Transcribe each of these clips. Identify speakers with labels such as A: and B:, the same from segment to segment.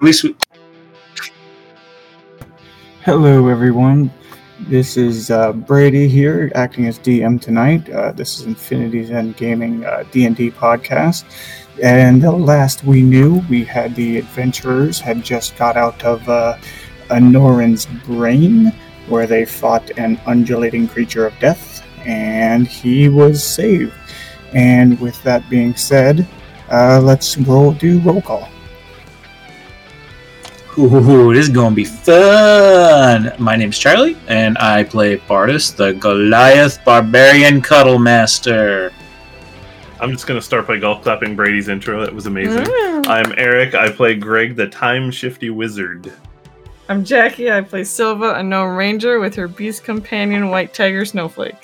A: At least we,
B: Hello, everyone. This is uh, Brady here, acting as DM tonight. Uh, this is Infinity's End Gaming uh, D&D podcast. And the last we knew, we had the adventurers had just got out of uh, Anoran's brain, where they fought an undulating creature of death, and he was saved. And with that being said, uh, let's roll, do roll call.
A: ooh, this is gonna be fun. My name's Charlie, and I play Bardus, the Goliath Barbarian Cuddle Master.
C: I'm just gonna start by golf clapping Brady's intro. That was amazing. I'm Eric. I play Greg, the time shifty wizard.
D: I'm Jackie. I play Silva, a gnome ranger, with her beast companion, White Tiger Snowflake.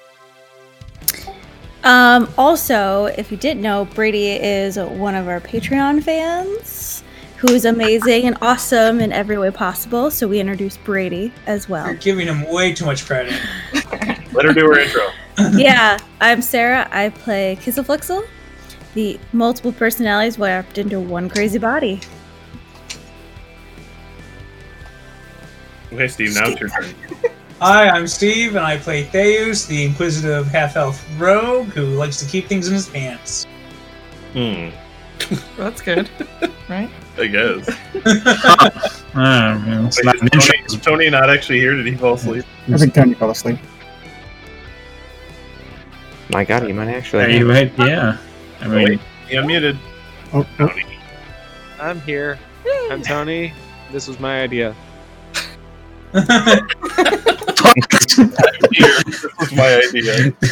E: Um, also, if you didn't know, Brady is one of our Patreon fans who is amazing and awesome in every way possible. So we introduce Brady as
F: You're
E: well.
F: giving him way too much credit.
C: Let her do her intro.
E: yeah, I'm Sarah. I play Kissaflexel, the multiple personalities wrapped into one crazy body.
C: Okay, Steve. Now it's your turn.
F: Hi, I'm Steve, and I play Theus, the inquisitive half-elf rogue who likes to keep things in his pants.
C: Hmm.
D: Well, that's good, right?
C: I guess.
A: Uh, it's
C: Wait,
A: not an
C: is Tony, is
A: intro.
C: Tony not actually here? Did he fall asleep?
B: I think Tony fell asleep.
G: My God, you might actually.
A: Are you right? Yeah. I mean,
C: He unmuted.
B: Oh, no.
G: I'm here. I'm Tony. This was my idea.
C: This was my idea.
A: I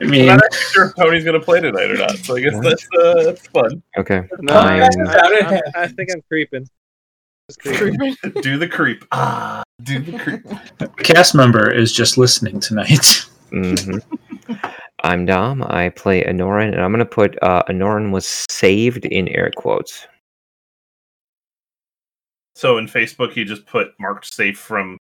C: I'm
A: mean,
C: not actually sure if Tony's gonna play tonight or not. So I guess that's uh, that's fun.
G: Okay.
H: No,
G: I,
F: Podcast
G: am-
F: without it
H: I'm-
F: happened.
H: I think I'm creeping. Just creeping.
D: Creeping.
C: Do the creep. Ah, do the creep.
A: cast member is just listening tonight.
G: Mhm. I'm Dom. I play Anoran, and I'm gonna put uh, Anoran was saved in air quotes.
C: So in Facebook, he just put marked safe from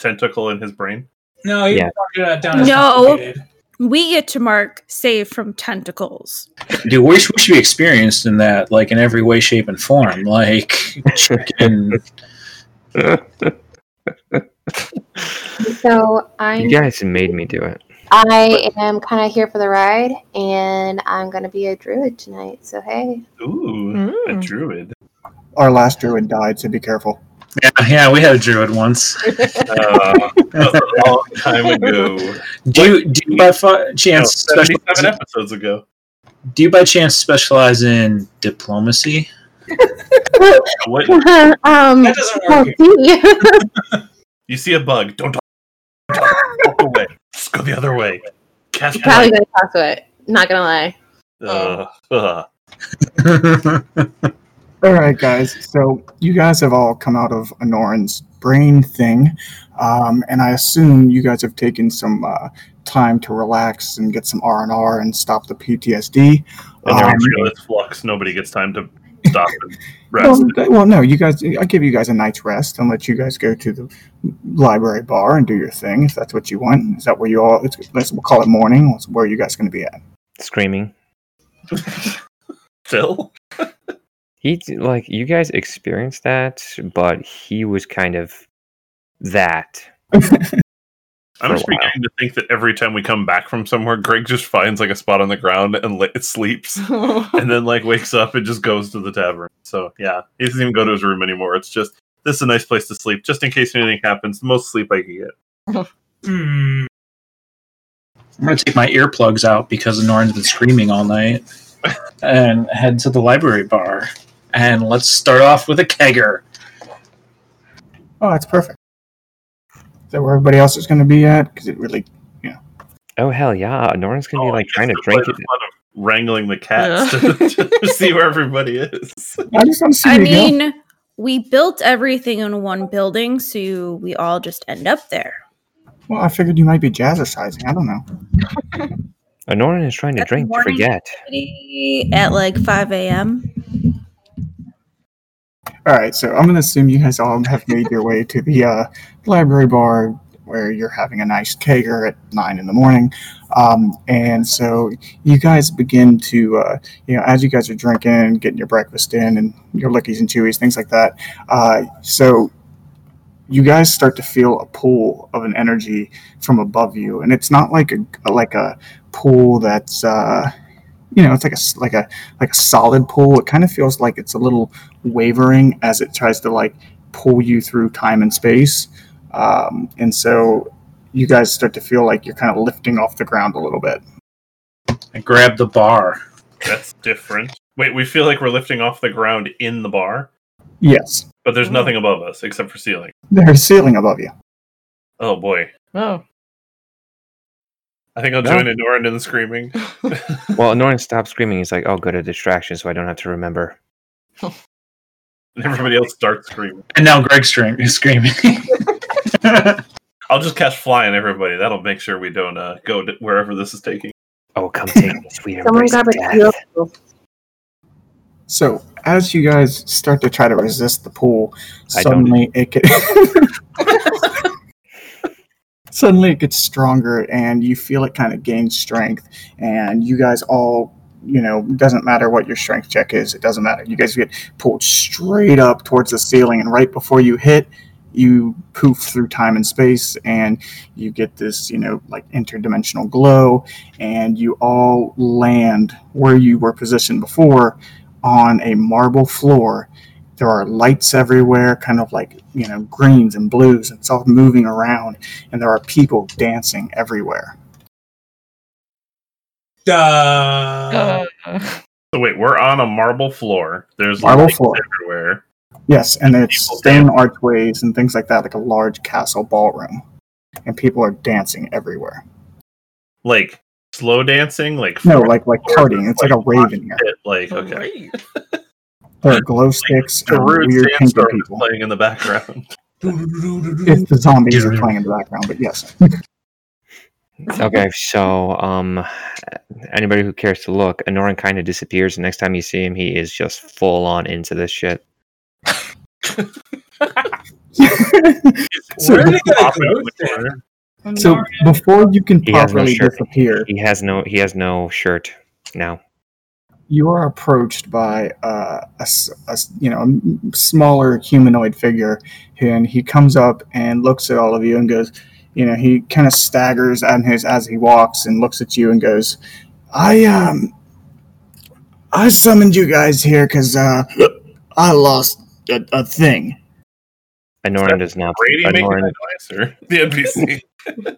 C: tentacle in his brain.
F: No, he
G: Yeah.
F: talked it uh, down as
E: No.
F: complicated.
E: We get to mark save from tentacles.
A: Dude, we, sh- we should be experienced in that, like in every way, shape, and form. Like chicken.
I: So
G: You
I: I'm
G: guys made me do it.
I: I am kind of here for the ride, and I'm gonna be a druid tonight. So hey,
C: Ooh, a
D: Mm.
C: druid.
B: Our last druid died, so be careful.
A: yeah, yeah, we had a druid once.
C: Uh, that was a long time ago.
A: Do you, do you by fa-
C: No,
A: Uh, chance special,
C: 77 episodes ago.
A: do you by chance specialize in diplomacy?
C: What
I: um,
F: That doesn't work. here.
C: you see a bug? Don't talk. Walk away. Just go the other way. Cast
I: probably gonna talk to it. Not gonna lie.
C: light. Uh, uh,
B: All right, guys. So you guys have all come out of Anoran's brain thing, um, and I assume you guys have taken some uh, time to relax and get some R and R and stop the PTSD.
C: and they're
B: Um,
C: in realist flux. Nobody gets time to stop and rest.
B: Well, well, no, you guys. I give you guys a night's rest and let you guys go to the library bar and do your thing if that's what you want. Is that where you all? It's, let's we'll call it morning. What's- Where are you guys going to be at?
G: Screaming.
C: Still?
G: He d- like you guys experienced that, but he was kind of that.
C: I'm
G: For a
C: just
G: while.
C: beginning to think that every time we come back from somewhere, Greg just finds like a spot on the ground and li- sleeps. and then like wakes up and just goes to the tavern. So yeah, he doesn't even go to his room anymore. It's just this is a nice place to sleep, just in case anything happens. The most sleep I can get.
F: Hmm.
A: I'm gonna take my earplugs out because Noran's been screaming all night, and head to the library bar. And let's start off with a kegger.
B: Oh, that's perfect. Is that where everybody else is going to be at? Because it really
G: Oh hell yeah! Anoran's gonna
C: Oh,
G: be
C: I
G: like
C: guess
G: trying to
C: the
G: drink it.
C: fun of wrangling the cats
D: Yeah.
C: to, to see where everybody is.
B: I just want to see.
E: I
B: you go.
E: mean, we built everything in one building, so we all just end up there.
B: Well, I figured you might be jazzercising. I don't know.
G: Anoran is trying to
E: That's a
G: drink to
E: warning.
G: forget.
E: At like 5 a.m.
B: All right, so I'm gonna assume you guys all have made your way to the uh, library bar, uh, where you're having a nice kegger at nine in the morning, um, and so you guys begin to, uh, you know, as you guys are drinking and getting your breakfast in and your lickies and chewies, things like that. Uh, so you guys start to feel a pull of an energy from above you, and it's not like a like a pull that's. Uh, you know, it's like a s- like a like a solid pull. It kind of feels like it's a little wavering as it tries to like pull you through time and space. Um, and so you guys start to feel like you're kind of lifting off the ground a little bit.
A: I grab the bar.
C: That's different. Wait, we feel like we're lifting off the ground in the bar,
B: Yes,
C: but there's
D: Oh.
C: nothing above us except for ceiling.
B: there's a ceiling above you.
C: Oh boy.
D: Oh.
C: I think I'll
G: No.
C: join Anoran in the screaming.
G: Well, Anoran stops screaming. He's like, "Oh, good, a distraction, so I don't have to remember."
C: And everybody else starts screaming.
A: And now Greg's string- screaming.
C: I'll just cast fly on everybody. That'll make sure we don't uh, go to wherever this is taking.
G: Oh, come take me, sweet
I: Someone
G: embrace
I: grab
G: of
I: a
G: death.
I: deal.
B: So as you guys start to try to resist the pull,
G: I don't.
B: suddenly it gets suddenly it gets stronger, and you feel it kind of gain strength. And you guys all, you know, doesn't matter what your strength check is, it doesn't matter. You guys get pulled straight up towards the ceiling, and right before you hit, you poof through time and space, and you get this, you know, like interdimensional glow, and you all land where you were positioned before on a marble floor. There are lights everywhere, kind of like, you know, greens and blues. It's all moving around, and there are people dancing everywhere.
F: Duh.
D: Uh,
C: So wait, we're on a marble floor. There's
B: Marble
C: lights
B: floor.
C: everywhere.
B: Yes, and it's
C: People
B: stone archways and things like that, like a large castle ballroom. And people are dancing everywhere.
C: Like slow dancing, like
B: No, like like
C: floor,
B: partying. It's like a rave in here.
C: it, like okay.
B: There are glow sticks and
C: Tarun
B: weird pinky
C: Sandstorm is
B: people.
C: playing in the background.
B: If the zombies are playing in the background, but yes.
G: Okay, so um, anybody who cares to look, Anoran kind of disappears. The next time you see him, he is just full on into this shit.
B: So-
F: Where did it go?
C: Popping in the corner.
B: so before you can
G: He has no
B: properly
G: shirt.
B: disappear,
G: He has no he has no shirt now.
B: you are approached by uh, a, s- a s- you know a m- smaller humanoid figure, and he comes up and looks at all of you and goes, you know, he kind of staggers and his as he walks and looks at you and goes, I um, I summoned you guys here because uh, I lost a, a thing.
G: Anoran does not.
C: Brady making
G: Anoran,
C: that noise or the NPC.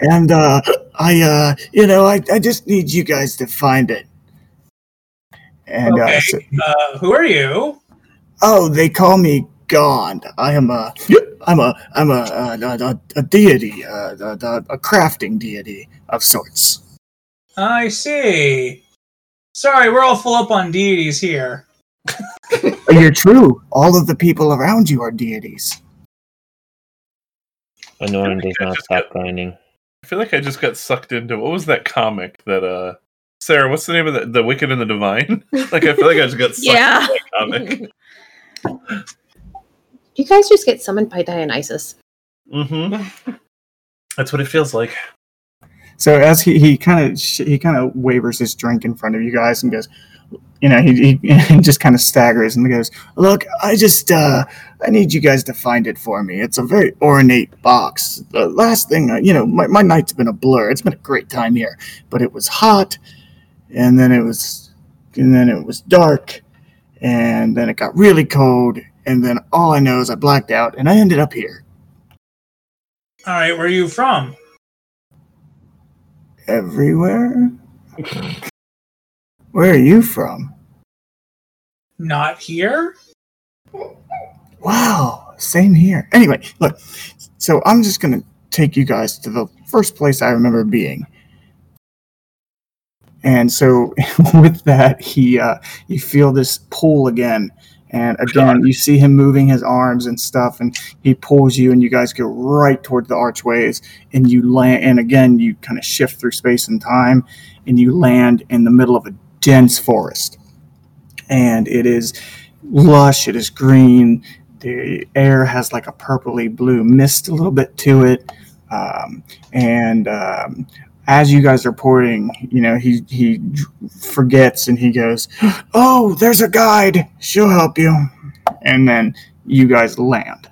B: And uh, I, uh, you know, I, I just need you guys to find it. And uh,
F: Okay.
B: so-
F: Uh, who are you?
B: Oh, they call me God. I am a, I'm a, I'm a, a, a, a deity, a, a, a, a crafting deity of sorts.
F: I see. Sorry, we're all full up on deities here.
B: You're true. All of the people around you are deities.
G: Anoran does
C: I
G: not
C: just
G: stop
C: got-
G: grinding.
C: I feel like I just got sucked into what was that comic that uh Sarah, what's the name of that? The Wicked and the Divine? like I feel like I just got sucked
E: Yeah.
C: into that comic.
I: You guys just get summoned by Dionysus.
C: Mm-hmm. That's what it feels like.
B: So as he he kind of sh- he kind of wavers his drink in front of you guys and goes, you know, he, he, he just kind of staggers and goes, "Look, I just uh, I need you guys to find it for me. It's a very ornate box. The last thing, I, you know, my my night's been a blur. It's been a great time here, but it was hot, and then it was, and then it was dark, and then it got really cold, and then all I know is I blacked out, and I ended up here.
F: All right, where are you from?
B: Everywhere. Where are you from?
F: Not here?
B: Wow, same here. Anyway, look, so I'm just going to take you guys to the first place I remember being. And so with that, he uh, you feel this pull again. And again, you see him moving his arms and stuff, and he pulls you, and you guys go right toward the archways, and you land. And again, you kind of shift through space and time, and you land in the middle of a dense forest. And it is lush. It is green. The air has like a purpley blue mist a little bit to it. Um, and um, as you guys are pouring, you know, he he forgets and he goes, "Oh, there's a guide. She'll help you." And then you guys land.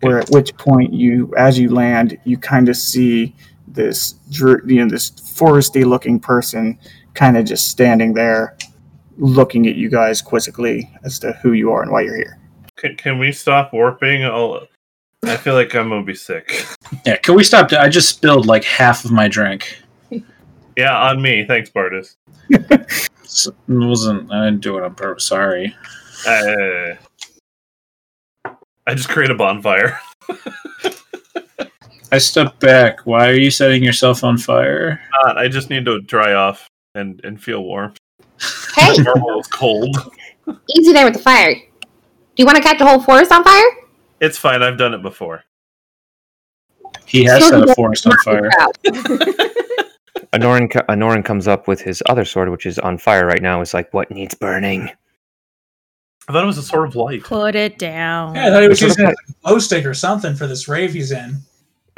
B: Where at which point you, as you land, you kind of see this, dr- you know, this foresty-looking person kind of just standing there, looking at you guys quizzically as to who you are and why you're here.
C: Can, can we stop warping? I'll, I feel like I'm gonna be sick.
A: Yeah, can we stop? I just spilled like half of my drink.
C: Yeah, on me. Thanks, Bartis.
A: So it wasn't. I didn't do it on purpose. Sorry.
C: Uh, I just create a bonfire.
A: I stepped back. Why are you setting yourself on fire?
C: Uh, I just need to dry off and and feel warm.
I: Hey,
C: Marble is cold.
I: easy there with the fire. Do you want to catch the whole forest on fire?
C: It's fine. I've done it before.
A: He has set a forest on fire.
I: Out.
G: Anoran, co- Anoran comes up with his other sword, which is on fire right now. It's like, what needs burning?
C: I thought it was a sword of light.
E: Put it down.
F: Yeah, I thought he was
G: Sort of
F: using a glow stick or something for this rave he's in.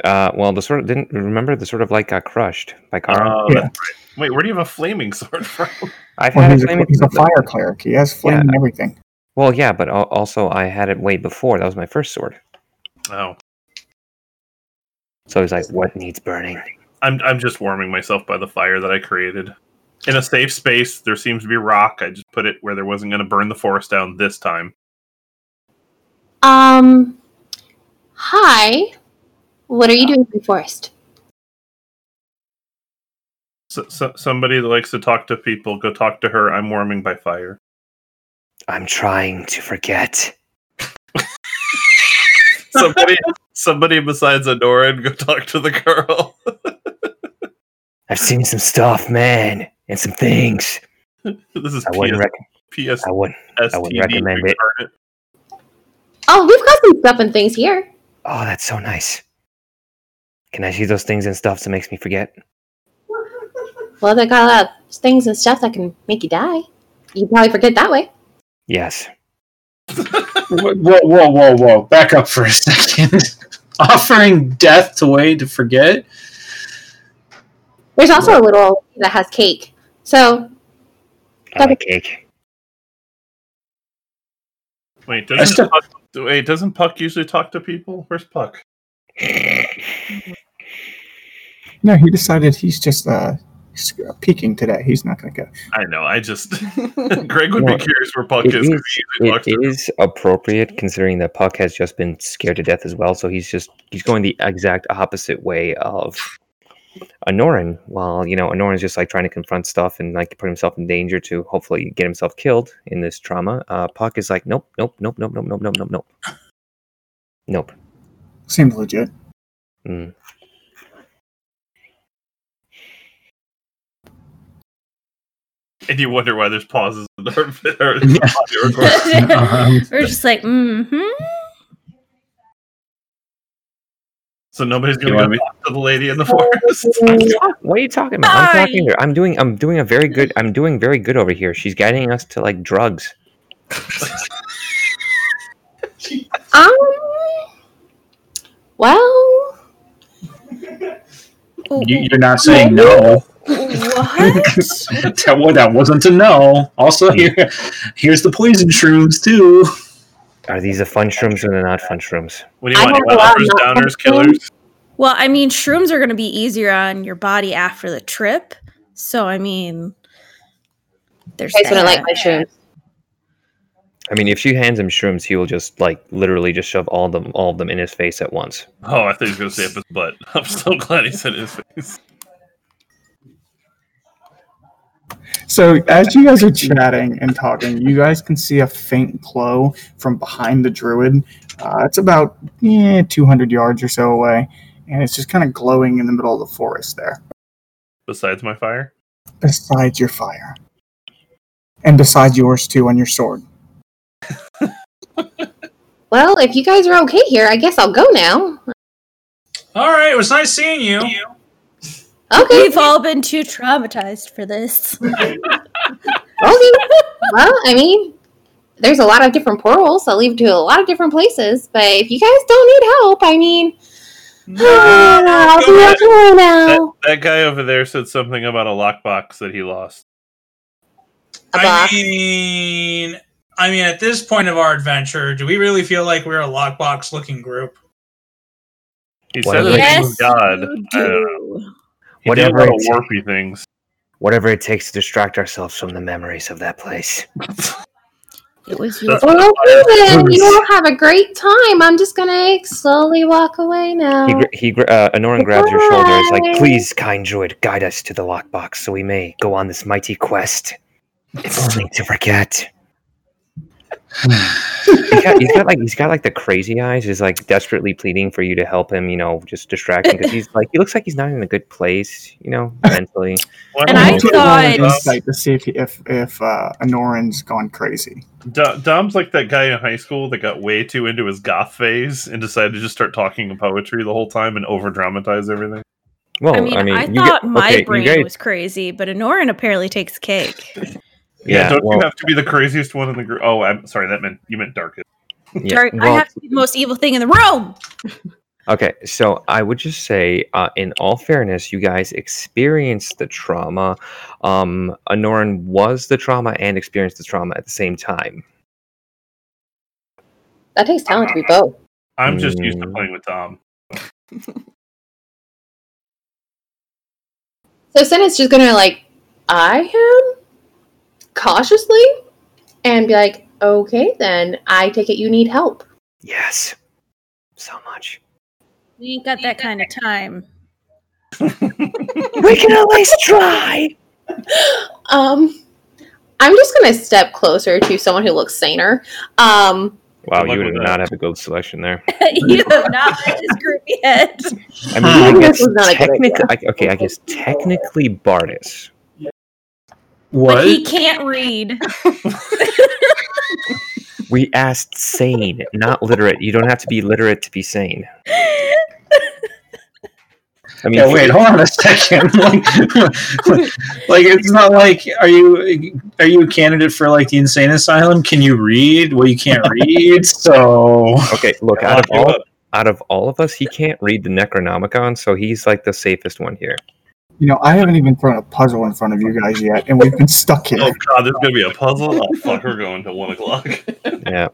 G: Uh, well, the sword didn't remember the sword of light got crushed by Kara.
C: Uh,
B: Yeah.
C: that's right. Wait, where do you have a flaming sword from?
G: I've
B: Well,
G: had it
B: he's, a,
G: flaming.
B: he's a fire cleric. He has flame
G: Yeah.
B: and everything.
G: Well, yeah, but al- also I had it way before. That was my first sword.
C: Oh,
G: So he's like, what needs burning?
C: I'm I'm just warming myself by the fire that I created. In a safe space, there seems to be rock. I just put it where there wasn't going to burn the forest down this time.
I: Um, hi. What are you doing in the forest?
C: So, so, somebody that likes to talk to people, go talk to her. I'm warming by fire.
G: I'm trying to forget.
C: Somebody, somebody besides Adoran, go talk to the girl.
G: I've seen some stuff, man, and some things.
C: this is
G: I wouldn't, rec-
C: PS,
G: I wouldn't. I wouldn't recommend it.
I: Oh, we've got some stuff and things here.
G: Oh, that's so nice. Can I see those things and stuff that makes me forget?
I: Well, they got a lot of things and stuff that can make you die. You can probably forget that way.
G: Yes.
A: Whoa, whoa, whoa, whoa! Back up for a second. Offering death to way to forget.
I: There's also a little that has cake. So,
G: I like cake.
C: Wait,
A: I
C: doesn't
A: still-
C: Puck, wait, doesn't Puck usually talk to people? Where's Puck?
B: No, he decided he's just uh, s- peeking today. He's not going to go.
C: I know. I just Greg would
G: Well,
C: be curious where Puck
G: It
C: is. 'cause
G: is,
C: he usually
G: it
C: walks through.
G: is appropriate considering that Puck has just been scared to death as well. So he's just he's going the exact opposite way of Anoran. While you know Anoran's just like trying to confront stuff and like put himself in danger to hopefully get himself killed in this trauma. Uh, Puck is like, nope, nope, nope, nope, nope, nope, nope, nope, nope, nope.
B: Seems legit.
G: Mm.
C: and you wonder why there's pauses in the or- or-
A: Yeah.
C: audio recording.
A: Um,
E: We're just like, mm-hmm.
C: So nobody's
A: You
C: gonna
A: want
C: go
A: me-
C: talk to the lady in the forest.
G: What are you talking about? I'm talking
E: Fine.
G: here. I'm doing. I'm doing a very good. I'm doing very good over here. She's guiding us to like drugs.
I: um, well,
A: you, you're not saying no.
E: What?
A: that, well, that wasn't a no. Also,
G: Hmm.
A: here, here's the poison shrooms too.
G: Are these the fun shrooms or the not fun shrooms?
C: What do you
I: I
C: want?
I: have a lot of
C: Uppers,
I: not
C: downers,
I: fun
C: killers?
E: well, I mean, shrooms are going to be easier on your body after the trip. So, I mean, there's
I: you guys wouldn't like
E: that.
I: my shrooms.
G: I mean, if she hands him shrooms, he will just like literally just shove all of them, all of them in his face at once.
C: Oh, I thought he was gonna say up his butt. I'm so glad he said his face.
B: So as you guys are chatting and talking, you guys can see a faint glow from behind the druid. Uh, it's about eh, 200 yards or so away, and it's just kind of glowing in the middle of the forest there,
C: Besides my fire,
B: besides your fire, and besides yours too on your sword.
I: Well, if you guys are okay here, I guess I'll go now.
F: All right, it was nice seeing you.
I: Okay.
E: We've all been too traumatized for this.
I: okay. Well, I mean, there's a lot of different portals that lead to a lot of different places, but if you guys don't need help, I mean, I'll be okay
C: That,
I: now.
C: that guy over there said something about a lockbox that he lost.
I: A
F: I
I: box.
F: mean, I mean, at this point of our adventure, do we really feel like we're a lockbox looking group?
C: He
G: What
C: said
G: is
C: that he
G: Yes,
C: was God.
E: you
C: I don't know.
E: do.
C: He did a
G: Whatever
C: lot of
G: it's-
C: warpy things.
G: Whatever it takes to distract ourselves from the memories of that place.
E: It was
C: That's-
I: Well, okay then. Oh, You all have a great time. I'm just gonna slowly walk away now.
G: He, gra- he, gra- uh, Anoran grabs your shoulder. It's like,
I: Goodbye.
G: please, kind druid, guide us to the lockbox so we may go on this mighty quest. It's only to forget. he's, got, he's got like he's got like the crazy eyes. He's like desperately pleading for you to help him. You know, just distract him because he's like he looks like he's not in a good place. You know, mentally.
C: One
E: And
C: of
E: I
C: those-
B: Roll an
E: thought-
B: insight to see if he, if if uh, Anoran's gone crazy.
C: Do- Dom's like that guy in high school that got way too into his goth phase and decided to just start talking in poetry the whole time and over dramatize everything.
G: Well,
E: I mean, I,
G: you
E: thought
G: get-
E: my
G: okay, you
E: brain
G: guys-
E: was crazy, but Anoran apparently takes cake.
G: yeah.
C: don't
G: well,
C: you have to be the craziest one in the group? Oh, I'm sorry, that meant you meant darkest.
G: yeah,
E: Dark,
G: well,
E: I have to be the most evil thing in the room.
G: Okay, so I would just say, uh, in all fairness, you guys experienced the trauma. Um, Anoran was the trauma and experienced the trauma at the same time.
I: That takes talent to be both.
C: I'm just used to
G: Mm.
C: playing with Dom.
I: So Senna's just gonna like eye him cautiously and be like, "Okay, then I take it you need help."
G: Yes, so much.
E: We ain't got that kind of time.
G: we can at least try.
I: Um, I'm just gonna step closer to someone who looks saner. Um,
G: Wow,
C: Good luck
G: you would
C: with
G: not
C: that.
G: have a gold selection there.
E: you have not met this groupie yet.
G: I mean, I
I: This
G: guess
I: was not a good
G: technically, I, okay, I guess technically Bardis.
A: What?
E: But he can't read.
G: We asked sane, not literate. You don't have to be literate to be sane. I mean,
A: Yeah,
G: if
A: wait,
G: you-
A: hold on a second. like, like, it's not like are you are you a candidate for like the insane asylum? Can you read? Well, you can't read, so
G: okay, look,
C: I'll
G: out of
C: lock you
G: all
C: up.
G: out of all of us, he can't read the Necronomicon, so he's like the safest one here.
B: You know, I haven't even thrown a puzzle in front of you guys yet, and we've been stuck here.
C: Oh god, there's gonna be a puzzle. Oh fuck, we're going to one o'clock.
G: Yeah.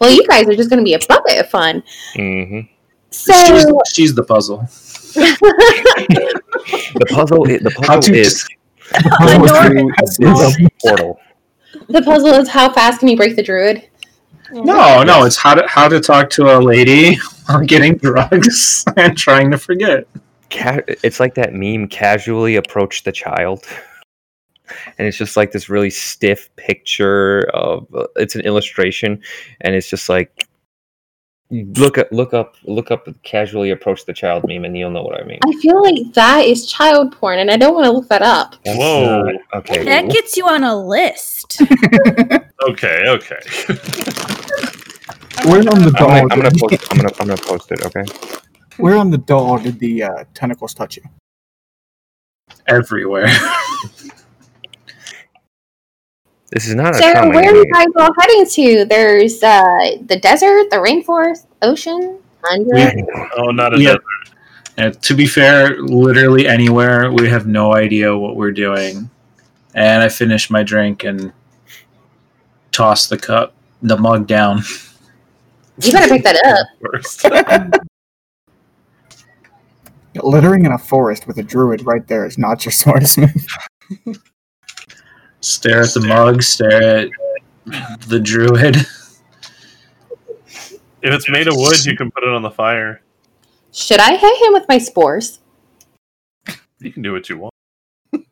I: well, you guys are just gonna be a bucket of fun.
G: hmm
A: she's,
I: So
A: she's the puzzle.
G: The puzzle. i- the
A: How
G: puzzle
A: to
G: is
A: just
B: The puzzle is
E: Anoran-
B: to
G: this
B: this
G: portal.
I: the puzzle is how fast can you break the druid?
A: no, no. It's how to how to talk to a lady while getting drugs and trying to forget.
G: Ca- it's like that meme. Casually approach the child, and it's just like this really stiff picture of. uh, It's an illustration, and it's just like. Look up, look up, look up. Casually approach the child meme, and you'll know what I mean.
I: I feel like that is child porn, and I don't want to look that up.
G: That's
C: Whoa.
G: not- okay.
E: That gets you on a list.
C: Okay, okay.
B: We're on the
G: Oh. I'm gonna,
B: dog.
G: I'm gonna post. I'm gonna. I'm gonna post it. Okay.
B: Where on the doll did the uh, tentacles touch you?
A: Everywhere.
G: This is not a
I: So
G: trauma.
I: where are you
G: unit.
I: guys all heading to? There's uh, the desert, the rainforest, ocean, tundra.
C: Oh, not
A: Yeah.
C: another.
A: Uh, to be fair, literally anywhere, we have no idea what we're doing. And I finish my drink and toss the cup, the mug down.
I: You better pick that up.
C: First.
B: Littering in a forest with a druid right there is not your smartest move.
A: Stare at the mug, stare at the druid.
C: If it's made of wood, you can put it on the fire.
I: Should I hit him with my spores?
C: You can do what you want.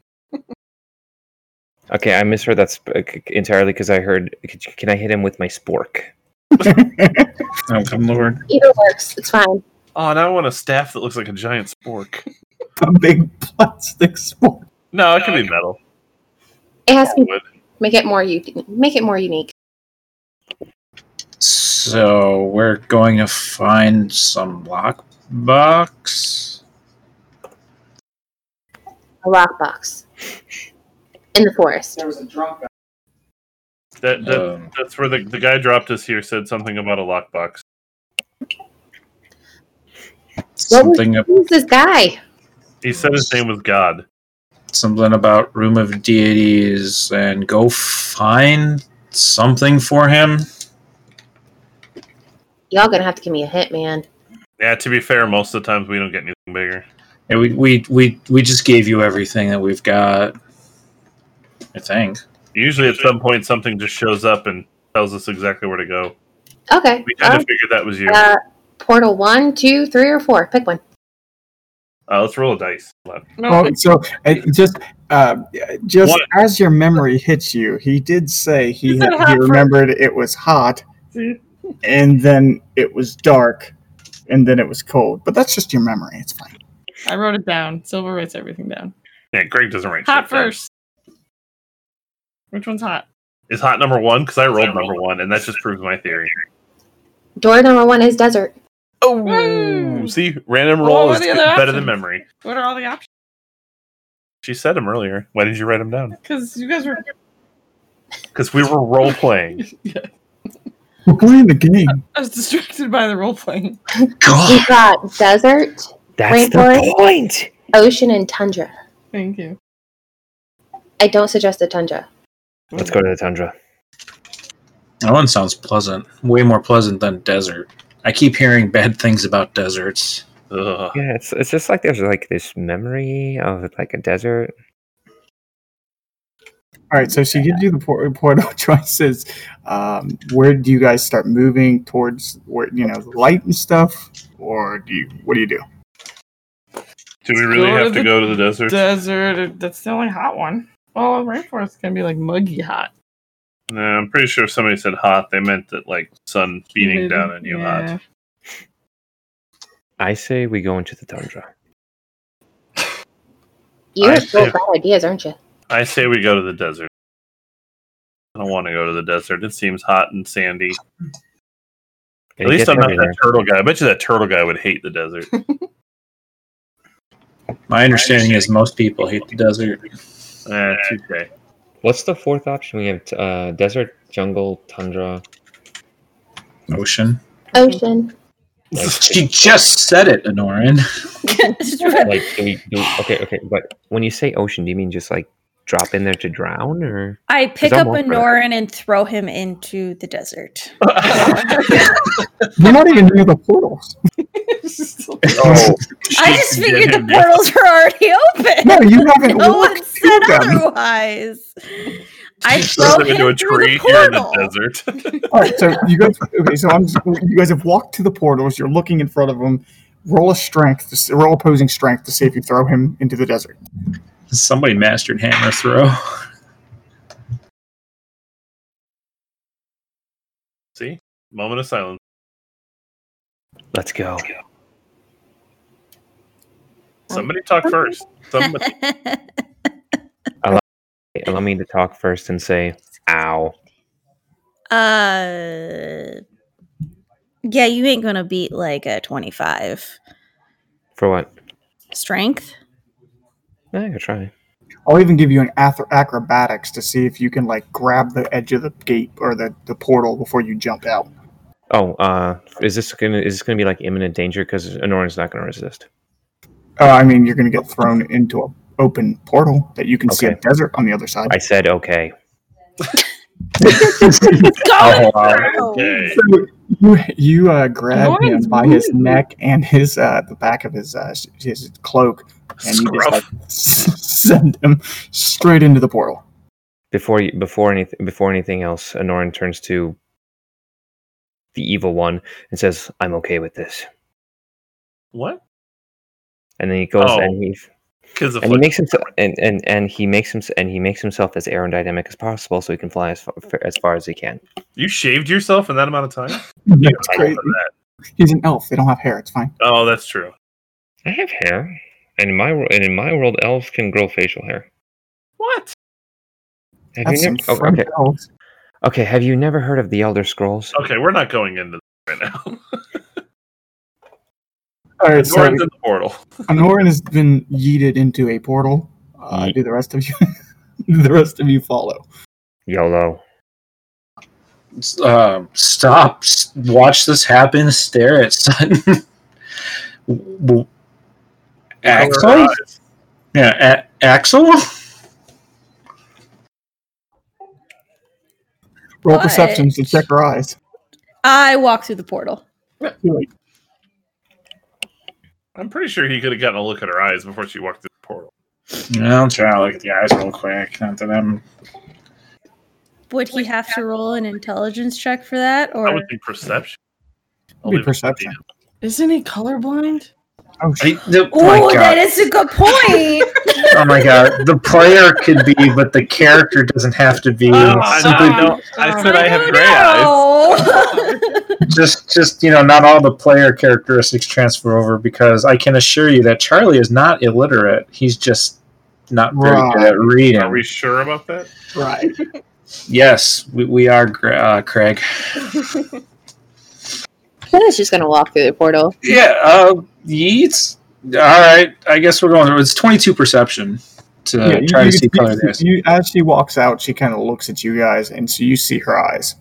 G: Okay, I misheard that sp- uh, c- entirely because I heard. c- Can I hit him with my spork?
A: Oh, good lord.
I: Either works. It's fine.
C: Oh, now I want a staff that looks like a giant spork.
B: A big plastic sport.
C: No, it could be metal.
I: It has to be,
C: Wood.
I: make it more u- make it more unique.
A: So we're going to find some lockbox.
I: A lockbox in the forest.
C: That, that,
A: Um,
C: that's where the, the guy dropped us here said something about a lockbox.
A: something
I: Who's this guy?
C: He said his name was God.
A: something about room of deities and go find something for him.
I: Y'all gonna have to give me a hint, man.
C: Yeah, to be fair, most of the times we don't get anything bigger.
A: Yeah, we, we we we just gave you everything that we've got. I think.
C: Usually, at some point, something just shows up and tells us exactly where to go.
I: Okay.
C: We kind
I: um,
C: of figured that was you.
I: uh, portal one, two, three, or four. Pick one.
C: Uh, let's roll a dice.
D: No,
B: Well, so uh, just uh, just
C: What?
B: as your memory hits you, he did say he
D: He said
B: had,
D: hot
B: he
D: first.
B: remembered it was hot, and then it was dark, and then it was cold. But that's just your memory. It's fine.
D: I wrote it down. Silver writes everything down.
C: Yeah, Greg doesn't rank.
D: Hot first. Which one's hot?
C: Is hot number one? Because I rolled number one, and that just proves my theory.
I: Door number one is desert.
D: Woo!
C: Ooh, see, random
D: Hmm. Well,
C: roll
D: what
C: is
D: are the other
C: better than
D: options?
C: memory.
D: What are all the options?
C: She said them earlier. Why did you write them down?
D: Because you guys were
C: Because we were role playing.
B: We're playing the game.
D: I was distracted by the role playing.
A: God,
I: We've got desert,
G: That's
I: Rainforest?
G: the point.
I: ocean, and tundra.
D: Thank you.
I: I don't suggest the tundra.
G: Let's go to the tundra.
A: that one sounds pleasant. Way more pleasant than desert. I keep hearing bad things about deserts.
C: Ugh.
G: Yeah, it's it's just like there's like this memory of like a desert.
B: All right. So she gives you the por- portal choices. Um, where do you guys start moving towards? Where you know the light and stuff, or do you? What do you do?
C: Do we really
D: Go to
C: have to
D: the
C: go to the desert?
D: Desert. That's the only hot one. Oh, rainforest can be like muggy hot.
C: no, I'm pretty sure if somebody said hot, they meant that like sun beating down on you
D: Yeah.
C: hot.
G: I say we go into the tundra.
I: You're
C: I
I: full
C: see.
I: of bad ideas, aren't you?
C: I say we go to the desert. I don't want to go to the desert. It seems hot and sandy. At
G: Gotta
C: least
G: get
C: I'm not
G: everywhere.
C: that turtle guy. I bet you that turtle guy would hate the desert.
A: My understanding is most people hate the desert.
C: eh, touche.
G: What's the fourth option? We have uh, desert, jungle, tundra.
A: Ocean.
I: Ocean.
G: Like,
A: She just said it, Anoran.
G: like do we, do we- okay, okay. But when you say ocean, do you mean just like drop in there to drown, or
E: I pick
G: I'm
E: up
G: one for that.
E: Anoran and throw him into the desert.
B: You're not even near the portals.
G: oh,
E: I just
C: She
E: figured the
C: didn't.
E: portals were already open.
B: No, you haven't
E: no one
B: walked
E: said
B: through them.
E: otherwise. I
C: Turns
E: throw
C: them
E: him
C: into a
E: through
C: tree
E: the
C: here in
E: portal.
C: the desert.
B: All right, so you guys, okay, so I'm just, you guys have walked to the portals. You're looking in front of them. Roll a strength, to, s- roll opposing strength to see if you throw him into the desert.
A: Somebody mastered hammer throw.
C: See, moment of silence.
G: let's go.
C: Somebody talk first. Somebody.
G: Allow me to talk first and say, "Ow."
E: uh, yeah, you ain't gonna beat like a twenty-five
G: For what?
E: strength.
G: I could try.
B: I'll even give you an ath- acrobatics to see if you can like grab the edge of the gate or the, the portal before you jump out.
G: Oh, uh, is this gonna is this gonna be like imminent danger? Because Anoran's not gonna resist.
B: Uh, I mean, you're going to get thrown into an open portal that you can see a
G: Okay.
B: desert on the other side.
G: I said okay.
E: Go
A: wow.
E: through.
C: Okay.
B: So you you uh, grab him
D: Lauren's
B: by his
D: moving.
B: neck and his uh, the back of his uh, his cloak, and you just like, send him straight into the portal.
G: Before you, before anything before anything else, Anoran turns to the evil one and says, "I'm okay with this."
C: What?
G: And then he goes
C: Oh.
G: and he
C: Kids of
G: and he
C: Flick.
G: makes himself and, and and he makes him and he makes himself as aerodynamic as possible so he can fly as far, as far as he can.
C: You shaved yourself in that amount of time?
B: That's
C: I
B: crazy.
C: remember that.
B: He's an elf; they don't have hair. It's fine.
C: Oh, that's true.
G: I have hair, and in my wor- and in my world, elves can grow facial hair.
D: What?
G: Have
B: That's
G: you
B: some
G: never,
B: French
G: Oh, okay,
B: elves.
G: okay. Have you never heard of the Elder Scrolls?
C: Okay, we're not going into this right now.
B: All right, so
C: Doran's in the portal.
B: Anoran has been yeeted into a portal. Uh,
G: Yeet.
B: Do the rest of you? do the rest of you follow?
G: YOLO.
A: um, stop, s- watch this happen, stare at Sutton. w- Axel? Yeah, a- Axel?
B: Roll
E: What?
B: perceptions to check her eyes.
E: I walk through the portal.
C: I'm pretty sure he could have gotten a look at her eyes before she walked through the portal.
A: Yeah, I'll try to look at the eyes real quick. Not that I'm.
E: Would he have to roll an intelligence check for that,
C: I
E: or
C: would think perception. I'll
B: Be
C: leave it at
B: perception.
C: that.
D: Isn't he colorblind?
B: Oh,
A: I,
B: shit.
A: the,
E: oh,
A: my God.
E: that is a good point.
A: oh my god. The player could be, but the character doesn't have to be.
C: Oh, I
A: Simply
C: know, I know. I said I have
E: don't
C: gray eyes.
E: know.
A: just just you know not all the player characteristics transfer over because i can assure you that charlie is not illiterate he's just not very good at reading
C: Are we sure about that?
B: Right.
A: yes we, we are Gra- uh, craig
I: Kayla's just gonna walk through the portal.
A: yeah uh yeats all right i guess we're going through it's 22 perception to
B: Yeah, you-
A: try
B: you-
A: to see
B: you-
A: color there
B: you- as she walks out, she kind of looks at you guys, and so you see her eyes.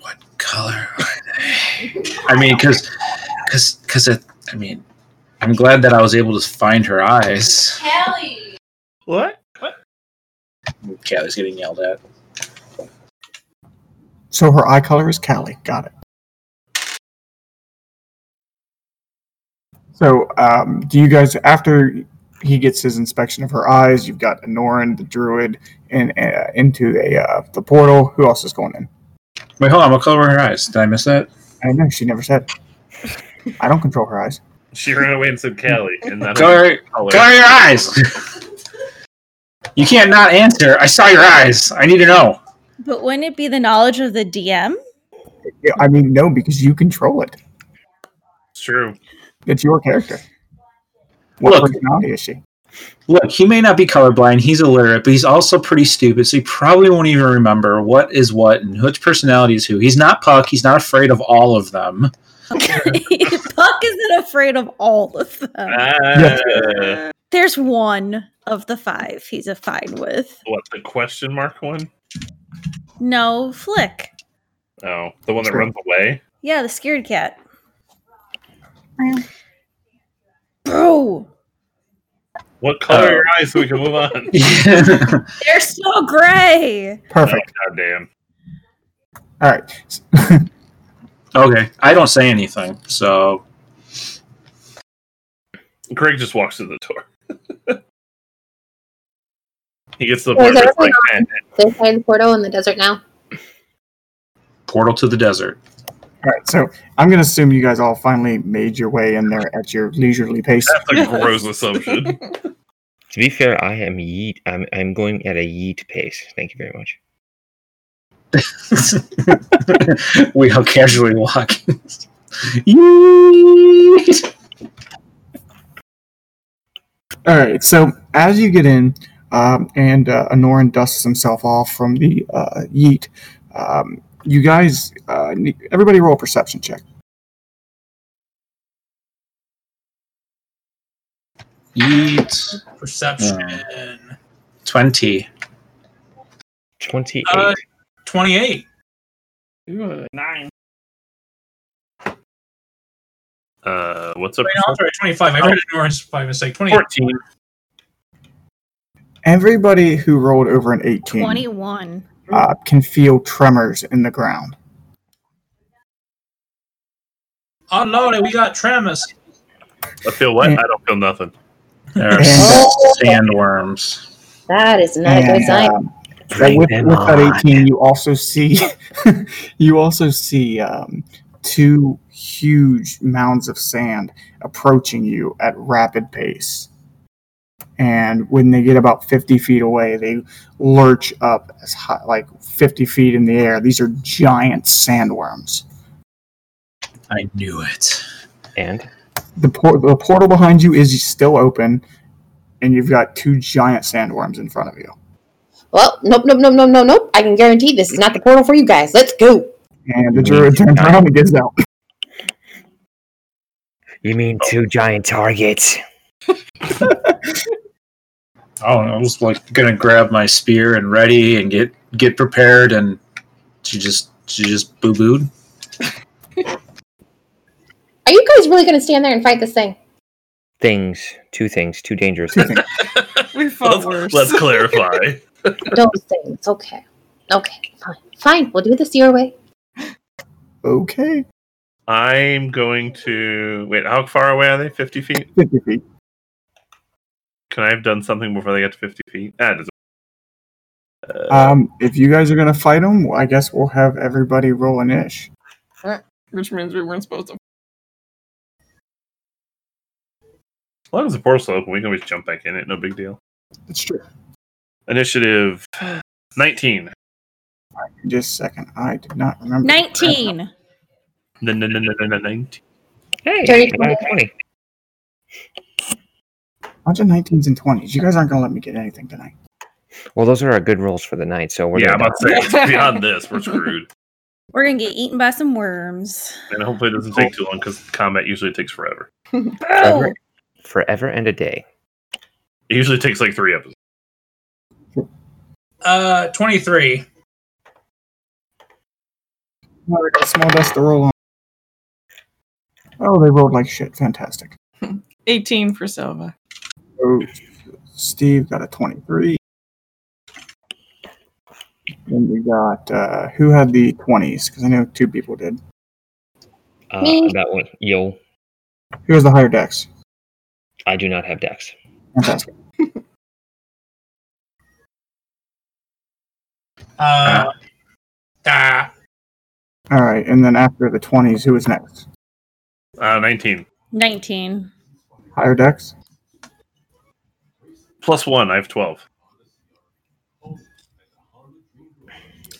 A: what color are they i mean because because because i mean i'm glad that i was able to find her eyes
I: Kelly.
C: What? What?
A: okay i was getting yelled at
B: So her eye color is Callie. Got it. So, um, do you guys, after he gets his inspection of her eyes, you've got Anoran, the druid, and uh, into a, uh, the portal. Who else is going in?
A: wait hold on what color were her eyes did i miss that
B: I know she never said. I don't control her eyes.
C: She ran away and said Callie, and that
A: Color, color your eyes. you can't not answer. I saw your eyes. I need to know.
E: but wouldn't it be the knowledge of the DM?
B: Yeah, I mean, no, because you control it.
C: It's true.
B: It's your character. What
A: Look.
B: personality is she?
A: Look, he may not be colorblind. He's illiterate, but he's also pretty stupid, so he probably won't even remember what is what and which personality is who. He's not Puck. He's not afraid of all of them.
E: Puck isn't afraid of all of them.
C: Uh, Ah,
E: There's one of the five he's a fine with.
C: What the question mark one?
E: No, Flick.
C: Oh, the one that
B: True.
C: runs away.
E: Yeah, the scared cat. Bro,
C: What color are your eyes so we can move on?
A: That's
E: they're so gray.
B: Perfect.
C: God damn.
B: All right. S-
A: okay. I don't say anything, so
C: Greg just walks through the door. he gets to the
B: Oh,
I: Well,
C: point
I: is
C: where it's
I: everyone
C: like, man,
I: This side of the portal in the desert now.
A: portal to the desert.
B: All right. So I'm going to assume you guys all finally made your way in there at your leisurely pace.
C: that's a gross assumption.
G: To be fair, I am yeet. I'm I'm going at a yeet pace. Thank you very much.
A: we all casually walk. Yeet.
B: All right. So as you get in, um, and uh, Anoran dusts himself off from the uh, yeet, um, you guys, uh, ne- everybody roll a perception check.
A: Yeet.
F: Perception.
A: 20.
G: Twenty-eight.
F: Uh, 28.
H: Nine.
C: uh, what's up?
F: Wait, no, I'm sorry, 25. I read it orange by mistake. 28.
C: 14.
B: Everybody who rolled over an 18
E: 21.
B: Uh, can feel tremors in the ground.
F: Oh, Lordy, we got Tramus.
C: I feel what? I don't feel nothing.
A: There are
B: And- uh,
A: sandworms.
I: That is not a good
B: And,
I: sign.
B: um, But with, with that 18, you also see you also see um, two huge mounds of sand approaching you at rapid pace. And when they get about 50 feet away, they lurch up as high, like 50 feet in the air. These are giant sandworms.
A: I knew it.
G: And
B: The, por- the portal behind you is still open, and you've got two giant sandworms in front of you.
I: Well, nope, nope, nope, nope, nope, nope. I can guarantee this is not the portal for you guys. Let's go.
B: And the druid turns around and gets out.
G: you mean two giant targets?
A: Oh, I was like gonna grab my spear and ready and get get prepared, and she just she just boo booed.
I: I Are you guys really gonna stand there and fight this thing?
G: Things, two things, two dangerous.
B: Two things.
D: We fought
C: Let's,
D: worse.
C: let's clarify.
I: Those things. Okay. Okay. Fine. Fine. We'll do this your way.
B: Okay.
C: I'm going to wait. How far away are they? Fifty feet.
B: 50 feet.
C: Can I have done something before they get to fifty feet? Ah, it doesn't-
B: Um, if you guys are going to fight them, I guess we'll have everybody roll an ish.
D: Which means we weren't supposed to.
C: as long as the portal's open, we can always jump back in it. No big deal.
B: That's true.
C: Initiative nineteen.
B: Just a second. I did not remember.
E: 19.
C: No, no, no, no, no, no, Nineteen.
G: Hey,
I: Dirty
G: I got a 20.
B: bunch of 19s and 20s. You guys aren't going to let me get anything tonight.
G: Well, those are our good rolls for the night. So we're
C: Yeah, I'm
G: gonna-
C: about to say it's beyond this, we're screwed.
E: We're going to get eaten by some worms.
C: And hopefully, it doesn't take too long because combat usually takes forever.
E: Oh,
G: forever and a day.
C: It usually takes like three episodes.
F: Uh, 23.
B: All right, Small dust to roll on. Oh, they rolled like shit. Fantastic.
D: 18 for Silva.
B: So Steve got a 23. Then we got uh, who had the 20s? Because I know two people did.
G: Uh,
I: Me.
G: that one, yo,
B: Who has the higher decks?
G: I do not have decks.
B: Fantastic.
F: Uh, ah.
B: All right, and then after the 20s, who was next?
C: Uh, Nineteen
E: 19.
B: Higher decks?
C: plus one, I have twelve.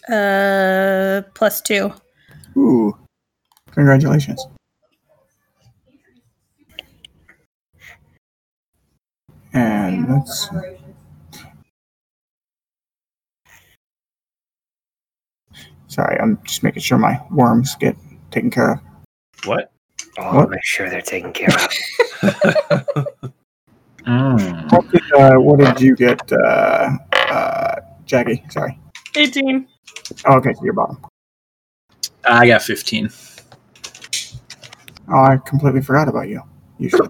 E: Uh, plus two.
B: Ooh, congratulations. And let's. Sorry, I'm just making sure my worms get taken care of.
C: What?
G: Oh,
B: What?
G: make sure they're taken care of.
A: Mm.
B: What did, uh, what did you get, uh, uh, Jackie? Sorry.
D: 18.
B: Oh, okay, so you're bottom.
A: I got 15.
B: Oh, I completely forgot about you. Usually.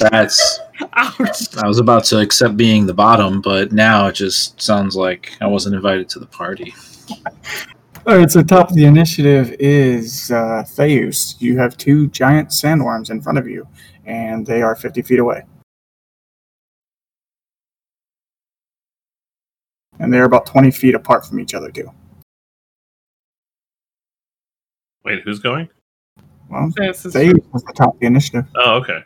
A: That's.
D: Ouch.
A: I was about to accept being the bottom, but now it just sounds like I wasn't invited to the party.
B: All right, so top of the initiative is uh, Theus. You have two giant sandworms in front of you, and they are 50 feet away. And they're about 20 feet apart from each other, too.
C: Wait, who's going?
B: Well,
D: This is-
B: Theus was the top of the initiative.
C: Oh, okay.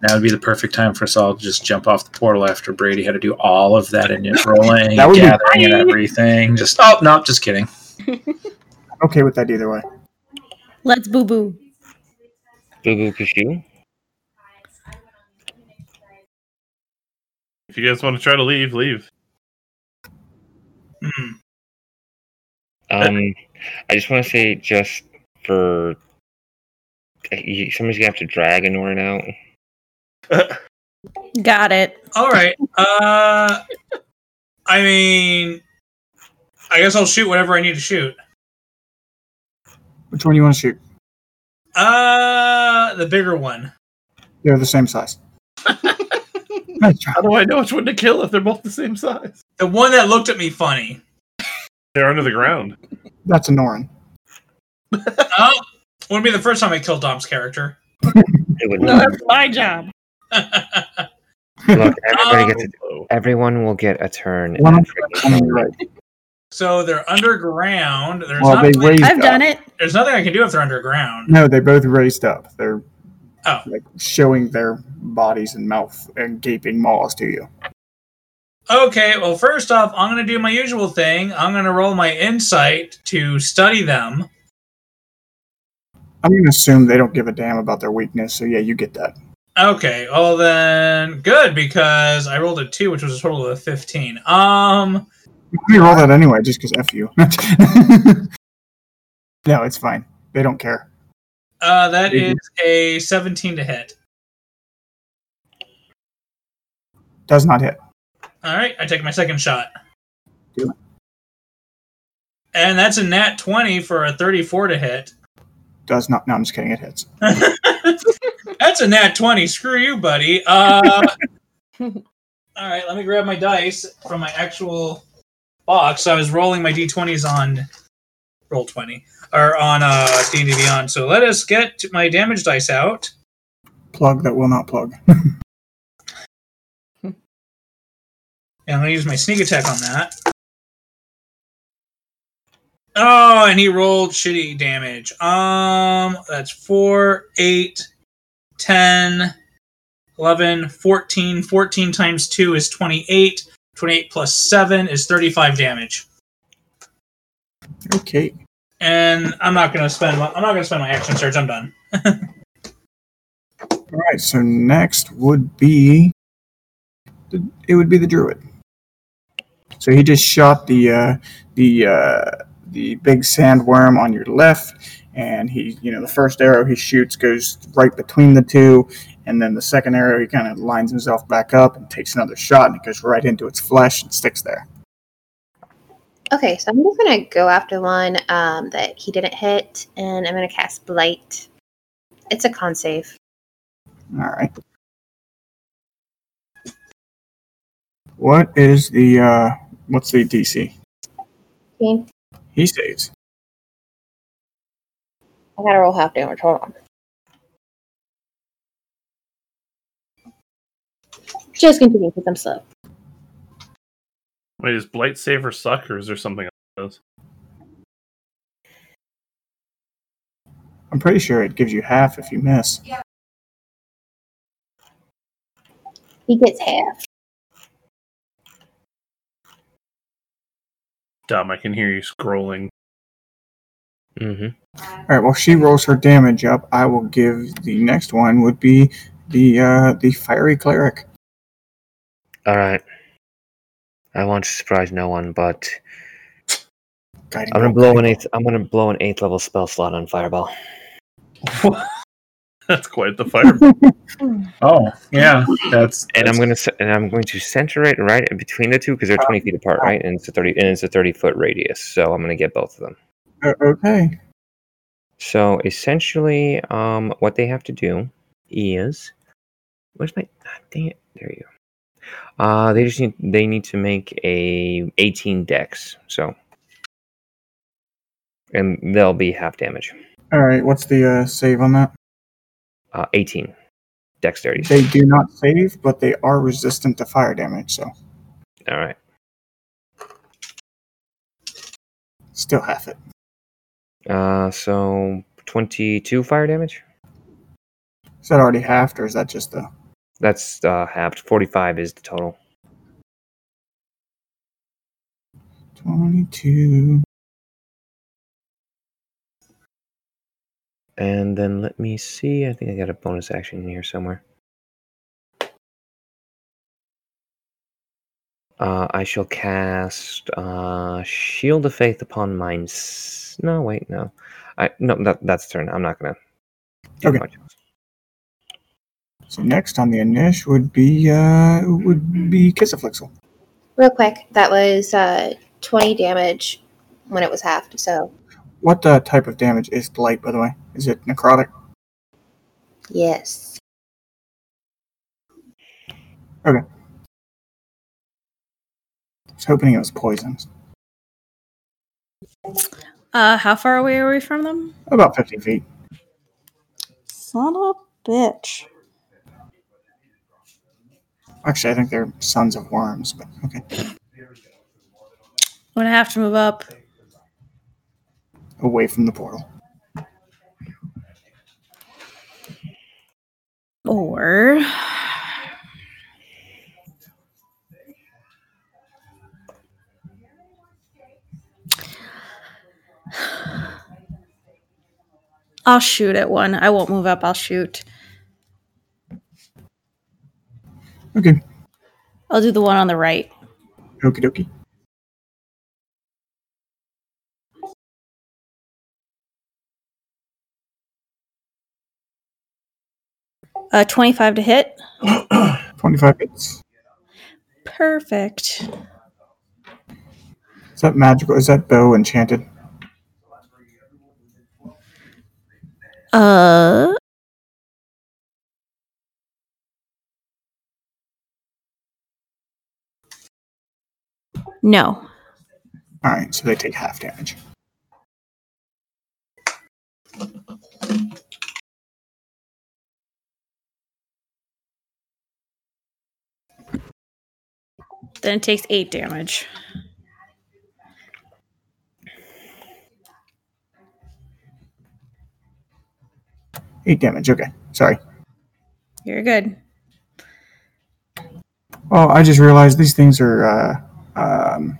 A: Now would be the perfect time for us all to just jump off the portal after Brady had to do all of that and rolling,
B: That would be
A: gathering, and everything. Just oh no, just kidding.
B: I'm okay with that either way.
E: Let's boo boo.
G: Boo
C: Mm-hmm.
G: Boo Kashu.
C: If you guys want to try to leave, leave.
F: Hmm.
G: Um, I just want to say, just for you- somebody's gonna have to drag Anoran out.
E: Got it.
F: All right. Uh, I mean, I guess I'll shoot whatever I need to shoot.
B: Which one you want to shoot?
F: Uh, the bigger one.
B: They're the same size. nice try.
C: How do I know which one to kill if they're both the same size?
F: The one that looked at me funny.
C: They're under the ground.
B: That's a Norin.
F: Oh, wouldn't be the first time I killed Dom's character.
G: It would
D: No, that's my job.
G: look. Everybody gets. A,
C: Oh,
G: everyone will get a turn.
B: One
G: and a
B: on
G: free
B: the
G: roll.
B: right.
F: so they're underground. There's,
B: Well,
F: not,
B: they raised
E: I've
B: up.
E: done it.
F: there's nothing I can do if they're underground.
B: No, they both raised up. They're
F: Oh.
B: like showing their bodies and mouth and gaping maws to you.
F: Okay, well, first off, I'm going to do my usual thing. I'm going to roll my insight to study them.
B: I'm gonna assume they don't give a damn about their weakness, so yeah, you get that.
F: Okay, well then, good because I rolled a two, which was a total of fifteen. Um,
B: Let me roll that anyway, just because f you. no, it's fine. They don't care.
F: uh, that is
B: Mhm.
F: a seventeen to hit.
B: Does not hit.
F: All right, I take my second shot.
B: Do
F: And that's a nat twenty for a thirty-four to hit.
B: does not. No, I'm just kidding. It hits.
F: That's a nat 20. Screw you, buddy. Uh, all right, let me grab my dice from my actual box. I was rolling my d20s on roll 20 or on uh, D&D Beyond. So let us get my damage dice out.
B: Plug that will not plug.
F: And I'm going to use my sneak attack on that. Oh, and he rolled shitty damage. Um, that's 4, 8, 10, 11, 14. 14 times 2 is 28. 28 plus 7 is 35 damage.
B: Okay.
F: And I'm not going to spend my, I'm not going to spend my action surge. I'm done.
B: All right. So next would be the, it would be the druid. So he just shot the uh, the uh, the big sandworm on your left, and he you know the first arrow he shoots goes right between the two, and then the second arrow he kind of lines himself back up and takes another shot, and it goes right into its flesh and sticks there.
I: Okay, so I'm just gonna go after one um, that he didn't hit, and I'm gonna cast Blight. It's a con save.
B: All right. What is the uh, what's the DC?
I: Okay,
B: He saves.
I: I gotta roll half damage. Hold on. Just continue because I'm slow.
C: Wait, is Blight Saver suck or is there something else?
B: I'm pretty sure it gives you half if you miss.
I: He gets half.
C: Dumb, I can hear you scrolling.
G: Mm-hmm.
B: All right. Well, she rolls her damage up. I will give the next one would be the uh, the fiery cleric.
G: All right. I want to surprise no one, but
B: Guiding
G: I'm gonna
B: bolt.
G: blow an eighth. I'm gonna blow an eighth level spell slot on Fireball.
C: That's quite the fire.
A: Oh, yeah. That's
G: and I'm gonna ce- and I'm going to center it right in between the two because they're 20 feet apart, right? And it's a 30 and it's a 30 foot radius, so I'm gonna get both of them.
B: Uh, okay.
G: So essentially, um, what they have to do is, where's my? ah, Dang it! There you go. Uh, they just need they need to make a 18 dex. So, and they'll be half damage.
B: All right. What's the uh, save on that?
G: Uh, 18 dexterity.
B: They do not save, but they are resistant to fire damage, so
G: All right.
B: still half it.
G: Uh, so 22 fire damage.
B: Is that already halved, or is that just the?
G: That's uh, halved. 45 is the total.
B: 22.
G: And then let me see. I think I got a bonus action here somewhere. Uh, I shall cast uh, Shield of Faith upon mine. S- no, wait, no. I no, that, that's turn. I'm not gonna. do
B: Okay.
G: much else.
B: So next on the initiative would be uh would be Kissaflixel.
I: Real quick, that was uh, 20 damage when it was halved. So
B: What uh, type of damage is blight, by the way? Is it necrotic?
I: yes,
B: I was hoping it was poisons.
E: Uh, how far away are we from them?
B: About 50 feet.
E: Son of a bitch.
B: Actually, I think they're sons of worms, but okay.
E: I'm gonna have to move up.
B: Away from the portal.
E: Or I'll shoot at one. I won't move up. I'll shoot.
B: Okay.
E: I'll do the one on the right.
B: Okie dokie.
E: Uh, 25 to hit.
B: 25 hits.
E: Perfect.
B: Is that magical? Is that bow enchanted?
E: Uh. No.
B: All right, so they take half damage.
E: Then it takes eight damage.
B: Eight damage. Okay, sorry.
E: You're good.
B: Oh, I just realized these things are uh, um,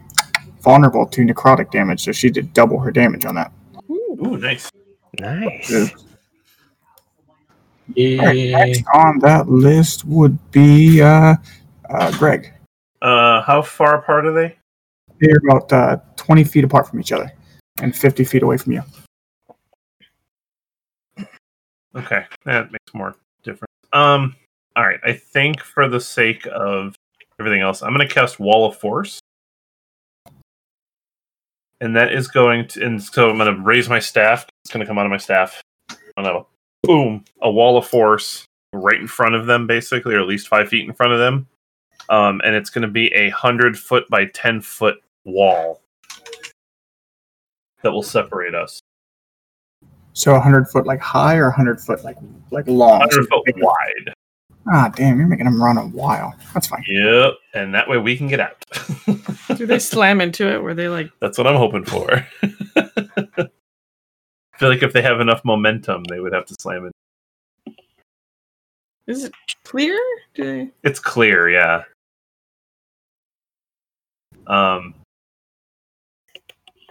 B: vulnerable to necrotic damage, so she did double her damage on that.
C: Ooh, nice.
G: Nice.
A: Yeah.
B: Next on that list would be uh, uh, Greg.
C: Uh, how far apart are they?
B: They're about uh, 20 feet apart from each other and 50 feet away from you.
C: Okay, that makes more difference. Um, all right. I think for the sake of everything else, I'm going to cast Wall of Force, and that is going to. And so I'm going to raise my staff. It's going to come out of my staff. I'm gonna boom a wall of force right in front of them, basically, or at least five feet in front of them. Um, and it's going to be a hundred foot by ten foot wall that will separate us.
B: So 100 foot like high or 100 foot like like long?
C: Hundred foot wide.
B: Ah, damn, you're making them run a while. That's fine.
C: Yep, and that way we can get out.
D: Do they slam into it? Were they like,
C: That's what I'm hoping for. I feel like if they have enough momentum, they would have to slam it.
D: is it clear? Do they?
C: It's clear, yeah. Um,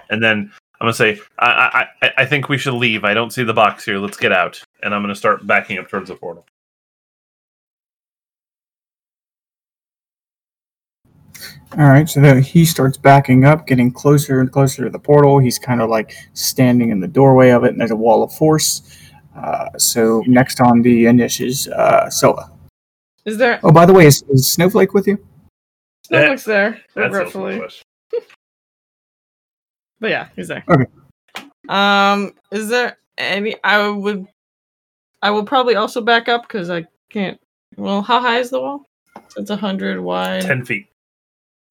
C: and then I'm gonna say, I, I, I, I think we should leave. I don't see the box here. Let's get out. And I'm gonna start backing up towards the portal.
B: All right, so then he starts backing up, getting closer and closer to the portal. He's kind of like standing in the doorway of it, and there's a wall of force. Uh, so next on the initiative is uh, Sola.
D: Is there?
B: Oh, by the way, is, is Snowflake with you?
D: No looks there.
C: That's a
D: Regretfully.
C: question.
D: But yeah, he's there.
B: Okay.
D: Um, is there any? I would, I will probably also back up because I can't. Well, how high is the wall? It's a hundred wide.
C: Ten feet.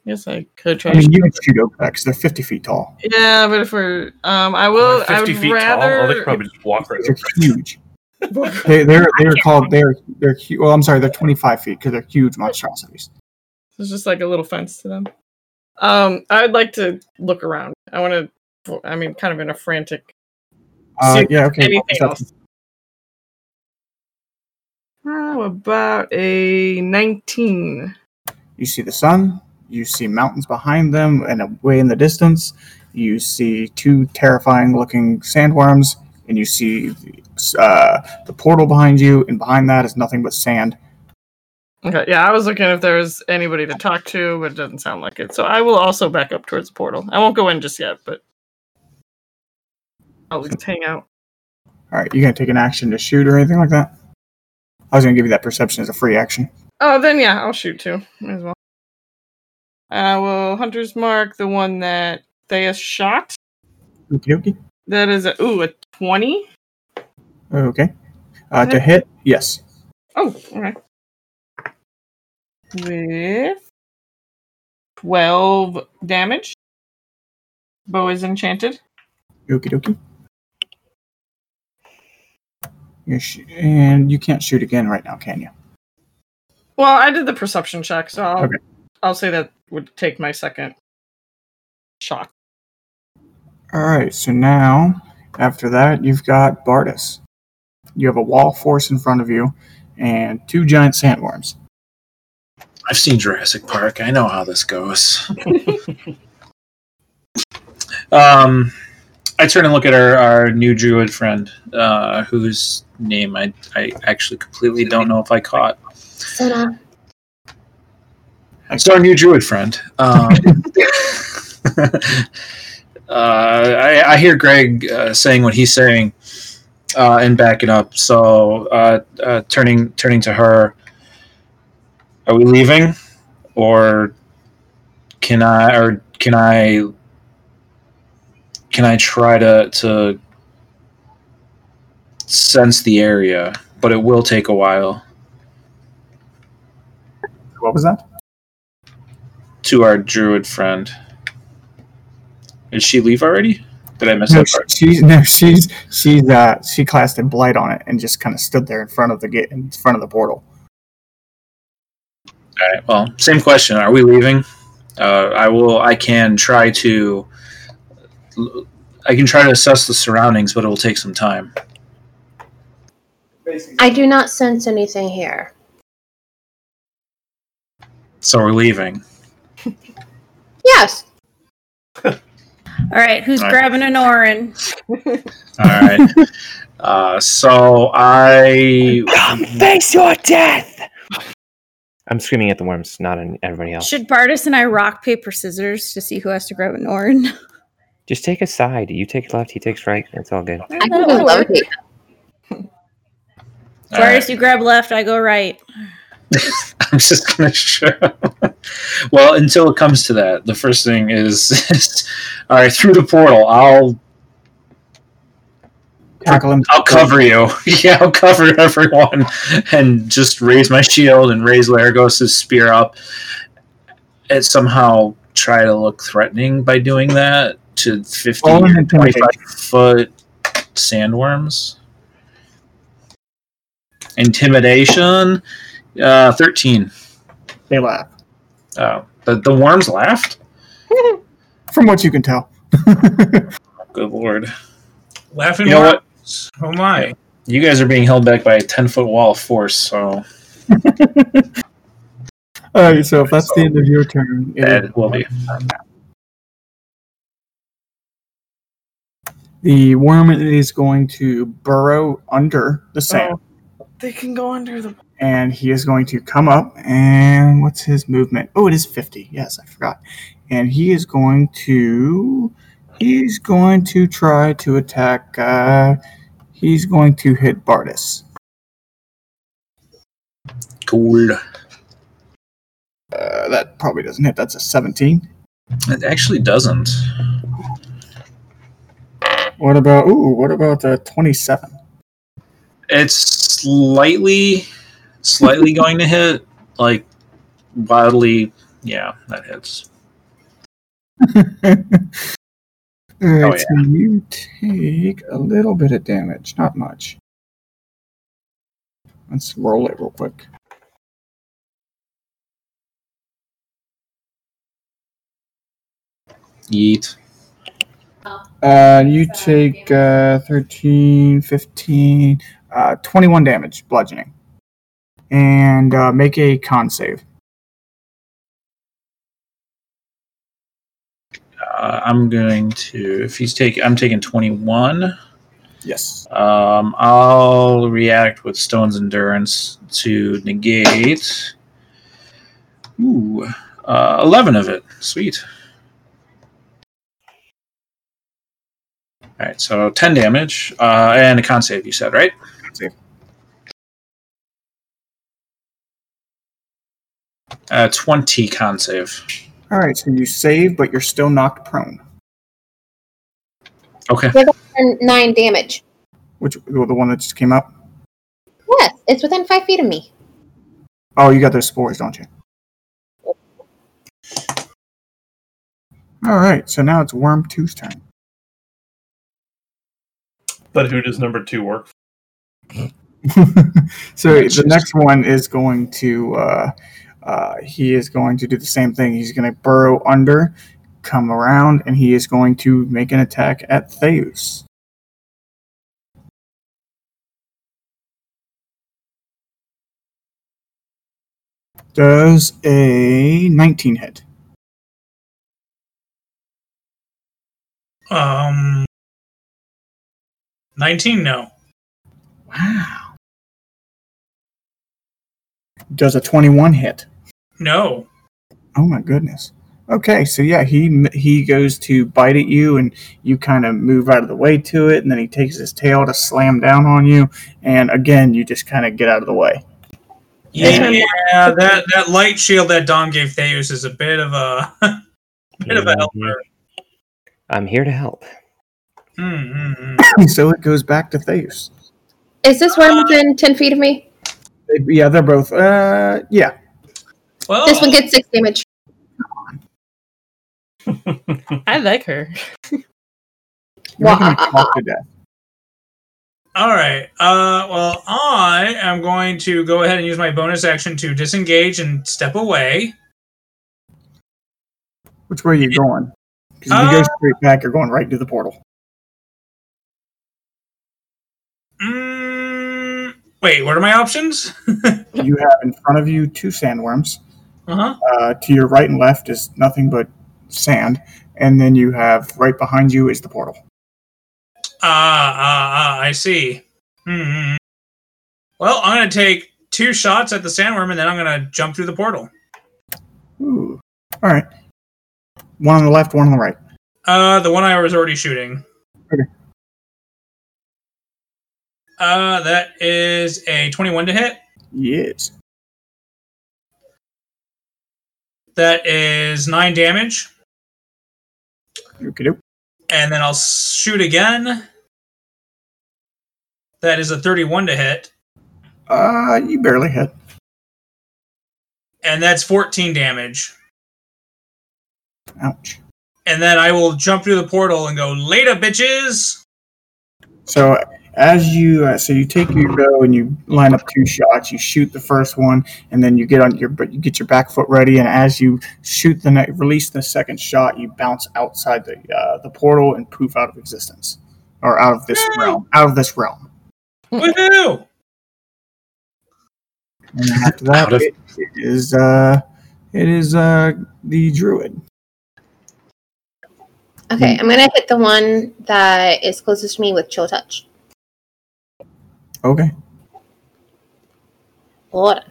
D: Yes, I could try.
B: I mean, you can shoot over that because they're 50 feet tall.
D: yeah, but if we're, um, I will. I
C: Fifty
D: would
C: feet tall. Oh, they
D: rather.
C: could probably just walk right.
B: They're
C: over.
B: huge. They, they're they're called they're they're hu- well. I'm sorry, they're 25 feet because they're huge monstrosities.
D: It's just like a little fence to them. Um, I'd like to look around. I want to. I mean, kind of in a frantic.
B: Uh,
D: See,
B: yeah, okay.
D: anything
B: so-
D: else? How about a nineteen?
B: You see the sun. You see mountains behind them and away in the distance. You see two terrifying looking sandworms, and you see uh, the portal behind you, and behind that is nothing but sand.
D: Okay, yeah, I was looking if there was anybody to talk to, but it doesn't sound like it. So I will also back up towards the portal. I won't go in just yet, but I'll just hang out.
B: All right, you gonna take an action to shoot or anything like that? I was gonna give you that perception as a free action.
D: Oh, then yeah, I'll shoot too. Might as well. I will hunter's mark the one that Thea shot.
B: Okie dokie.
D: That is a ooh a twenty.
B: Okay. Uh, to
D: Okay.
B: hit, yes.
D: Oh, okay. With twelve damage. Bow is enchanted.
B: Okie dokie. You're sh- and you can't shoot again right now, can you?
D: Well, I did the perception check, so I'll,
B: Okay.
D: I'll say that would take my second shot.
B: All right, so now after that, you've got Bardus. You have a wall force in front of you and two giant sandworms.
A: I've seen Jurassic Park. I know how this goes. um, I turn and look at our, our new druid friend, uh, whose name I, I actually completely don't know if I caught.
I: Sona.
A: So our new druid friend. Um, uh, I, I hear Greg uh, saying what he's saying uh, and backing up. So uh, uh, turning turning to her, are we leaving, or can I or can I can I try to to sense the area, but it will take a while.
B: What was that?
A: To our druid friend. Did she leave already? Did I miss
B: No,
A: that part?
B: she's no, she's she's uh, she cast a blight on it and just kind of stood there in front of the gate in front of the portal.
A: All right. Well, same question. Are we leaving? Uh, I will. I can try to. I can try to assess the surroundings, but it will take some time.
I: I do not sense anything here.
A: So we're leaving.
I: Yes.
E: All right, who's
A: All right.
E: grabbing an Orin?
A: All right. uh, so I.
G: Come face your death. I'm screaming at the worms, not at everybody else.
E: Should Bartis and I rock paper scissors to see who has to grab an Orin?
G: Just take a side. You take left, he takes right. It's all good.
I: I think we love it.
A: All right.
E: Bartis, you grab left, I go right.
A: I'm just gonna show. well, until it comes to that, the first thing is, all right, through the portal. I'll
B: Tackle him.
A: I'll cover you. yeah, I'll cover everyone, and just raise my shield and raise Laragos's spear up, and somehow try to look threatening by doing that to fifty
B: Roll an
A: or
B: intimidation.
A: twenty-five foot sandworms. Intimidation, uh, thirteen.
B: They laugh.
A: Oh, the the worms laughed.
B: From what you can tell.
A: Good lord.
F: Laughing
A: You know what?
F: worms. Oh my.
A: You guys are being held back by a 10 foot wall of force, so
B: All right, so if that's the end of your turn, it
A: it will be.
B: The worm is going to burrow under the sand,
D: Oh, they can go under the.
B: and he is going to come up. And what's his movement? Oh, it is fifty. Yes, I forgot. And he is going to he's going to try to attack. Uh, he's going to hit Bardis.
A: Cool.
B: Uh, that probably doesn't hit. That's a seventeen.
A: It actually doesn't.
B: What about? Ooh, what about a twenty-seven?
A: It's slightly, slightly going to hit, like wildly. Yeah, that hits.
B: All right,
A: Oh,
B: so you take a little bit of damage, not much. Let's roll it real quick.
A: Yeet.
B: Uh, you take uh, 13, 15, uh, 21 damage, bludgeoning. And uh, make a con save.
A: Uh, I'm going to. If he's taking, I'm taking 21.
B: Yes.
A: Um, I'll react with Stone's Endurance to negate. Ooh, uh, 11 of it. Sweet. All right, so 10 damage uh, and a con save, you said, right?
B: save.
A: Uh, 20 con save.
B: All right, so you save, but you're still knocked prone,
A: Okay.
I: And Nine damage.
B: which well, the one that just came up.
I: Yes, it's within five feet of me.
B: Oh, you got those spores, don't you? All right, so now it's Worm Two's turn.
C: But who does number two work for?
B: so
A: Yeah,
B: the
A: just-
B: next one is going to uh, uh, he is going to do the same thing he's going to burrow under come around and he is going to make an attack at theus does a 19 hit
F: Um. Nineteen. No.
B: wow does a 21 hit
F: No.
B: Oh my goodness. Okay, so yeah, he he goes to bite at you, and you kind of move out of the way to it, and then he takes his tail to slam down on you, and again, you just kind of get out of the way.
F: Yeah, that, that light shield that Dom gave Theus is a bit of a bit of a helper.
G: I'm here to help.
F: Mm, mm, mm.
B: so it goes back to Theus.
I: Is this one within 10 feet of me?
B: Yeah, they're both. Uh, yeah.
F: Well,
I: This one gets 6 damage.
D: I like her.
B: You're making me
I: Wah.
B: cough to death.
F: All right. Uh, well, I am going to go ahead and use my bonus action to disengage and step away.
B: Which way are you going? 'Cause if you go
F: Uh,
B: straight back, you're going right to the portal.
F: Mm, wait, what are my options? uh
B: You have in front of you two sandworms.
F: huh.
B: Uh, to your right and left is nothing but sand, and then you have right behind you is the portal.
F: Ah, ah, ah, I see. Hmm. Well, I'm going to take two shots at the sandworm and then I'm going to jump through the portal.
B: Ooh. All right. One on the left, one on the right.
F: Uh, the one I was already shooting.
B: Okay.
F: Uh, that is a 21 to hit.
B: Yes.
F: That is 9 damage.
B: Okay. doke.
F: and then I'll shoot again. That is a 31 to hit,
B: Uh, you barely hit.
F: and that's 14 damage.
B: Ouch.
F: And then I will jump through the portal and go, later, bitches!
B: So as you uh, so you take your bow and you line up two shots. You shoot the first one, and then you get on your but you get your back foot ready. And as you shoot the ne- release the second shot, you bounce outside the uh, the portal and poof out of existence, or out of this
F: No.
B: realm, out of this realm.
F: Woohoo!
B: And then after that,
A: Out of-
B: it it is uh, it is uh, the druid.
I: Okay, I'm gonna hit the one that is closest to me with chill touch.
B: Okay,
I: Hold on.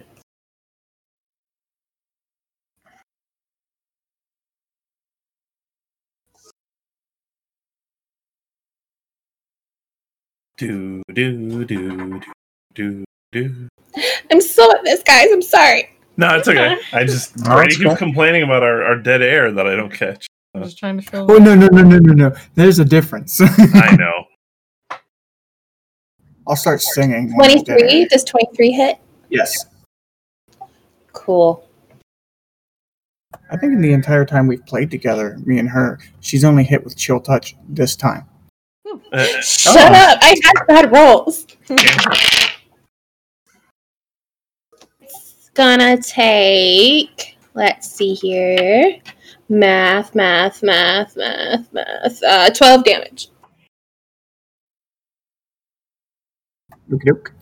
C: Do do do do do.
I: I'm still at this, guys. I'm sorry.
C: No, it's okay. I just
A: No,
C: Brady
A: it's
C: keeps
A: cool.
C: complaining about our, our dead air that I don't catch.
D: I'm just trying to fill.
B: Oh no no no no no no! There's a difference.
C: I know.
B: I'll start singing. when it's dead.
I: 23. Does 23 hit?
B: Yes,
I: Cool.
B: I think in the entire time we've played together, me and her, she's only hit with chill touch this time.
C: Uh,
I: Shut
B: Oh.
I: up! I had bad rolls. It's gonna take. Let's see here. Math, math, math, math, math. Uh, 12 damage.
B: Okie doke.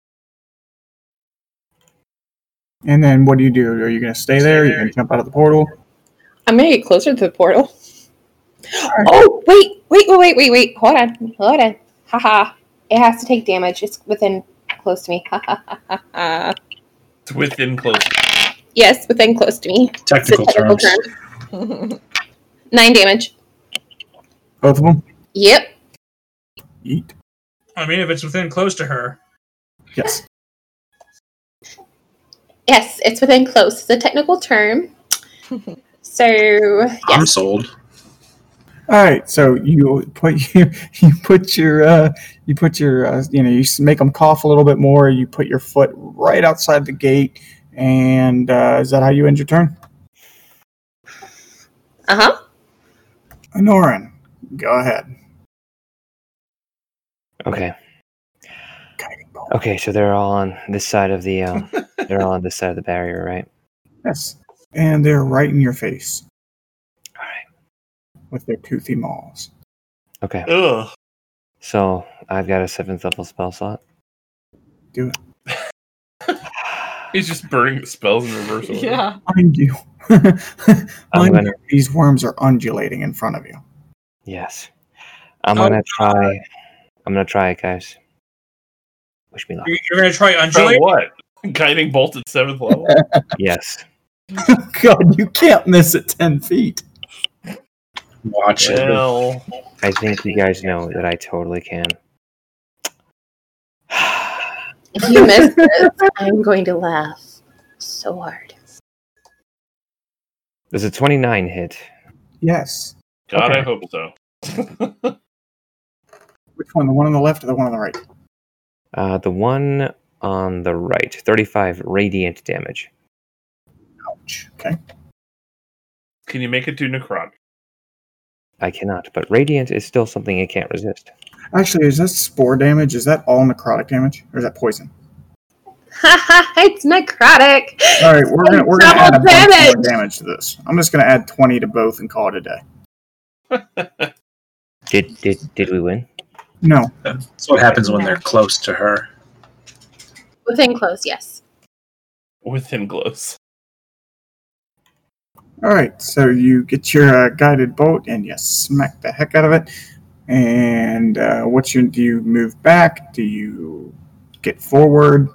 B: And then what do you do? Are you going to stay there? You're going to jump out of the portal?
I: I'm gonna get closer to the portal. Oh, wait, wait, wait, wait, wait, wait. Hold on, hold on. Haha. It has to take damage. It's within close to me. Ha ha ha ha ha.
C: it's within close.
I: Yes, within close to me. It's a
A: Technical
I: technical
A: terms.
I: term. Nine damage.
B: Both of them?
I: Yep.
B: Eat.
F: I mean, if it's within close to her.
B: Yes.
I: Yes, it's within close. It's a technical term. So
A: I'm
I: yes.
A: sold.
B: All right. So you put you, you put your uh, you put your uh, you know you s- make them cough a little bit more. You put your foot right outside the gate, and uh, is that how you end your turn?
I: Uh huh.
B: Anoran, go ahead.
G: Okay. Okay, so they're all on this side of the. Um, they're all on this side of the barrier, right?
B: Yes. And they're right in your face
G: All right.
B: with their toothy maws.
G: Okay.
C: Ugh.
G: So I've got a seventh level spell slot.
B: Do it.
C: He's just burning the spells in reverse. order.
D: Yeah.
B: Mind you,
G: I'm
B: mind
G: gonna.
B: you, these worms are undulating in front of you.
G: Yes. I'm
F: Oh,
G: gonna try. I'm gonna try it, guys. Wish me luck.
F: You're, you're going to try
C: Try
F: undulate?
C: what? Guiding bolt at seventh level.
G: Yes.
B: God, you can't miss at 10 feet.
A: Watch it.
C: well,
G: I think you guys know that I totally can.
I: If you miss this, I'm going to laugh so hard.
G: There's a 29 hit.
B: Yes.
C: God,
G: Okay.
C: I hope so.
B: Which one? The one on the left or the one on the right?
G: Uh, the one on the right, 35 radiant damage.
B: Ouch. Okay.
C: Can you make it do necrotic?
G: I cannot, but radiant is still something it can't resist.
B: Actually, is that spore damage? Is that all necrotic damage, or is that poison?
I: it's necrotic.
B: All right, we're gonna we're gonna add a
I: Double
B: bunch more
I: damage.
B: damage to this. I'm just gonna add twenty to both and call it a day.
G: Did did did we win?
B: No,
A: That's what happens when they're close to her.
I: Within close, yes.
C: Within gloves.
B: All right, so you get your uh, guided bolt and you smack the heck out of it. And uh, what's your? Do you move back? Do you get forward?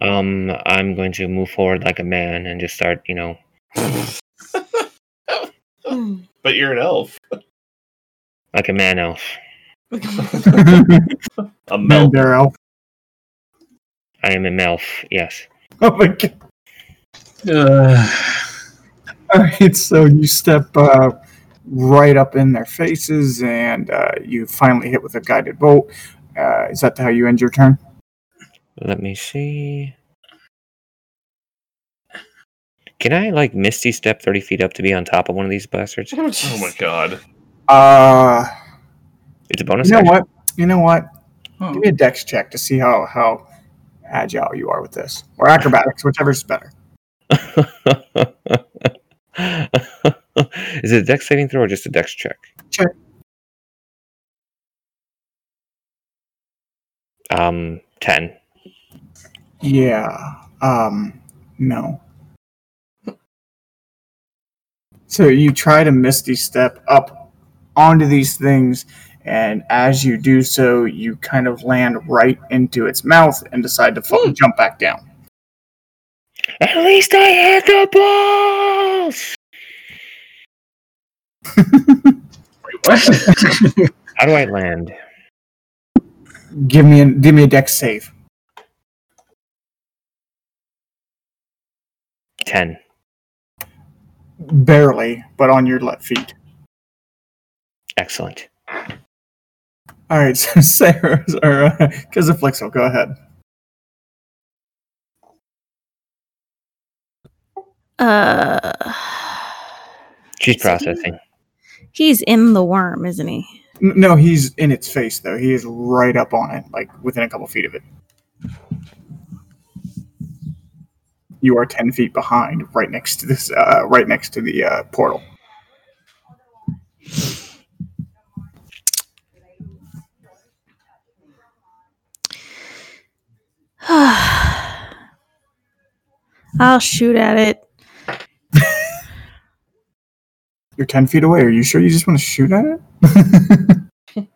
G: Um, I'm going to move forward like a man and just start, you know,
C: But you're an elf.
G: like a man elf.
C: A melt.
B: Mender elf.
G: I am a elf. Yes.
B: Oh my god!
A: Ugh.
B: All right, so you step uh, right up in their faces, and uh, you finally hit with a guided bolt. Uh, is that how you end your turn?
G: Let me see. Can I like misty step thirty feet up to be on top of one of these bastards?
C: Oh my god.
B: Uh,
G: It's a bonus.
B: you know
G: action.
B: what? You know what?
F: Hmm.
B: Give me a dex check to see how how agile you are with this, or acrobatics, whichever's better.
G: Is it a dex saving throw or just a dex check?
B: Check.
G: Um, ten.
B: Yeah. Um no. So you try to misty step up onto these things and as you do so you kind of land right into its mouth and decide to fall, jump back down.
G: At least I had the balls.
A: Wait,
G: How do I land?
B: Give me a give me a dex save.
G: Ten.
B: Barely, but on your left feet.
G: Excellent.
B: All right, so Sarah or uh, Kizaflexo, go ahead.
E: Uh,
G: She's
E: So he-
G: processing.
E: he's in the worm, isn't he?
B: N- No, he's in its face though. He is right up on it, like within a couple feet of it. You are ten feet behind, right next to this, uh, right next to the uh, portal.
E: I'll shoot at it.
B: You're ten feet away. Are you sure you just want to shoot at it?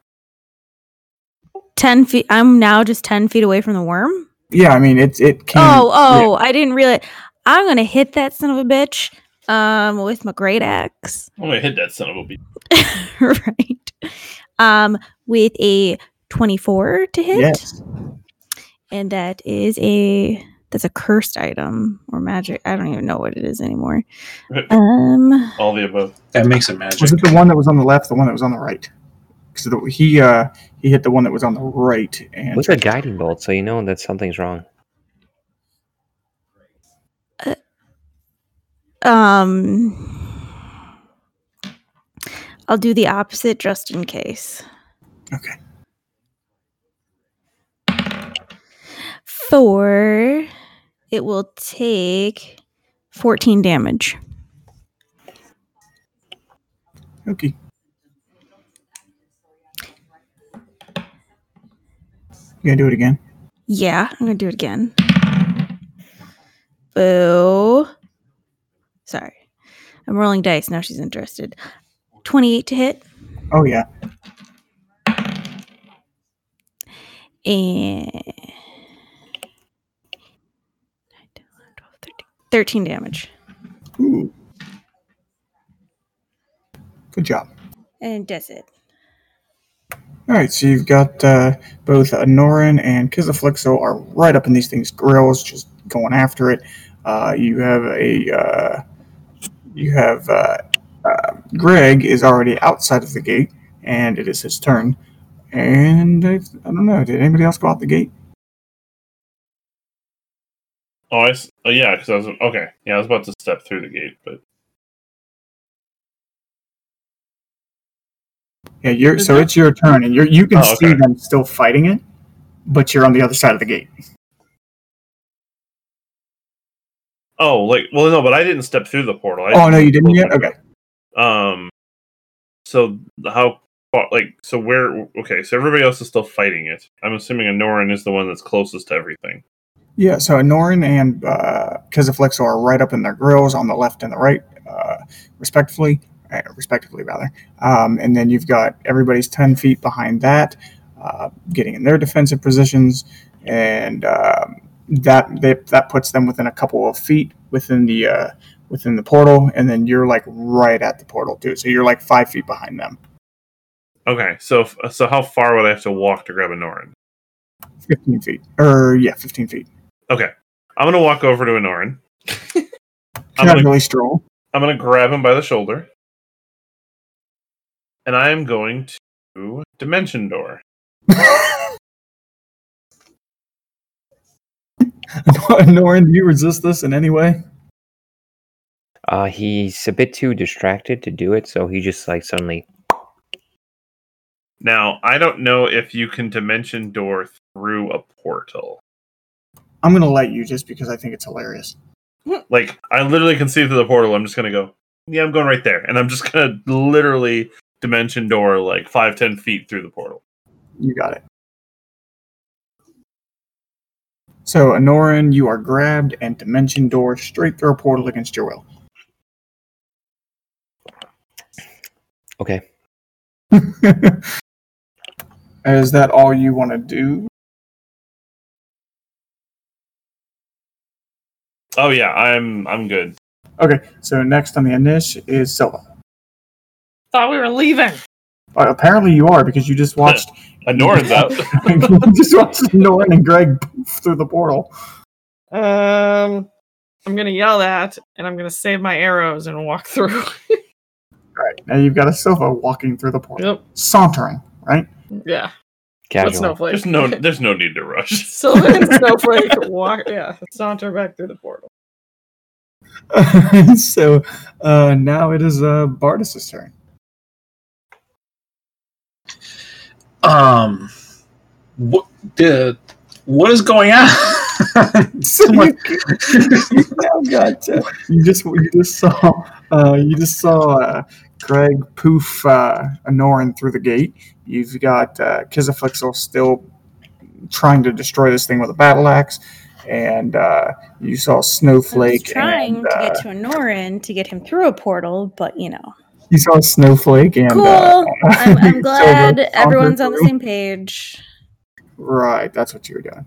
E: Ten feet. I'm now just ten feet away from the worm.
B: yeah, I mean it. It can.
E: Oh, oh! I didn't realize. I'm gonna hit that son of a bitch um, with my great axe.
C: I'm gonna hit that son of a bitch.
E: right. Um, with a 24 to hit,
B: Yes.
E: and that is a that's a cursed item or magic. I don't even know what it is anymore. Um,
C: All the above.
A: that makes
B: Was
A: it magic.
B: it the one that was on the left? The one that was on the right? Because he uh, he hit the one that was on the right, and
G: What's a guiding bolt? So you know that something's wrong.
E: um, I'll do the opposite just in case.
B: Okay.
E: Four. It will take 14 damage.
B: okay. You gonna do it again?
E: Yeah, I'm gonna do it again. Boo. Sorry. I'm rolling dice. Now she's interested. 28 to hit
B: Oh yeah.
E: and 13 damage.
B: Ooh. Good job.
E: And does it.
B: All right, so you've got uh, both Norin and Kizaflexo are right up in these things' grills, just going after it. Uh, you have a uh, you have uh, uh, Greg is already outside of the gate, and it is his turn. And I, I don't know. Did anybody else go out the gate?
C: Oh, I s- oh, yeah, because I was okay. Yeah, I was about to step through the gate, but
B: Yeah, you're.
D: Did
B: So
D: they?
B: it's your turn, and you're you can
C: Oh,
B: see
C: okay.
B: them still fighting it, but you're on the other side of the gate.
C: oh, like well, no, but I didn't step through the portal. I
B: Oh no, you
C: just-
B: didn't yet. Okay.
C: Um, so how far? Like, so where? Okay, so everybody else is still fighting it. I'm assuming Anoran is the one that's closest to everything.
B: Yeah, so Norin and uh, Kezaflexo are right up in their grills on the left and the right, uh, respectively, uh, respectively rather. Um, and then you've got everybody's ten feet behind that, uh, getting in their defensive positions, and um, that they, that puts them within a couple of feet within the uh, within the portal. And then you're like right at the portal too, so you're like five feet behind them,
C: Okay, so f- so how far would I have to walk to grab Anoran?
B: fifteen feet, or yeah, fifteen feet.
C: I'm gonna walk over to Anoran. I'm
B: Not
C: gonna
B: really stroll.
C: I'm gonna grab him by the shoulder, and I am going to Dimension Door.
B: Norin, do you resist this in any way?
G: Uh, he's a bit too distracted to do it, so he just like suddenly.
C: Now I don't know if you can Dimension Door through a portal.
B: I'm gonna let you just because I think it's hilarious.
C: Like I literally can see through the portal. I'm just gonna go. Yeah, I'm going right there, and I'm just gonna literally Dimension Door like five ten feet through the portal.
B: You got it. So, Anoran, you are grabbed and dimension door straight through a portal against your will.
G: Okay.
B: Is that all you want to do?
C: Oh yeah, I'm I'm good.
B: Okay. So next on the initiative is Silva.
D: Thought we were leaving.
B: Uh, apparently, you are because you just watched.
C: Anoran's up.
B: you just watched Anoran and Greg poof through the portal.
D: Um, I'm gonna yell that, and I'm gonna save my arrows and walk through.
B: All right. Now you've got a Silva walking through the portal,
D: yep.
B: sauntering. Right.
D: Yeah.
G: Casual.
D: But snowflake.
C: There's no there's no need to rush.
D: Sylvan and Snowflake walk. Yeah, saunter back through the portal.
B: so uh, now it is uh, Bardis's turn.
A: Um, what the? What is going on? Someone-
B: Oh, gotcha. You just you just saw uh, you just saw uh, Greg poof uh, Anoran through the gate. You've got uh, Kizaflexel still trying to destroy this thing with a battle axe, and uh, you saw
E: was
B: Snowflake
E: trying
B: and
E: to
B: uh,
E: get to Anorin to get him through a portal, but you know.
B: you saw Snowflake and
E: Cool.
B: uh,
E: I'm, I'm
B: so
E: glad
B: they'll
E: everyone's on the
B: conquer
E: same page.
B: right. That's what you were doing.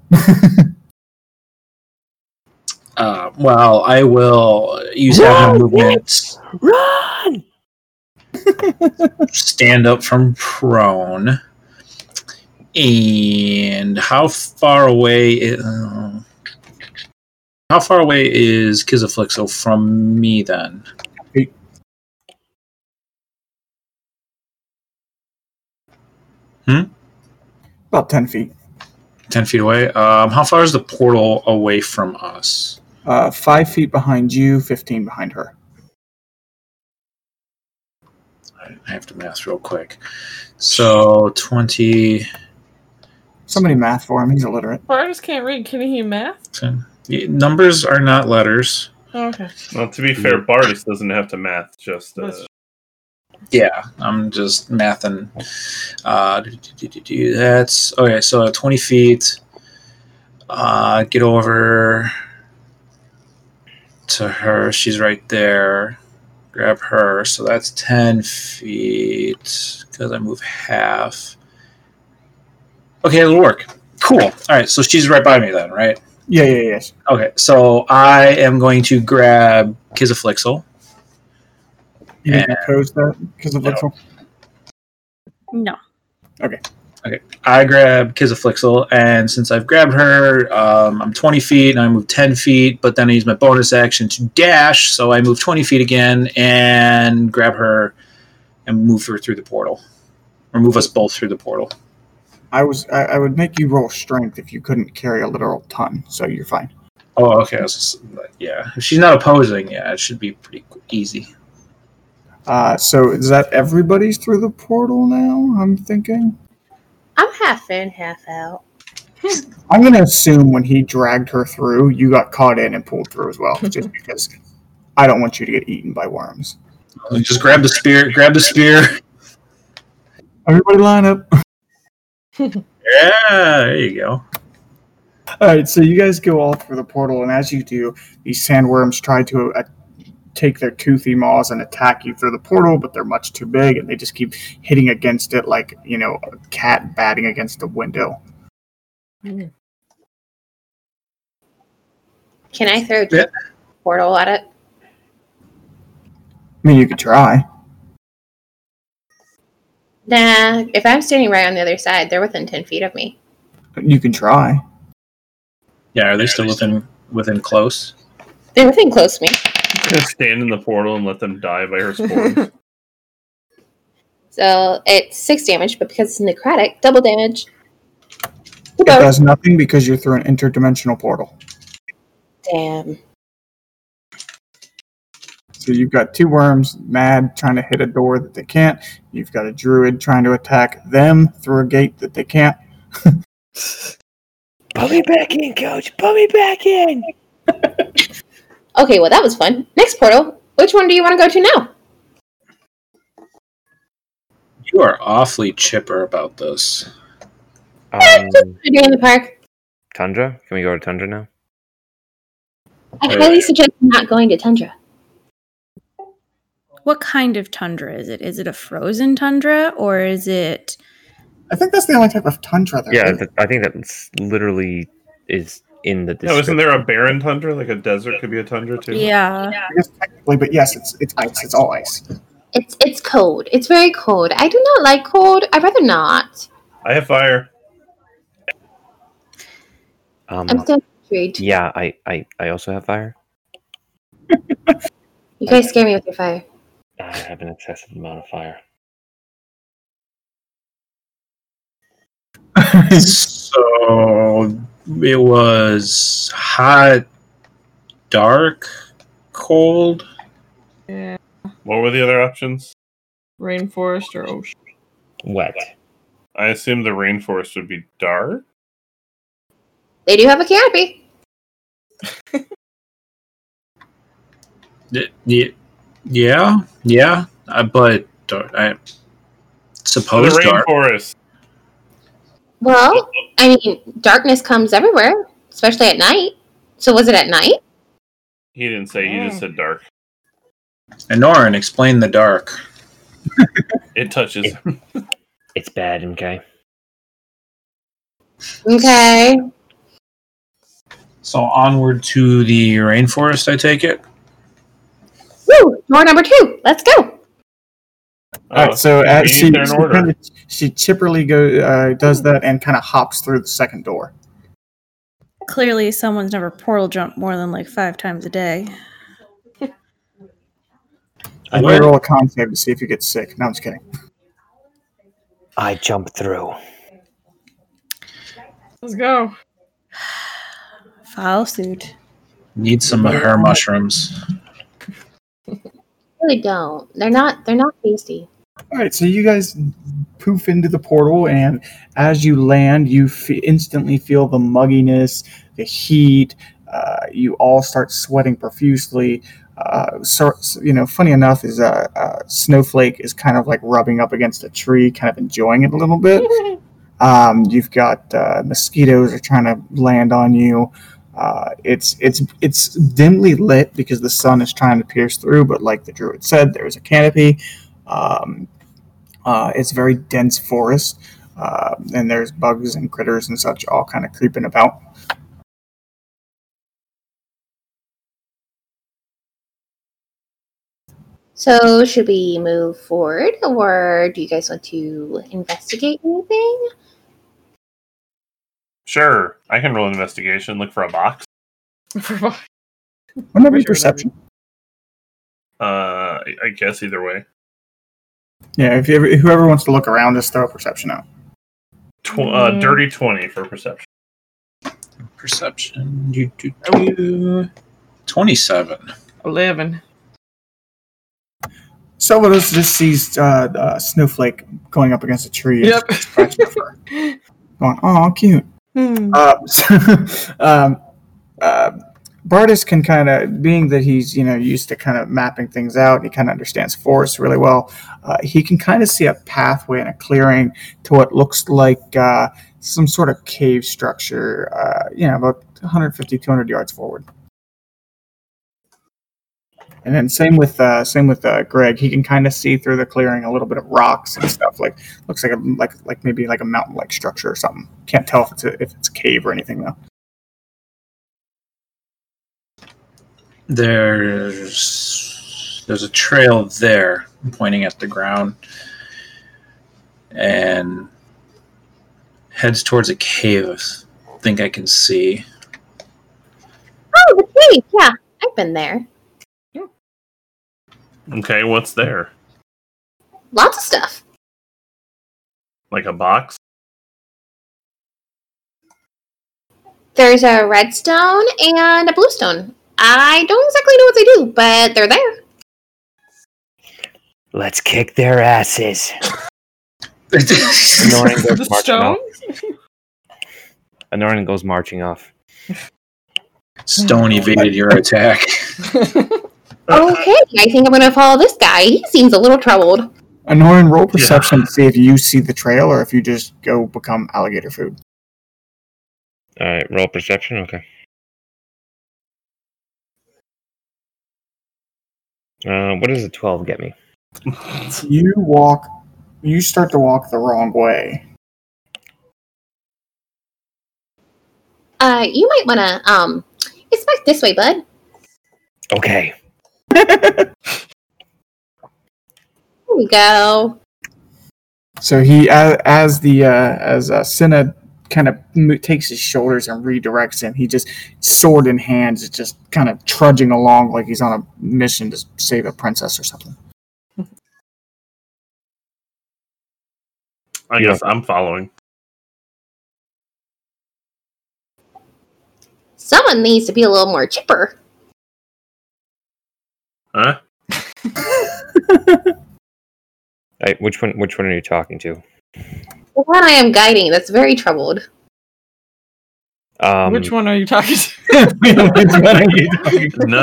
A: uh, well, I will use half my movement.
G: Run!
A: stand up from prone. And how far away? Is, uh, how far away is Kizaflexo from me then?
B: Eight.
A: Hmm?
B: About ten feet,
A: Ten feet away. Um, how far is the portal away from us?
B: uh, five feet behind you, fifteen behind her.
A: I have to math real quick. So twenty.
B: Somebody math for him. He's illiterate.
D: Barnes can't read. Can he math?
A: 10, numbers are not letters.
D: Okay.
C: Well, to be fair, Bardis doesn't have to math. Just uh,
D: That's-
A: Yeah, I'm just mathing. Uh, do, do, do, do, do. That's okay. So 20 feet. Uh, get over to her. She's right there. Grab her. So that's 10 feet because I move half. Okay, it'll work. Cool. All right. So she's right by me then, right?
B: Yeah, yeah, yes.
A: Okay. So I am going to grab Kizaflixel.
B: You
A: And-
B: didn't oppose that because of
C: No.
B: Lexel?
E: No.
A: I grab Kizaflixel, and since I've grabbed her, um, I'm 20 feet, and I move 10 feet, but then I use my bonus action to dash, so I move 20 feet again and grab her and move her through the portal. Or move us both through the portal.
B: I was I, I would make you roll strength if you couldn't carry a literal ton, so you're fine.
A: Oh, okay. I was just, yeah, if she's not opposing, yeah, it should be pretty qu- easy.
B: Uh, so is that everybody's through the portal now? I'm thinking.
I: I'm half in, half out.
B: I'm gonna assume when he dragged her through, you got caught in and pulled through as well, just because I don't want you to get eaten by worms.
A: Just grab the spear. Grab the spear.
B: Everybody line up.
A: Yeah, there you go.
B: All right, so you guys go all through the portal, and as you do, these sandworms try to uh, take their toothy maws and attack you through the portal, but they're much too big, and they just keep hitting against it like you know a cat batting against a window.
I: Can I throw
A: Yeah.
I: portal at it?
B: I mean, you could try.
I: Nah. If I'm standing right on the other side, they're within ten feet of me.
B: You can try.
A: Yeah, are they still within within close?
I: They're within close to me.
C: Just stand in the portal and let them die by her spores.
I: So it's six damage, but because it's necrotic, double damage.
B: It does nothing because you're through an interdimensional portal.
I: Damn.
B: So you've got two worms mad trying to hit a door that they can't. You've got a druid trying to attack them through a gate that they can't.
G: Put me back in, coach. Put me back in.
I: Okay, well that was fun. Next portal. Which one do you want to go to now?
A: You are awfully chipper about this.
G: Um,
I: We're doing the park.
G: Tundra? Can we go to Tundra now?
I: I highly suggest not going to Tundra.
E: What kind of tundra is it? Is it a frozen tundra or is it
B: I think that's the only type of tundra there.
G: Yeah,
B: is.
G: th- I think that's literally is in the.
C: no, isn't there a barren tundra? Like a desert could be a tundra too.
E: yeah.
B: I guess technically, but yes, it's it's ice. It's all ice.
I: It's it's cold. It's very cold. I do not like cold. I'd rather not.
C: I have fire.
G: Um,
I: I'm still intrigued.
G: yeah, I, I, I also have fire.
I: You guys scare me with your fire.
G: I have an excessive amount of fire.
A: so it was hot, Uh, dark, cold.
D: Yeah.
C: What were the other options?
D: Rainforest or ocean.
G: Wet.
C: I assume the rainforest would be dark.
I: They do have a canopy.
A: Y- y- Yeah, yeah. I, but dark, I
C: The
A: suppose dark.
C: rainforest.
I: Well, I mean, darkness comes everywhere, especially at night. So was it at night?
C: He didn't say. He just said dark.
A: And Norin, explain the dark.
C: It touches.
G: It's bad, okay?
I: Okay.
A: So onward to the rainforest, I take it.
I: Woo! Door number two. Let's go.
A: Oh,
B: All right, so uh,
C: these
B: she,
C: are in
B: she,
C: order.
B: kinda, she chipperly go, uh, does that and kind of hops through the second door.
E: Clearly someone's never portal jumped more than like five times a day.
B: I'm
A: Where-
B: gonna roll a con save to see if you get sick. No, I'm just kidding.
G: I jump through.
D: Let's go.
E: File suit.
A: Need some of her mushrooms.
I: Really don't. They're not. They're not tasty.
B: All right, so you guys poof into the portal, and as you land, you f- instantly feel the mugginess, the heat. Uh, you all start sweating profusely. Uh, so, so, you know, funny enough, is uh, uh, Snowflake is kind of like rubbing up against a tree, kind of enjoying it a little bit. Um, you've got uh, mosquitoes are trying to land on you. Uh, it's it's it's dimly lit because the sun is trying to pierce through, but like the druid said, there is a canopy. Um, uh, it's very dense forest, uh, and there's bugs and critters and such all kind of creeping about.
I: So should we move forward, or do you guys want to investigate anything?
C: Sure, I can roll an investigation. Look for a box.
B: Wouldn't that be
D: Sure, that'd
B: perception?
C: Uh, I I guess either way.
B: Yeah, if you ever, whoever wants to look around, just throw a perception out.
C: Tw- uh,
B: Mm-hmm.
C: dirty 20 for perception.
A: Perception. You do, do. 27.
D: 11.
B: Salvados just sees uh, uh, Snowflake going up against a tree. and
D: Yep.
B: scratching her fur. Going, oh, cute.
D: Hmm.
B: Uh, so, um, uh, Bardis can kind of, being that he's you know used to kind of mapping things out, he kind of understands forests really well. Uh, he can kind of see a pathway and a clearing to what looks like uh, some sort of cave structure. Uh, you know, about 150, 200 yards forward. And then same with uh, same with uh, Greg. He can kind of see through the clearing a little bit of rocks and stuff. Like looks like a, like like maybe like a mountain like structure or something. Can't tell if it's a, if it's a cave or anything though.
A: There's there's a trail there pointing at the ground and heads towards a cave. I think I can see.
I: Oh, the cave. Yeah, I've been there.
C: Okay, what's there?
I: Lots of stuff.
C: Like a box?
I: There's a redstone and a bluestone. I don't exactly know what they do, but they're there.
G: Let's kick their asses. Anoran
D: The
G: goes marching
D: stone?
G: off. Anoran goes marching off.
A: Stone evaded your attack.
I: Okay, I think I'm gonna follow this guy. He seems a little troubled.
B: Anoran, roll perception to see if you see the trail or if you just go become alligator food.
G: All right, roll perception. Okay. Uh, what does a twelve get me?
B: You walk, you start to walk the wrong way.
I: Uh, you might wanna um, it's back this way, bud.
G: Okay.
I: Here we go.
B: So he, as, as the uh, as uh, Cinna kind of mo- takes his shoulders and redirects him, he just sword in hand is just kind of trudging along like he's on a mission to save a princess or something.
C: I guess I'm following.
I: Someone needs to be a little more chipper.
C: Huh?
G: All right, which one? Which one are you talking to?
I: The one I am guiding that's very troubled.
C: Hmm.
G: Um,
D: Which one are you talking to?
C: None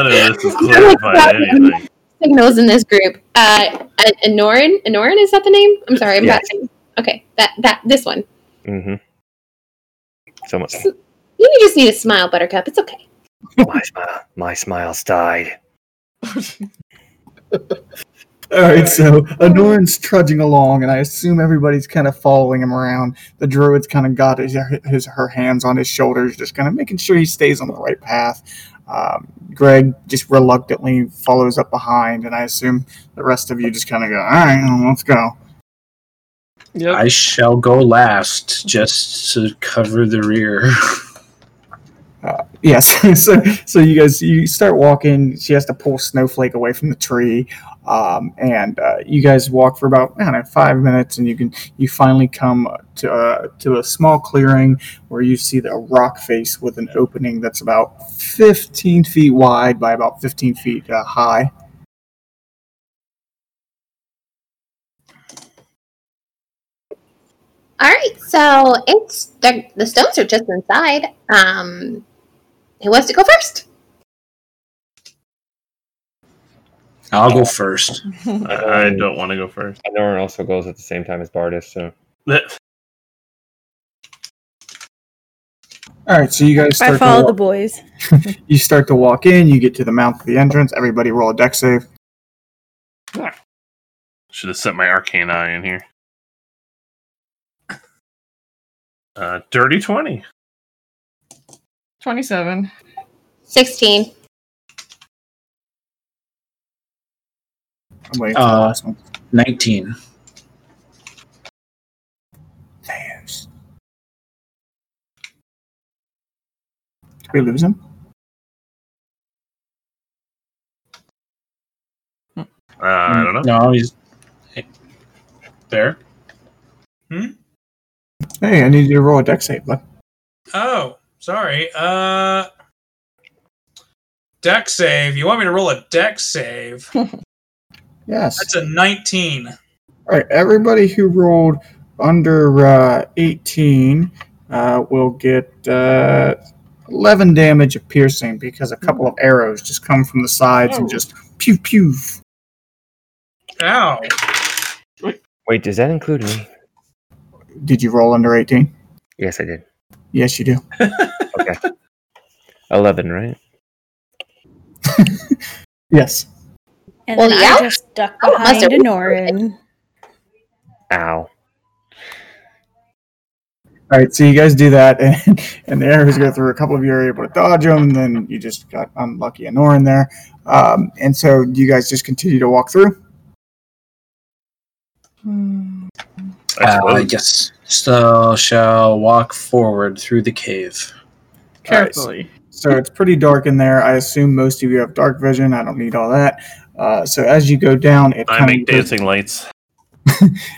C: of this is clarified anything.
I: Signals in this group. Uh, A- Anoran. Anoran is that the name? I'm sorry. I'm
G: Yes.
I: not. Okay, that that this one.
G: Mm-hmm. So much.
I: You just need a smile, Buttercup. It's okay.
G: my smile. My smile's died.
B: All right, so Anoran's trudging along, and I assume everybody's kind of following him around. The druid's kind of got his, his her hands on his shoulders, just kind of making sure he stays on the right path. Um, Greg just reluctantly follows up behind, and I assume the rest of you just kind of go, "All right, well, let's go."
D: Yep.
A: I shall go last just to cover the rear.
B: Yes, so so you guys you start walking. She has to pull Snowflake away from the tree, um, and uh, you guys walk for about I don't know five minutes, and you can you finally come to uh, to a small clearing where you see the a rock face with an opening that's about fifteen feet wide by about fifteen feet uh, high.
I: All right. So it's the the stones are just inside. Um, who wants to go first?
A: I'll go first.
C: I, I don't want to go first.
G: Anoran also goes at the same time as Bardis. So
B: All right, so you guys
E: I
B: start to
E: follow the
B: walk,
E: boys.
B: you start to walk in. You get to the mouth of the entrance. Everybody roll a deck save.
C: Should have sent my arcane eye in here. Uh, dirty 20.
D: 27.
I: Sixteen.
B: I'm waiting for the
A: Uh,
B: last one.
A: 19.
B: Damn. Did we lose him?
C: Uh, I don't know.
A: No, he's there.
B: Hey, I need you to roll a deck save, bud.
F: Oh, sorry. Uh, deck save. You want me to roll a deck save?
B: Yes.
F: That's a 19.
B: All right, everybody who rolled under uh, 18 uh, will get uh, 11 damage of piercing because a couple of arrows just come from the sides and just pew pew.
F: Ow.
G: Wait, does that include me?
B: Did you roll under 18?
G: Yes, I did.
B: Yes, you do.
G: Okay. Eleven, right?
B: Yes.
E: And
I: Well,
E: then
I: yeah.
E: I just duck
I: Oh, it must
E: behind
I: have-
E: Anorin.
G: Ow.
B: All right, so you guys do that, and, and the arrows go through. A couple of you are able to dodge them, and then you just got unlucky and Orin there. Um, and so you guys just continue to walk through.
C: I
A: Uh,
C: suppose.
A: yes. So shall walk forward through the cave.
D: Carefully.
B: So it's pretty dark in there. I assume most of you have dark vision. I don't need all that. Uh, so as you go down, it
C: I
B: kind
C: make
B: of goes,
C: dancing lights.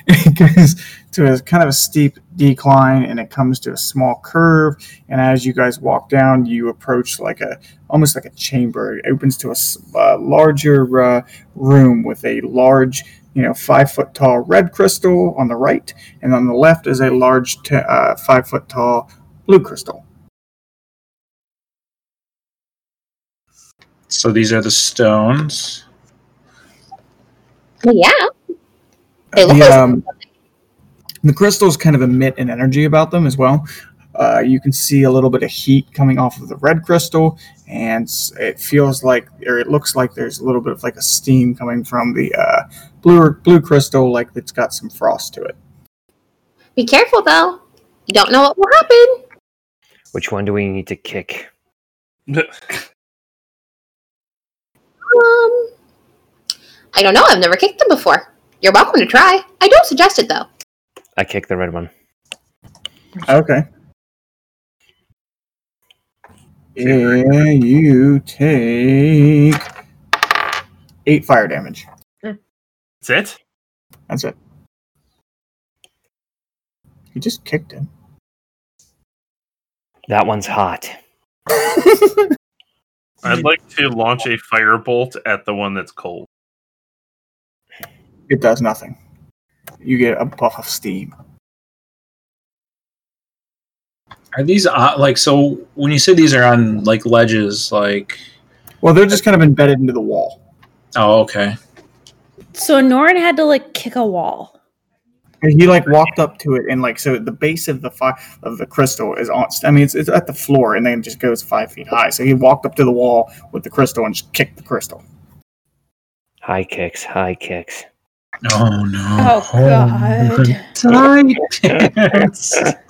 B: it goes to a kind of a steep decline, and it comes to a small curve. And as you guys walk down, you approach like a almost like a chamber. It opens to a s- uh, larger uh, room with a large, you know, five foot tall red crystal on the right, and on the left is a large t- uh, five foot tall blue crystal.
A: So these are the stones.
I: Well, yeah. They look
B: the,
I: like
B: um, the crystals kind of emit an energy about them as well. Uh, you can see a little bit of heat coming off of the red crystal, and s- it feels like, or it looks like there's a little bit of like a steam coming from the uh, blue blue crystal, like it's got some frost to it.
I: Be careful though. You don't know what will happen.
G: Which one do we need to kick?
I: Um, I don't know. I've never kicked them before. You're welcome to try. I don't suggest it though.
G: I kick the red one.
B: Okay. And you take eight fire damage.
C: That's it.
B: That's it. You just kicked him.
G: That one's hot.
C: I'd like to launch a firebolt at the one that's cold.
B: It does nothing. You get a puff of steam.
A: Are these on, like so? When you say these are on like ledges, like
B: Well, they're just kind of embedded into the wall.
A: oh okay,
E: So Anorin had to like kick a wall.
B: And he like walked up to it and like so the base of the fi- of the crystal is on. I mean, it's, it's at the floor and then it just goes five feet high. So he walked up to the wall with the crystal and just kicked the crystal.
G: High kicks, high kicks.
A: oh no,
E: Oh, God.
A: Tight.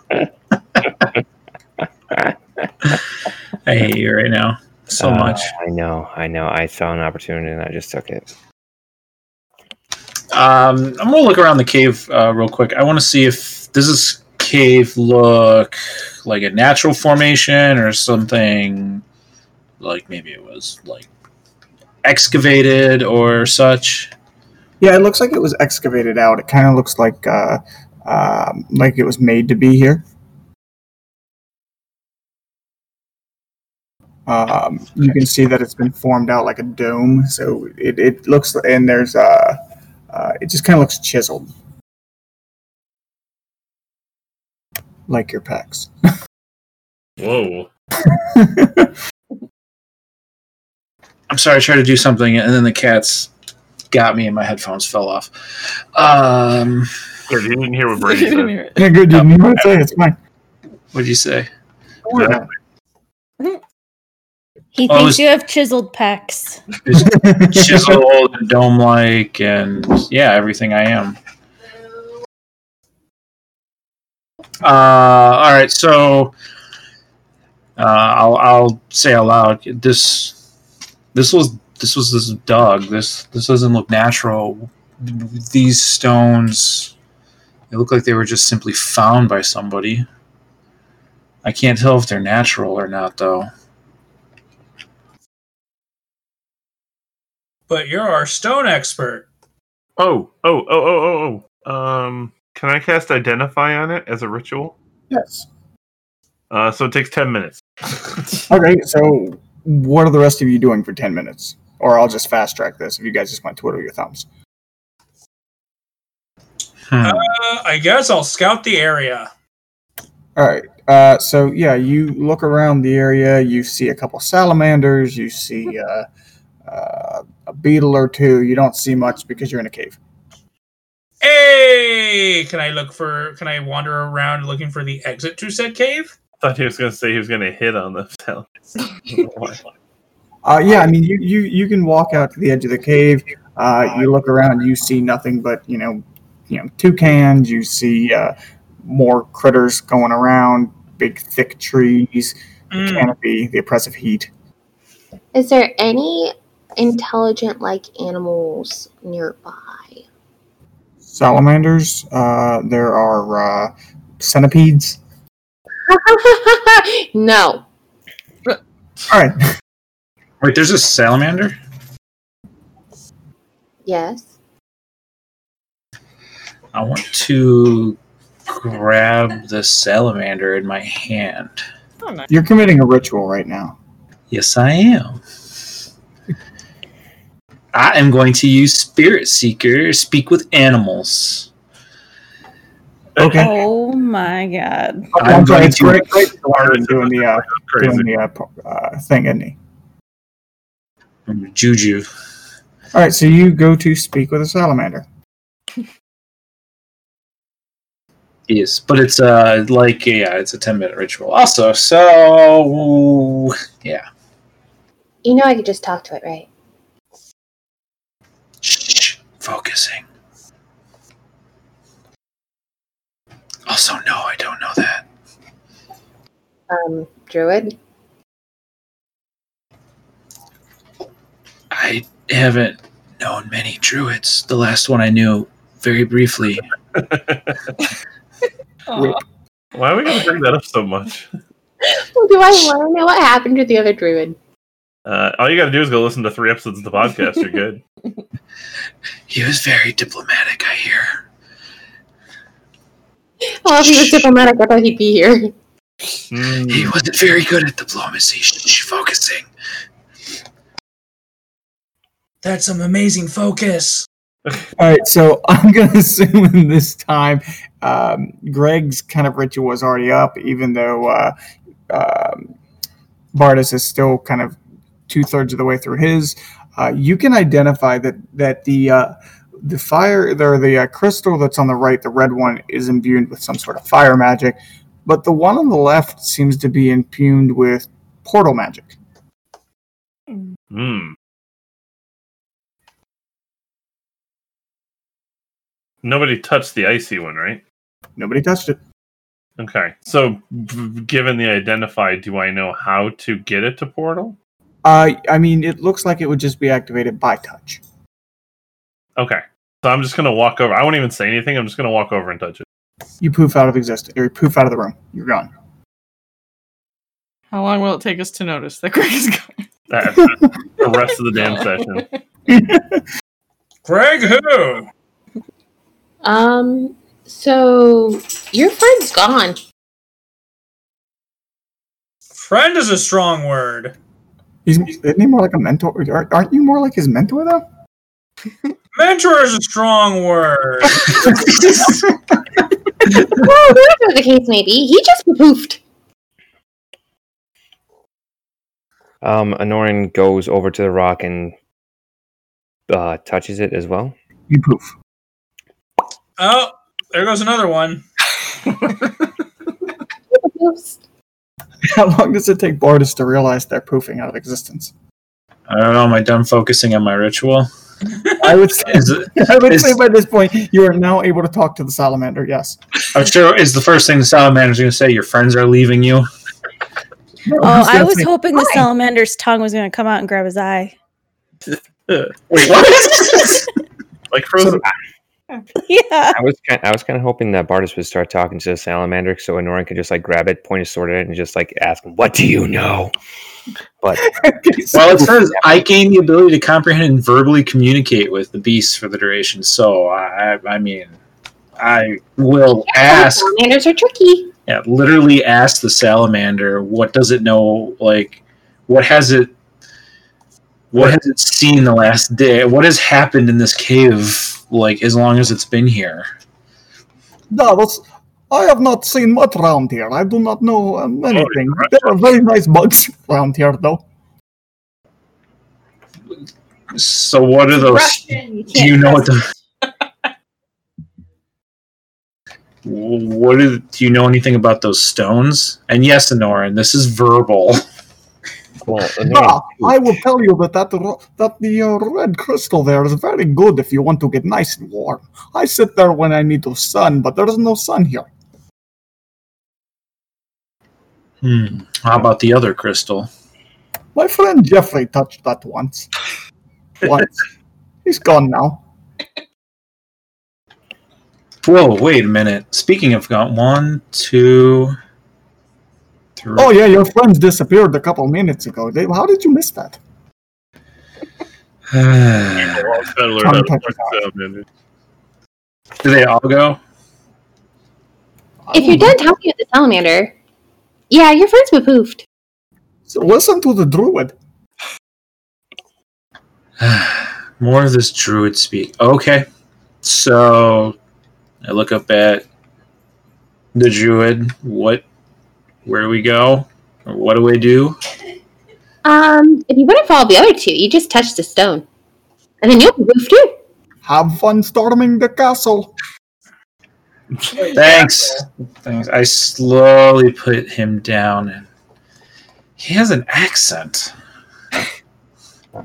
A: I hate you right now so
G: Uh,
A: much.
G: I know, I know. I saw an opportunity and I just took it.
A: Um, I'm gonna look around the cave uh, real quick. I want to see if does this cave look like a natural formation or something like maybe it was like excavated or such.
B: Yeah, it looks like it was excavated out. It kind of looks like uh, um, like it was made to be here. Um, you can see that it's been formed out like a dome, so it, it looks and there's uh, uh, it just kind of looks chiseled, like your pecs.
C: Whoa.
A: I'm sorry, I tried to do something and then the cats got me and my headphones fell off. Um,
C: Good, you didn't hear what
D: You
C: Brady
D: didn't
C: said.
D: hear it.
B: yeah, good. You didn't want to say it's fine.
A: what'd you say?
E: He
A: Oh,
E: thinks
A: it's-
E: you have chiseled pecs.
A: chiseled and dome like and yeah everything i am uh all right so uh i'll i'll say aloud this this was this was this dug this this doesn't look natural these stones they look like they were just simply found by somebody i can't tell if they're natural or not though
F: But you're our stone expert.
C: Oh, oh, oh, oh, oh, oh. Um, Can I cast Identify on it as a ritual?
B: Yes.
C: Uh, so it takes 10 minutes.
B: Okay, so what are the rest of you doing for 10 minutes? Or I'll just fast track this if you guys just want to twiddle your thumbs.
A: Hmm.
F: Uh, I guess I'll scout the area.
B: All right. Uh, so yeah, you look around the area. You see a couple salamanders. You see uh, uh, a beetle or two. You don't see much because you're in a cave.
F: Hey, can I look for? Can I wander around looking for the exit to said cave?
C: I thought he was going to say he was going to hit on the town.
B: Uh, yeah, I mean, you, you you can walk out to the edge of the cave. Uh, you look around. You see nothing but you know, you know, toucans. You see uh, more critters going around. Big thick trees,
D: Hmm.
B: the
F: Mm,
B: canopy, the oppressive heat.
I: Is there any intelligent like animals nearby?
B: Salamanders. Uh, there are uh, centipedes.
I: no.
B: All right.
A: Wait, there's a salamander?
I: Yes.
A: I want to grab the salamander in my hand.
D: Oh, nice.
B: You're committing a ritual right now.
A: Yes, I am. I am going to use Spirit Seeker, speak with animals.
B: Okay.
E: Oh my god.
B: Oh, I'm,
A: I'm
B: sorry,
A: going
B: it's
A: to-
B: Greg, Greg's the one who's doing the uh,
C: Crazy.
B: doing the uh, po- uh, thing, isn't he?
A: Juju.
B: All right, so you go to speak with a salamander.
A: Yes, but it's uh like yeah, it's a ten minute ritual. Also, so yeah,
I: You know I could just talk to it, right?
A: Shh, focusing. Also, no, I don't know that.
I: Um, druid.
A: I haven't known many druids. The last one I knew very briefly.
D: Aw.
C: Why are we going to bring that up so much?
I: Well, do I want to know what happened to the other druid?
C: Uh, all you got to do is go listen to three episodes of the podcast. You're good.
A: He was very diplomatic, I hear.
I: Well, if he was diplomatic, I thought he'd be here.
A: He
C: Mm,
A: wasn't very good at diplomacy. Shh, focusing.
F: That's some amazing focus.
B: All right, so I'm going to assume in this time um, Greg's kind of ritual was already up, even though uh, um, Bardis is still kind of two thirds of the way through his. Uh, you can identify that that the uh, the fire or the uh, crystal that's on the right, the red one, is imbued with some sort of fire magic, but the one on the left seems to be imbued with portal magic.
C: mm. Nobody touched the icy one, right?
B: Nobody touched it.
C: Okay. So, b- given the identify, do I know how to get it to portal?
B: Uh, I mean, it looks like it would just be activated by touch.
C: Okay. So I'm just gonna walk over. I won't even say anything. I'm just gonna walk over and touch it.
B: You poof out of existence, or you poof out of the room. You're gone.
D: How long will it take us to notice that Greg is gone?
C: That- the rest of the damn session.
F: Greg, who?
I: Um, so your friend's gone.
F: Friend is a strong word.
B: He's isn't he more like a mentor? Aren't- Aren't you more like his mentor though?
F: Mentor is a strong word.
I: Well, whatever the case may be, he just poofed.
G: Um, Anorin goes over to the rock and uh, touches it as well.
B: You poof.
F: oh, there goes another one.
I: Poofs.
B: How long does it take Bardis to realize they're poofing out of existence?
A: I don't know. Am I done focusing on my ritual?
B: I would say,
A: Is it,
B: I would
A: is-
B: say by this point you are now able to talk to the salamander. Yes.
A: I'm sure is the first thing the salamander's going to say. Your friends are leaving you.
B: No,
E: Oh,
B: he's
E: I
B: gonna
E: was
B: say,
E: hoping the salamander's tongue was gonna come out and grab his eye.
A: Wait, what?
C: Like frozen.
D: Oh.
E: yeah.
G: I was kind I was kind of hoping that Bartis would start talking to the salamander, so Anorin could just like grab it, point his sword at it, and just like ask him, "What do you know?" But
B: okay, so-
A: well, it says I gain the ability to comprehend and verbally communicate with the beasts for the duration. So I, I mean, I will ask
I: Salamanders are tricky.
A: Yeah, literally ask the salamander what does it know like what has it what has it seen the last day? What has happened in this cave like as long as it's been here?
B: No, that's, I have not seen much around here. I do not know um, anything.
A: right.
B: There are very nice bugs around here, though.
A: So what are those
E: Russian,
A: do you know what the What is, do you know anything about those stones? And yes, Anoran, this is verbal.
G: Well,
B: Ah, I will tell you that that, ro- that the uh, red crystal there is very good if you want to get nice and warm. I sit there when I need the sun, but there is no sun here.
A: Hmm. How about the other crystal?
B: My friend Jeffrey touched that once. Once. He's gone now.
A: Whoa, wait a minute. Speaking of gone, one, two, three.
B: Oh yeah, your friends disappeared a couple minutes ago. They, how did you miss that?
C: Well, I've gotta learn how to
B: Contact
C: work this out, man.
A: Do they all go?
I: If you're done talking to the salamander, yeah, your friends were poofed.
B: So listen to the druid.
A: More of this druid speak. Okay. So I look up at the druid. What where do we go? Or what do we do?
I: Um, if you wouldn't follow the other two, you just touched the stone, and then you'll be poofed too.
B: Have fun storming the castle.
A: Thanks. Thanks. I slowly put him down and he has an accent.
I: Yeah,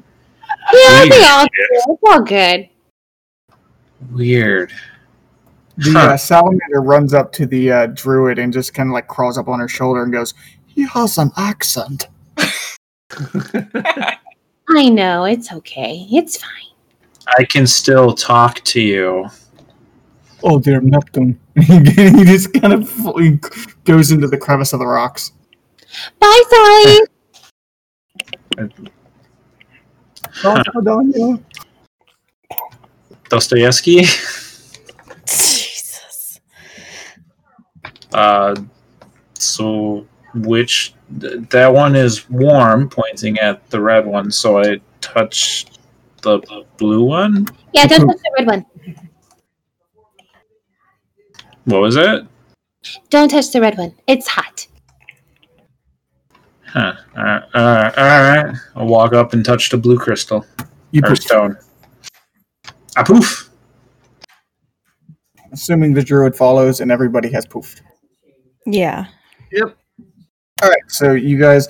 I: they
A: Weird.
I: all do. It's all good.
A: Weird.
B: The uh, salamander runs up to the uh, druid and just kind of like crawls up on her shoulder and goes, "He has an accent."
I: I know it's okay. It's fine.
A: I can still talk to you.
B: Oh dear, Neptune! he just kind of he goes into the crevice of the rocks.
I: Bye, Sally.
B: Don't go down there.
A: Dostoevsky?
E: Jesus.
A: Uh, so which th- that one is warm, pointing at the red one. So I touch the blue one.
I: Yeah, don't touch the red one.
A: What was it?
I: Don't touch the red one. It's hot.
A: Huh. All right. All right. All right. I'll walk up and touch the blue crystal
B: You
A: or stone. I poof.
B: assuming the druid follows and everybody has poofed.
E: Yeah.
B: All right, so you guys,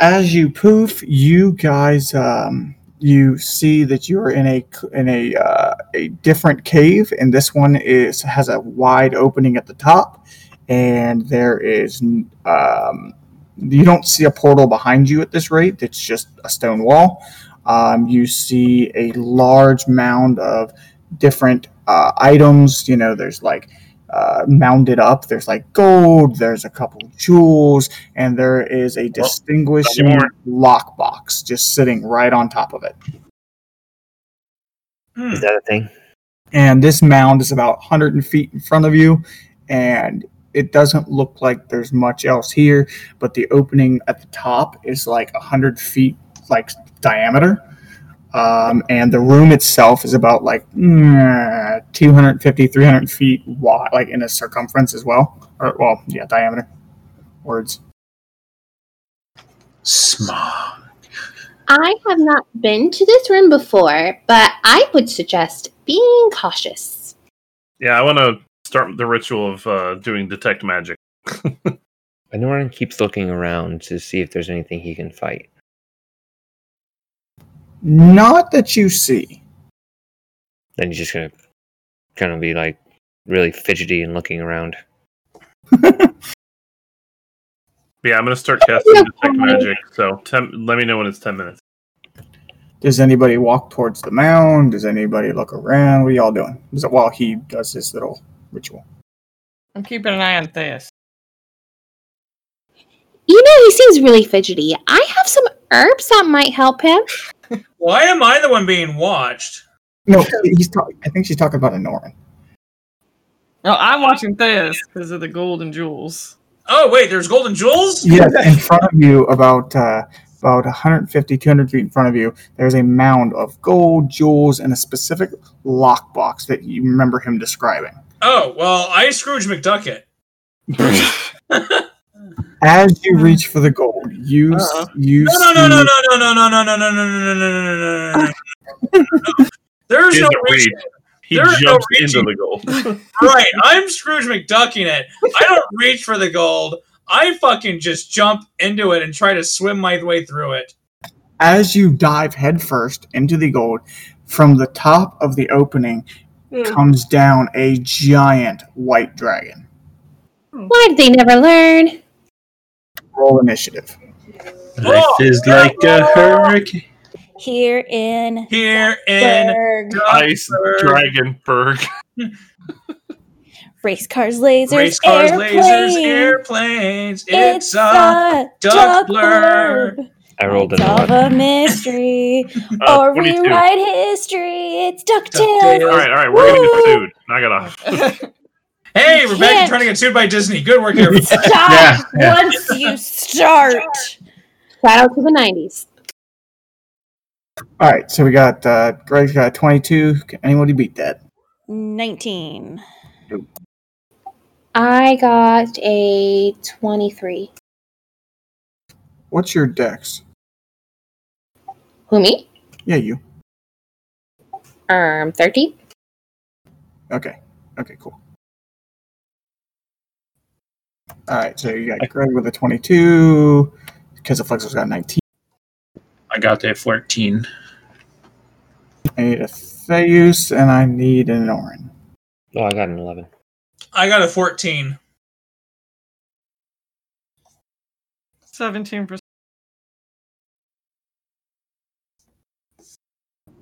B: as you poof, you guys, um, you see that you are in a in a uh, a different cave, and this one is has a wide opening at the top, and there is um, you don't see a portal behind you at this rate. It's just a stone wall. Um, you see a large mound of different uh, items. You know, there's like uh, mounded up. There's like gold, there's a couple jewels, and there is a distinguishing
C: anymore.
B: lockbox just sitting right on top of it.
G: Is that a thing?
B: And this mound is about 100 feet in front of you, and it doesn't look like there's much else here, but the opening at the top is like 100 feet like diameter. Um, and the room itself is about like mm, 250, 300 feet wide, like in a circumference as well. Or, well, yeah, diameter. Words.
A: Smog.
I: I have not been to this room before, but I would suggest being cautious.
C: Yeah, I want to start the ritual of uh, doing detect magic.
G: Anoran keeps looking around to see if there's anything he can fight.
B: Not that you see.
G: Then he's just gonna kind of be like really fidgety and looking around.
C: Yeah, I'm gonna start casting detect magic. So ten, let me know when it's ten minutes.
B: Does anybody walk towards the mound? Does anybody look around? What are y'all doing? Is it while he does his little ritual?
D: I'm keeping an eye on Theus.
I: You know, he seems really fidgety. I have some herbs that might help him.
F: Why am I the one being watched?
B: No, he's. Talk- I think she's talking about Anoran.
D: No, I'm watching Theus because of the gold and jewels.
F: Oh wait, there's golden jewels.
B: Yes, in front of you, about uh, about 150, 200 feet in front of you, there's a mound of gold, jewels, and a specific lockbox that you remember him describing.
F: Oh well, I Scrooge McDuck it.
B: As you reach for the gold, you s- you
F: No, no, no, no, no, no, no, no, no, no, no, no, no, no, no, no, no, no, no, no. There's no
C: Either way,
F: reaching.
C: He
F: There are no
C: jumps into
F: reaching.
C: the gold.
F: Right, I'm Scrooge McDucking it. I don't reach for the gold. I fucking just jump into it and try to swim my way through it.
B: as you dive headfirst into the gold, from the top of the opening
E: Hmm.
B: comes down a giant white dragon.
I: Why did they never learn?
B: Roll initiative.
A: Life is like a hurricane.
E: Here in
F: Here in
E: Berg.
C: Ice
F: Duckburg.
C: dragon berg.
E: Race cars, lasers,
F: Race cars,
E: airplanes.
F: lasers, airplanes.
E: It's,
F: It's a duck blurb.
E: blurb.
G: I rolled an
E: Solve
G: 11.
E: a mystery
C: Uh,
E: or
C: 22.
E: rewrite history. It's
F: DuckTales.
E: DuckTales.
C: All right, all right, we're gonna get
E: Woo!
C: sued. I gotta.
F: Hey, we're back
E: Can't.
F: to trying to get sued by Disney. Good work, everybody.
E: Stop
A: Yeah, yeah.
E: once you start.
I: Shout out to the 90s.
B: All right, so we got uh, Greg's got 22. Can anybody beat that?
E: 19.
I: I got a 23.
B: What's your dex?
I: Who, me?
B: Yeah, you.
I: Um, 30?
B: Okay. Okay, cool. All right, so you got Greg with a 22. Kizaflexo's got 19.
A: I got that 14.
B: I need a Theus, and I need an Orin.
G: Oh, I got an 11.
F: I got a 14.
D: Seventeen percent.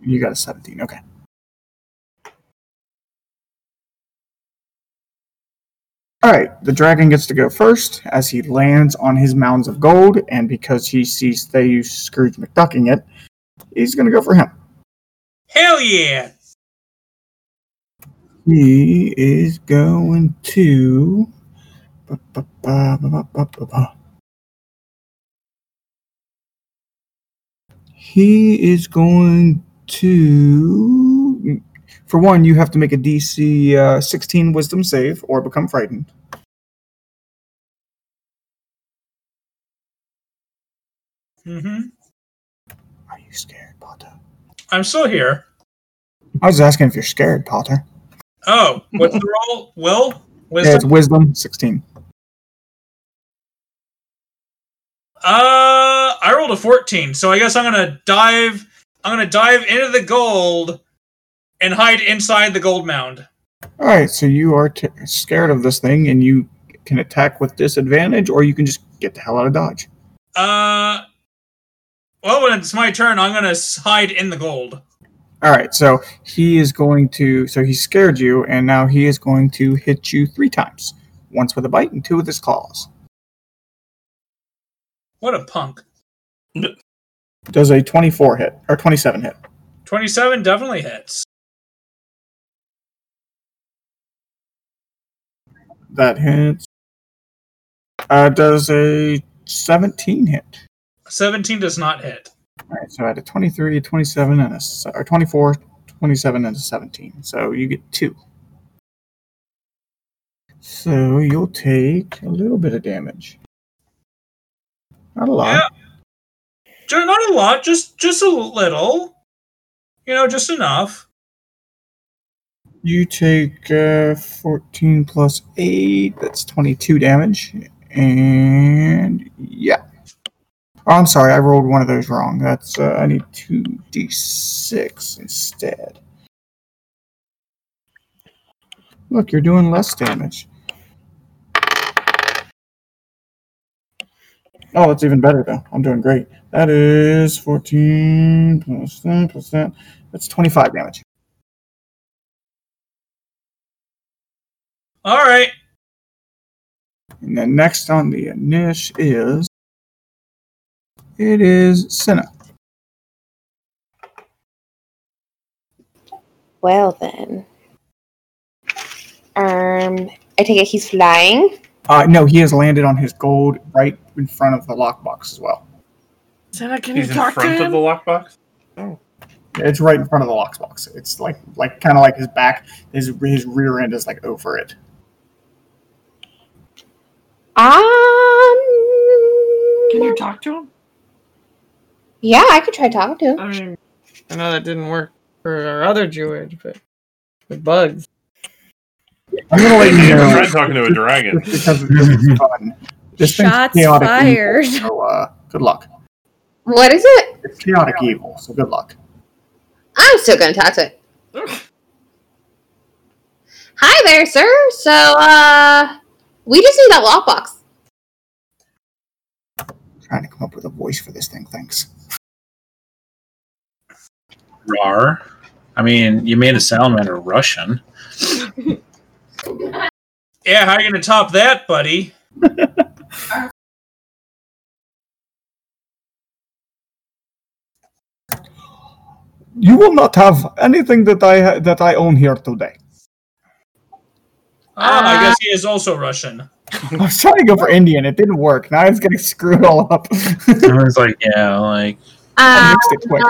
B: You got a 17. Okay. All right, the dragon gets to go first as he lands on his mounds of gold, and because he sees Theus Scrooge McDucking it, he's going to go for him.
F: Hell yeah.
B: He is going to. ba, ba, ba, ba, ba, ba, ba, ba. He is going to. For one, you have to make a DC uh, 16 wisdom save or become frightened.
F: hmm
B: Are you scared, Potter?
F: I'm still here.
B: I was asking if you're scared, Potter.
F: Oh, what's the roll? Will?
B: Yeah, it's
F: Wisdom?
B: wisdom 16.
F: Uh, I rolled a 14, so I guess I'm gonna dive. I'm gonna dive into the gold and hide inside the gold mound.
B: All right, so you are t- scared of this thing, and you can attack with disadvantage, or you can just get the hell out of dodge.
F: Uh, well, when it's my turn, I'm gonna s- hide in the gold.
B: All right, so he is going to. So he scared you, and now he is going to hit you three times. Once with a bite and two with his claws.
F: What a punk.
B: Does a 24 hit or 27 hit?
F: 27 definitely hits.
B: That hits. Uh, does a 17 hit?
F: 17 does not hit.
B: All right, so I had a 23, a 27, and a s- or 24, 27, and a 17. So you get two. So you'll take a little bit of damage. Not a lot.
F: Yeah. Ju- Not a lot, just just a little. You know, just enough.
B: You take uh, 14 plus 8, that's 22 damage. And yeah. Oh, I'm sorry, I rolled one of those wrong. That's uh, I need 2d6 instead. Look, you're doing less damage. Oh, that's even better though. I'm doing great. That is 14 plus that plus that. That's 25 damage.
F: All right.
B: And then next on the niche is it is Senna.
I: Well, then. Um, I take it he's flying.
B: Uh, no, he has landed on his gold right in front of the lockbox as well.
D: Santa, can
C: He's
D: you
C: in
D: talk to
C: front
D: him?
C: of the lockbox.
B: Yeah, It's right in front of the lockbox. It's like like kind of like his back, his his rear end is like over it.
D: Can you
I: Um,
D: talk to him?
I: yeah, I could try talking to him.
D: I mean, I know that didn't work for our other Druid, but with bugs.
B: I'm gonna let
C: Hey,
B: you
C: you ever
B: know
C: tried talking to a dragon.
B: just because this is fun. This thing's
E: Shots
B: chaotic
E: fired.
B: Evil,
D: Oh,
B: so uh, good luck.
I: What is it?
B: It's chaotic evil, so good luck.
I: I'm still gonna talk to it. Hi there, sir. So, uh, we just need that lockbox.
B: trying to come up with a voice for this thing. Thanks.
A: Rar. I mean, you made a salamander Russian.
F: Yeah, how are you going to top that, buddy?
B: You will not have anything that I ha- that I own here today.
F: Ah,
I: Uh,
F: Um, I guess he is also Russian.
B: I was trying to go for Indian. It didn't work. Now I was getting screwed all up. I
A: Everyone's like, yeah, like
I: Uh,
B: mixed it quick.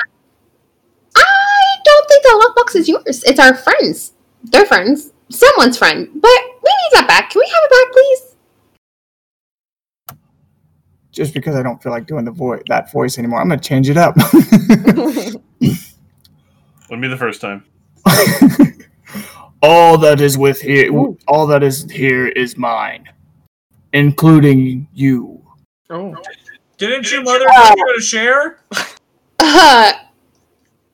I: I don't think the lockbox is yours. It's our friends. Their friends. Someone's friend. But we need that back. Can we have it back, please?
B: Just because I don't feel like doing the voice that voice anymore, I'm gonna change it up.
C: Wouldn't be the first time.
B: all that is with here, all that is here is mine, including you.
D: Oh,
F: Didn't your mother give you a share?
I: Uh,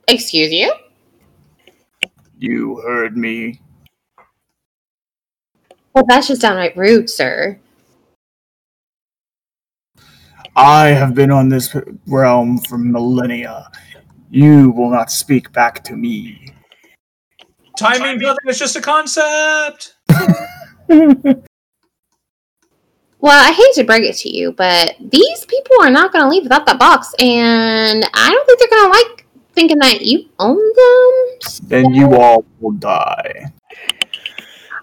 I: excuse you?
B: You heard me.
I: Well, that's just downright rude, sir.
B: I have been on this realm for millennia. You will not speak back to me.
F: Timing nothing. It's just a concept.
I: Well, I hate to break it to you, but these people are not going to leave without that box, and I don't think they're going to like thinking that you own them.
B: then you all will die.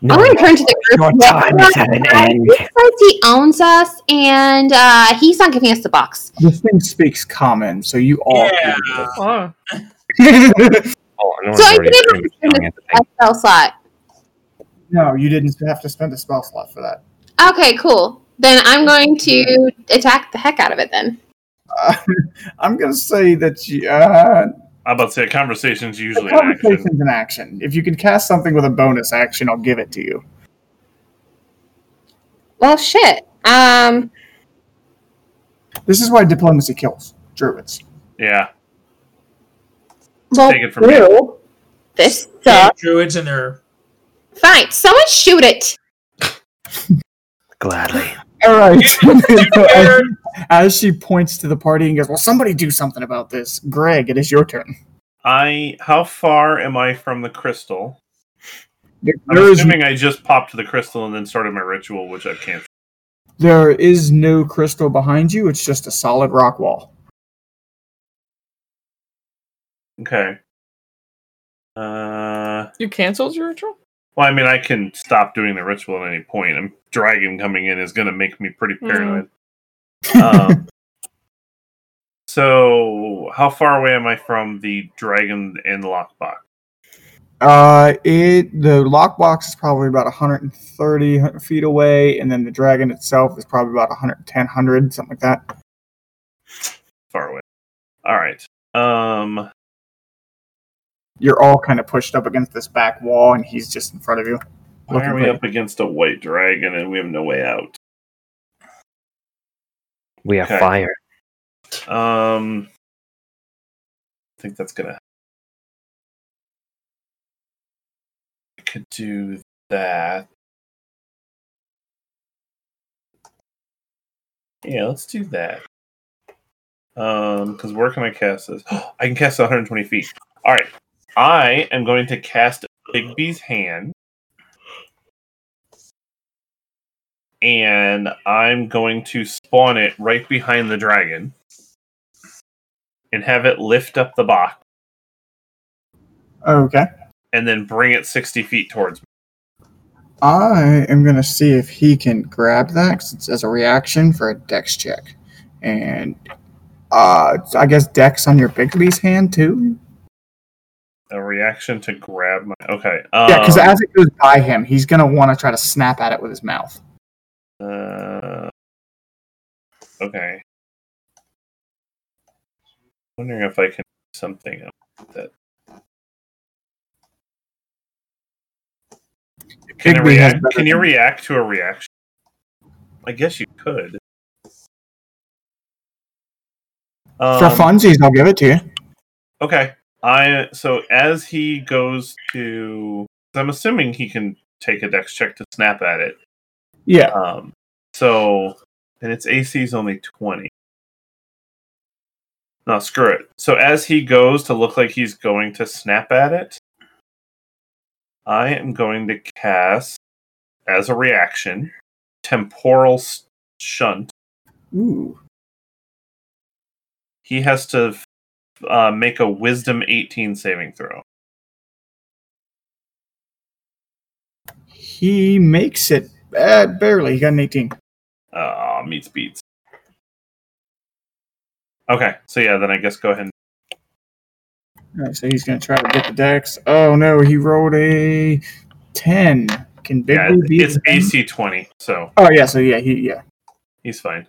I: I'm going to turn to the group.
G: your time is at an end.
I: He says he owns us, and uh, he's not giving us the box.
B: This thing speaks common, so you all.
F: Yeah.
D: oh.
G: Oh, Anoran's
I: So I
G: already
I: did-
G: pretty much yelling at the
I: A
G: thing.
I: spell slot.
B: no, you didn't have to spend a spell slot for that.
I: Okay, cool. Then I'm going to attack the heck out of it then.
B: Uh, I'm gonna say that you, uh,
C: I'm about to say a conversation's usually an action.
B: conversation's an action. If you can cast something with a bonus action, I'll give it to you.
I: Well, shit. Um,
B: This is why diplomacy kills druids.
C: Yeah.
I: well,
C: Take it from
I: ew.
C: here.
I: This
F: Yeah,
I: sucks.
F: druids and their
I: Fine, someone shoot it.
G: Gladly.
B: All right. as,
F: Fair.
B: as she points to the party and goes, "Well, somebody do something about this." Greg, it is your turn.
C: I how far am I from the crystal?
B: There-
C: I'm
B: there is
C: assuming I just popped the crystal and then started my ritual, which I've canceled.
B: there is no crystal behind you. It's just a solid rock wall.
C: Okay. Uh
D: you canceled your ritual?
C: well I mean I can stop doing the ritual at any point. I'm dragon coming in is gonna make me pretty paranoid. Um So, how far away am I from the dragon and the lockbox?
B: Uh, it the lockbox is probably about 130 feet away, and then the dragon itself is probably about 110, 100, something like that.
C: Far away. All right. Um.
B: You're all kind of pushed up against this back wall, and he's just in front of you.
C: Why
B: Looking
C: are we
B: for-
C: up against a white dragon and we have no way out?
G: We have
C: Okay.
G: fire.
C: Um, I think that's gonna. I could do that. Yeah, let's do that. Um, because where can I cast this? I can cast 120 feet. All right, I am going to cast Bigby's hand, and I'm going to spawn it right behind the dragon and have it lift up the box
B: Okay.
C: and then bring it 60 feet towards me.
B: I am going to see if he can grab that 'cause it's as a reaction for a dex check. And uh, I guess dex on your Bigby's hand too?
C: A reaction to grab my. Okay.
B: yeah, because
C: um,
B: as it goes by him, he's going to want to try to snap at it with his mouth.
C: Uh, okay. Wondering if I can do something else with it. Can, a
B: Bigby has
C: react-
B: better
C: can you
B: than-
C: react to a reaction? I guess you could.
B: for
C: Um,
B: funsies, I'll give it to you.
C: Okay. I so as he goes to, I'm assuming he can take a dex check to snap at it.
B: Yeah.
C: Um, so, and its AC is only 20. No, screw it. So, as he goes to look like he's going to snap at it, I am going to cast, as a reaction, Temporal S- Shunt.
B: Ooh.
C: He has to uh, make a Wisdom 18 saving throw.
B: He makes it uh, barely. He got an 18.
C: Uh, meets beats. Okay, so yeah, then I guess go ahead.
B: All right, so he's going to try to get the dex. Oh no, he rolled a 10. Can Bigby
C: Yeah, it-
B: beat
C: it's
B: him?
C: AC 20, so
B: Oh yeah, so yeah, he yeah.
C: he's fine.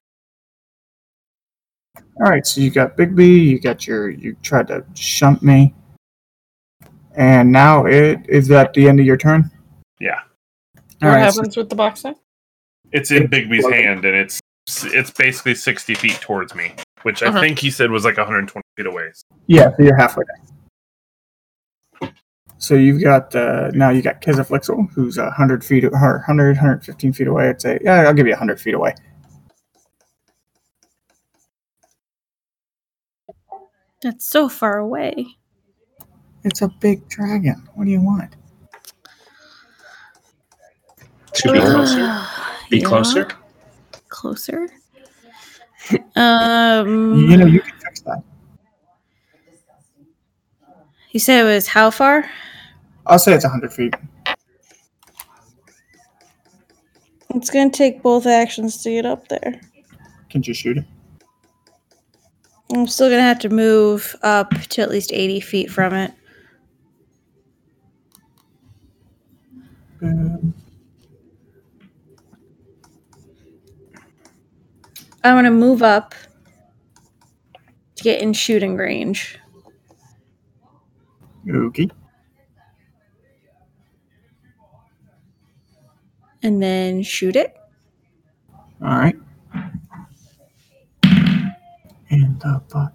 B: All right, so you got Bigby, you got your you tried to shunt me, and now it is that the end of your turn.
C: Yeah.
B: All
D: What
B: right, so-
D: happens with the boxing?
C: It's in Bigby's
B: Like-
C: hand, and it's it's basically sixty feet towards me, which I
D: Uh-huh.
C: think he said was like one hundred and twenty feet away.
B: yeah, so you're halfway there. So you've got uh, now you got Kezaflixel, who's a hundred feet or 100, 115 feet away. I'd say yeah, I'll give you hundred feet away.
E: That's so far away.
B: It's a big dragon. What do you want?
A: To be closer. Be
E: Yeah,
A: closer.
E: Closer. um,
B: You know you can fix that.
E: you said it was how far?
B: I'll say it's hundred feet.
E: It's gonna take both actions to get up there.
B: Can you shoot it?
E: I'm still gonna have to move up to at least 80 feet from it.
B: Um,
E: I want to move up to get in shooting range.
B: okay.
E: and then shoot it.
B: All right. And the butt.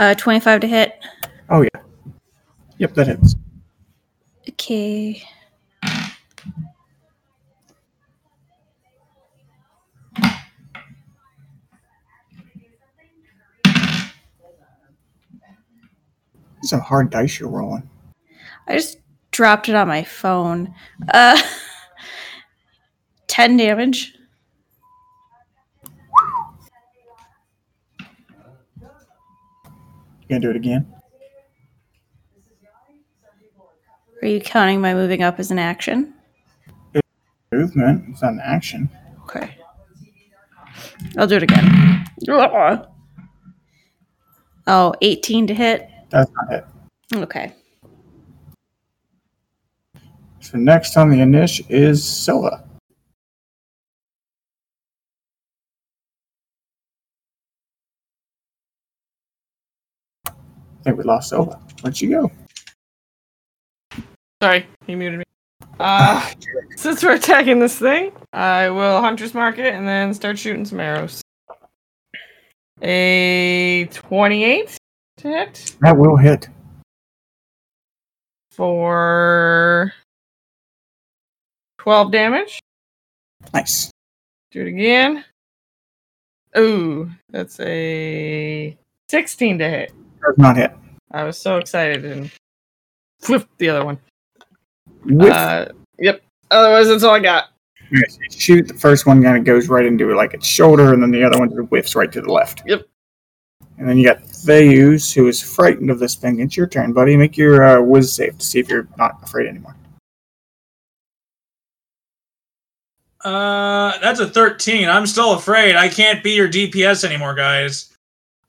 E: Uh, 25 to hit.
B: Yep, that hits.
E: Okay.
B: It's a hard dice you're rolling.
E: I just dropped it on my phone. Uh, 10 damage.
B: You gonna do it again?
E: Are you counting my moving up as an action?
B: Movement. It's not an action.
E: Okay. I'll do it again. Ugh. Oh, 18 to hit.
B: That's not it.
E: Okay.
B: So next on the initial is Scylla. I think we lost Scylla. Where'd she go?
D: Sorry, he muted me. Uh, since we're attacking this thing, I will Hunter's Mark it and then start shooting some arrows. A 28 to hit
B: That will hit.
D: for 12 damage.
B: Nice.
D: Do it again. Ooh, that's a 16 to hit.
B: Does not hit.
D: I was so excited and flipped the other one.
B: With
D: Uh, yep. Otherwise, that's all I got.
B: Alright, so you shoot the first one kind of goes right into like its shoulder and then the other one just whiffs right to the left
D: Yep.
B: And then you got Theus, who is frightened of this thing. It's your turn, buddy. Make your uh, whiz save to see if you're not afraid anymore.
F: Uh, that's a 13. I'm still afraid. I can't be your DPS anymore, guys.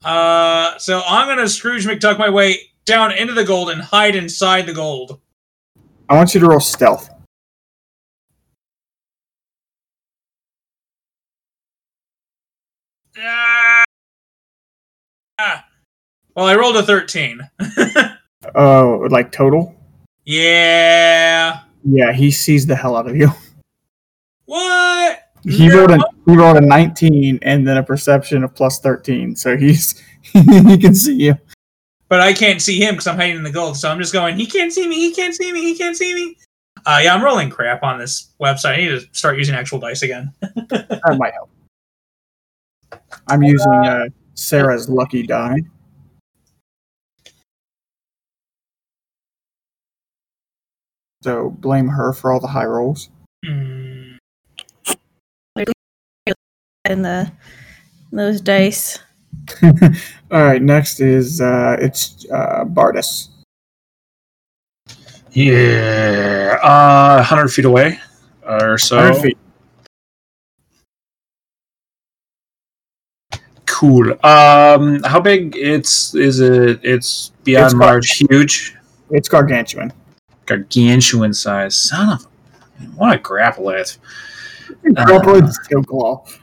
F: Uh, so I'm gonna Scrooge McDuck my way down into the gold and hide inside the gold.
B: I want you to roll stealth.
F: Ah! Ah. Well, I rolled a 13.
B: Oh, like total?
F: Yeah.
B: Yeah, he sees the hell out of you.
F: What?
B: He
F: No.
B: rolled a he rolled a 19 and then a perception of plus 13, so he's he can see you.
F: But I can't see him because I'm hiding in the gold. So I'm just going, he can't see me, he can't see me, he can't see me. Uh, yeah, I'm rolling crap on this website. I need to start using actual dice again.
B: That might help. I'm using uh, Sarah's lucky die. So blame her for all the high rolls.
F: Hmm.
E: in the those dice.
B: all right, next is uh, it's uh, Bardus.
A: Yeah. Uh, 100 feet away or so.
B: 100 feet.
A: Cool. Um, how big? It's is it? It's beyond
B: It's quite-
A: large, huge,
B: It's gargantuan.
A: gargantuan size. Son of a, what a grapple at.
B: Gargantuan steel claw.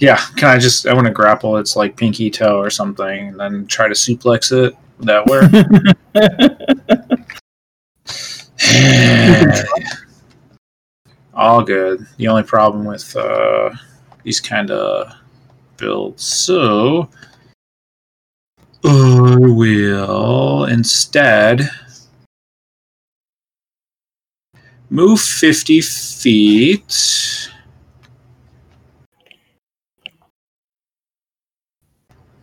A: Yeah, can I just? I want to grapple. It's like pinky toe or something, and then try to suplex it. Would that work? All good. The only problem with uh, these kind of builds, so I will instead move fifty feet.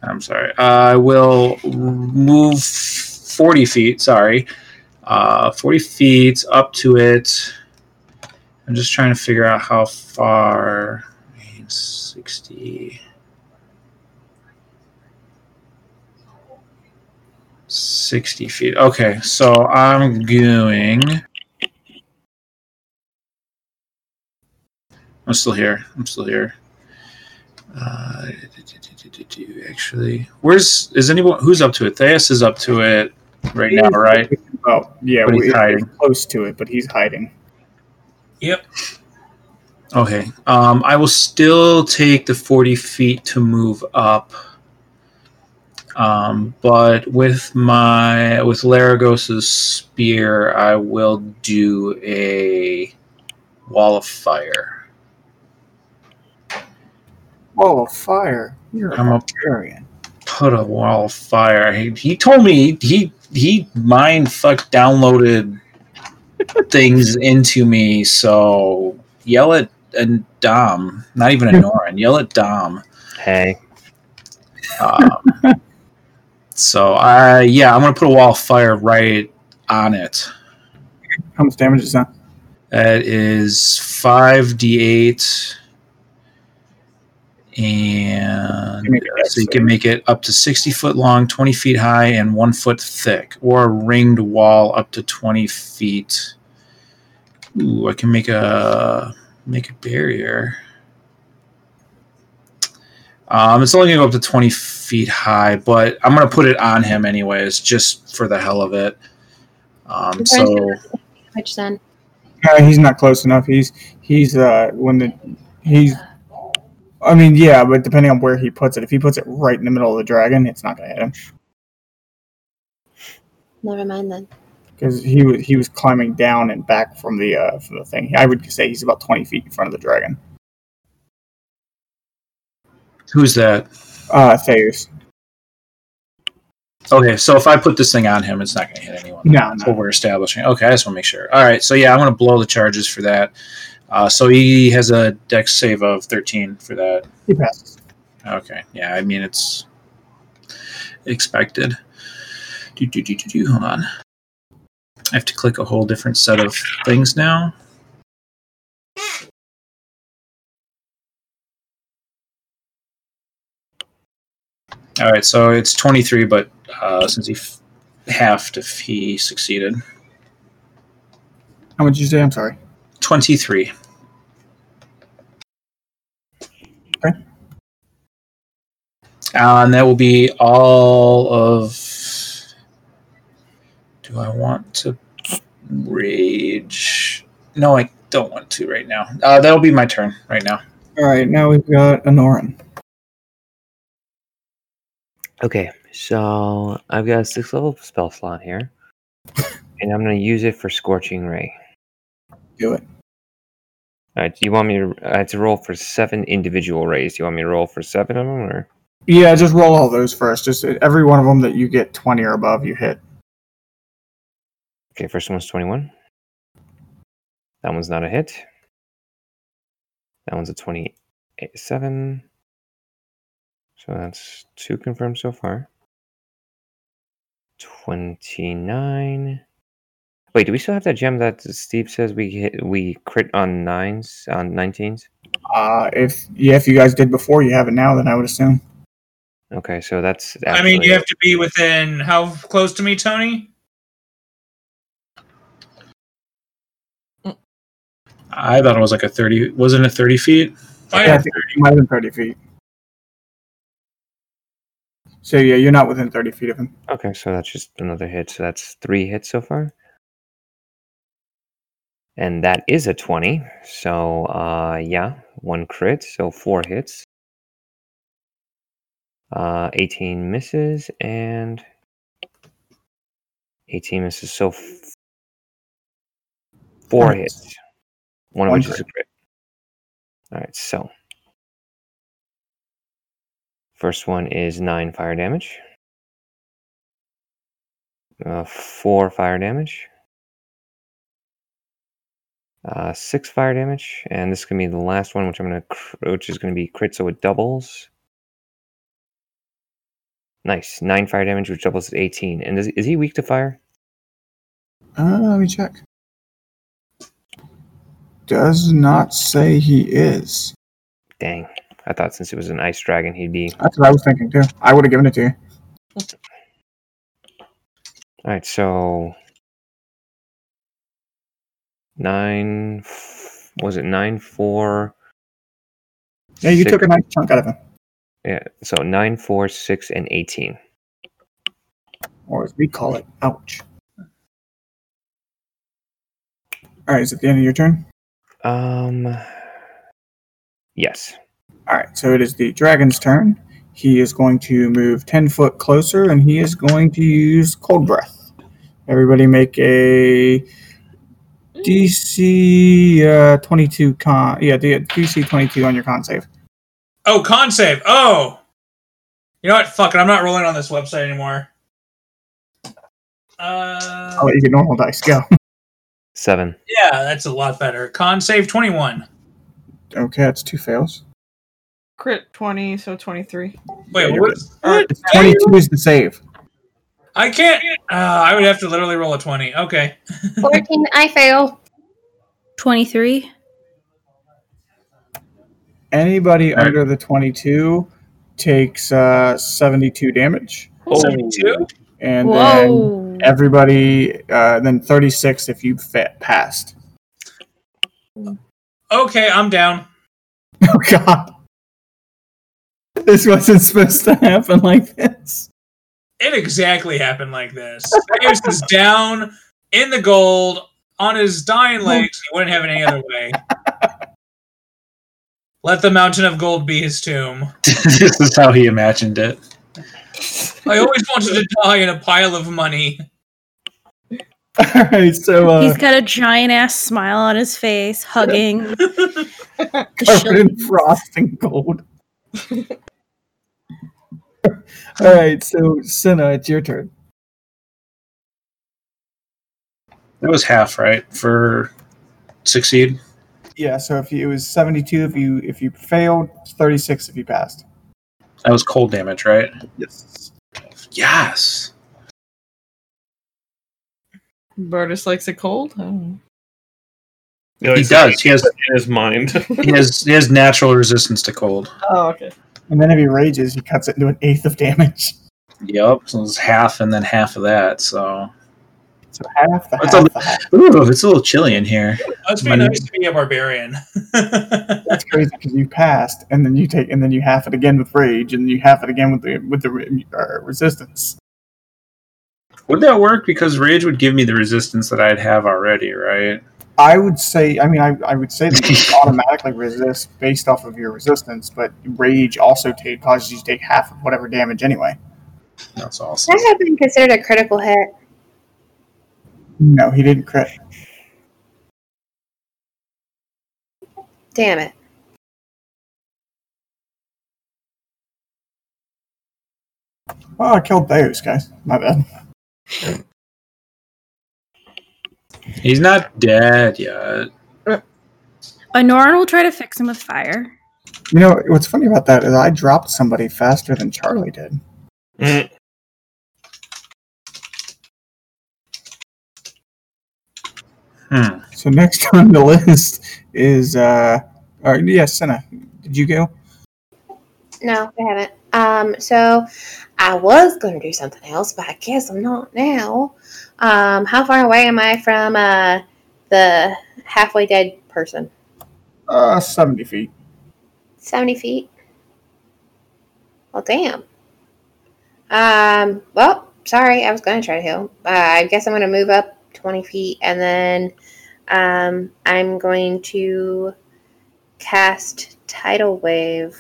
A: I'm sorry. I will move 40 feet, sorry. Uh, 40 feet up to it. I'm just trying to figure out how far. 60. 60 feet. Okay, so I'm going. I'm still here. I'm still here. Uh, actually, where's is anyone who's up to it? Theus is up to it right now, right?
B: Oh, yeah,
A: But he's
B: we,
A: hiding.
B: close to it, but he's hiding.
A: Okay. Um, I will still take the 40 feet to move up. Um, but with my with Laragos's spear, I will do a wall of fire.
B: Wall of fire. You're
A: I'm
B: a
A: a-
B: barbarian.
A: Put a wall of fire. He, he told me he he mind fuck downloaded things into me. So yell at and Dom, not even a Norin. Yell at Dom.
G: Hey,
A: Um, so I yeah, I'm gonna put a wall of fire right on it.
B: How much damage is that?
A: That is five d eight, and
B: You make it that
A: so you
B: same.
A: can make it up to sixty foot long, twenty feet high, and one foot thick, or a ringed wall up to twenty feet. Ooh, I can make a make a barrier. Um, it's only gonna go up to twenty feet high, but I'm gonna put it on him anyways, just for the hell of it. Um,
I: Okay.
A: so.
I: Which then?
B: No, he's not close enough. He's he's uh when the he's I mean, yeah, but depending on where he puts it, if he puts it right in the middle of the dragon, it's not gonna hit him
I: Never mind then.
B: because he was he was climbing down and back from the uh from the thing. I would say he's about twenty feet in front of the dragon.
A: Who's that?
B: Uh, Theus.
A: Okay, so if I put this thing on him, it's not going to hit anyone.
B: No,
A: That's what
B: no.
A: we're establishing. Okay, I just want to make sure. All right, so yeah, I'm going to blow the charges for that. Uh, so he has a dex save of 13 for that.
B: He passes.
A: Okay, yeah, I mean, it's expected. Do, do, do, do, do. Hold on. I have to click a whole different set of things now. All right, so it's 23, but uh, since he f- halved if he succeeded.
B: How much did you say? I'm sorry.
A: 23.
B: Okay.
A: Uh, and that will be all of. Do I want to rage? No, I don't want to right now. Uh, that'll be my turn right now.
B: All right, now we've got Uh, Anoran.
G: Okay, so I've got a six level spell slot here, and I'm going to use it for Scorching Ray.
B: Do it.
G: All right, do you want me to? I have to roll for seven individual rays. Do you want me to roll for seven of them, or
B: Yeah, just roll all those first. Just uh, every one of them that you get 20 or above, you hit.
G: okay? First one's twenty-one. That one's not a hit. That one's a twenty-seven. So that's two confirmed so far. Twenty-nine. Wait, do we still have that gem that Steve says we hit, we crit on nines on nineteens?
B: Uh, if yeah, if you guys did before, you have it now. Then I would assume.
G: Okay, so that's.
F: I mean,
G: actually-
F: you have to be within how close to me, Tony?
A: I thought it was like a 30. Wasn't it 30 feet?
F: Fire.
B: Oh, Yeah, I think you might have been 30 feet. So yeah, you're not within 30 feet of him.
G: Okay, so that's just another hit. So that's three hits so far. And that is a 20. So, uh, yeah, one crit. So four hits. Uh, 18 misses and 18 misses. So f- four
B: Nice.
G: hits. One of
B: One
G: which is a crit. All right, so. First one is nine fire damage. Uh, four fire damage. Uh, six fire damage, and this is gonna be the last one, which I'm gonna, cr- which is gonna be crit, so it doubles. Nice, nine fire damage, which doubles to 18. And is, is he weak to fire?
B: Uh, let me check. Does not say he is.
G: Dang, I thought since it was an ice dragon, he'd be.
B: That's what I was thinking too. I would have given it to you.
G: All right, so nine. f- Was it nine four?
B: Yeah, you
G: six-
B: took a nice chunk out of him.
G: Yeah, so nine, four, six, and eighteen.
B: Or as we call it, ouch. Alright, is it the end of your turn?
G: Um, yes.
B: Alright, so it is the dragon's turn. He is going to move 10 foot closer and he is going to use cold breath. Everybody make a DC uh, 22 con. Yeah, D- DC 22 on your con save.
F: Oh, con save. Oh. You know what? Fuck it. I'm not rolling on this website anymore. Uh,
B: I'll let you get normal dice. Go.
G: Seven.
F: yeah, that's a lot better. Con save 21.
B: okay, that's two fails.
D: Crit 20, so 23.
B: Yeah,
F: Wait,
B: you're
F: what? what?
B: It's 22 is the save.
F: I can't. Uh, I would have to literally roll a 20. Okay.
I: 14, I fail.
E: 23.
B: Anybody
A: Alright.
B: under the 22 takes uh, 72 damage.
F: 72?
B: And then
E: Whoa.
B: everybody, uh, then 36 if you fa- passed.
F: Okay, I'm down.
B: Oh, God. This wasn't supposed to happen like this.
F: It exactly happened like this. Davis is down in the gold on his dying legs. He wouldn't have it any other way. Let the mountain of gold be his tomb.
A: this is how he imagined it.
F: I always wanted to die in a pile of money.
B: All right, so uh,
E: He's got a giant ass smile on his face, hugging the
B: covered
E: shield.
B: in frost and gold. All right, so Senna, it's your turn.
A: That was half, right? For succeed.
B: Yeah, so if you, it was 72 if you if you failed, 36 if you passed.
A: That was cold damage, right?
B: Yes.
A: Yes.
D: Bartis likes it cold. Oh. I don't know.
C: You know,
A: He
C: he's-
A: does. He has
C: in his mind.
A: he has he has natural resistance to cold.
D: Oh, okay.
B: And then if he rages, he cuts it into an eighth of damage.
A: Yep, so it's half and then half of that. So
B: So half the
A: That's
B: half
A: a-
B: the half.
A: ooh, it's a little chilly in here.
F: Must be
A: My-
F: nice to be a barbarian.
B: That's crazy because you passed, and then you take, and then you half it again with rage, and you half it again with the with the re- uh, resistance.
A: Would that work? Because rage would give me the resistance that I'd have already, right?
B: I would say, I mean, I, I would say that you automatically resist based off of your resistance, but rage also take, causes you to take half of whatever damage anyway.
A: That's awesome.
I: That have been considered a critical hit.
B: No, he didn't crit.
I: Damn it.
B: Oh, I killed those guys. My bad.
A: He's not dead yet.
E: Anoran will try to fix him with fire.
B: You know what's funny about that is I dropped somebody faster than Charlie did.
A: Hmm.
B: So next on the list is uh, or yeah, Senna. Did you go?
I: No, I haven't. Um, so I was gonna do something else, but I guess I'm not now. Um, how far away am I from uh the halfway dead person?
B: Uh, seventy feet.
I: Seventy feet. Well, damn. Um, well, sorry, I was gonna try to heal. Uh, I guess I'm gonna move up twenty feet, and then um, I'm going to cast tidal wave.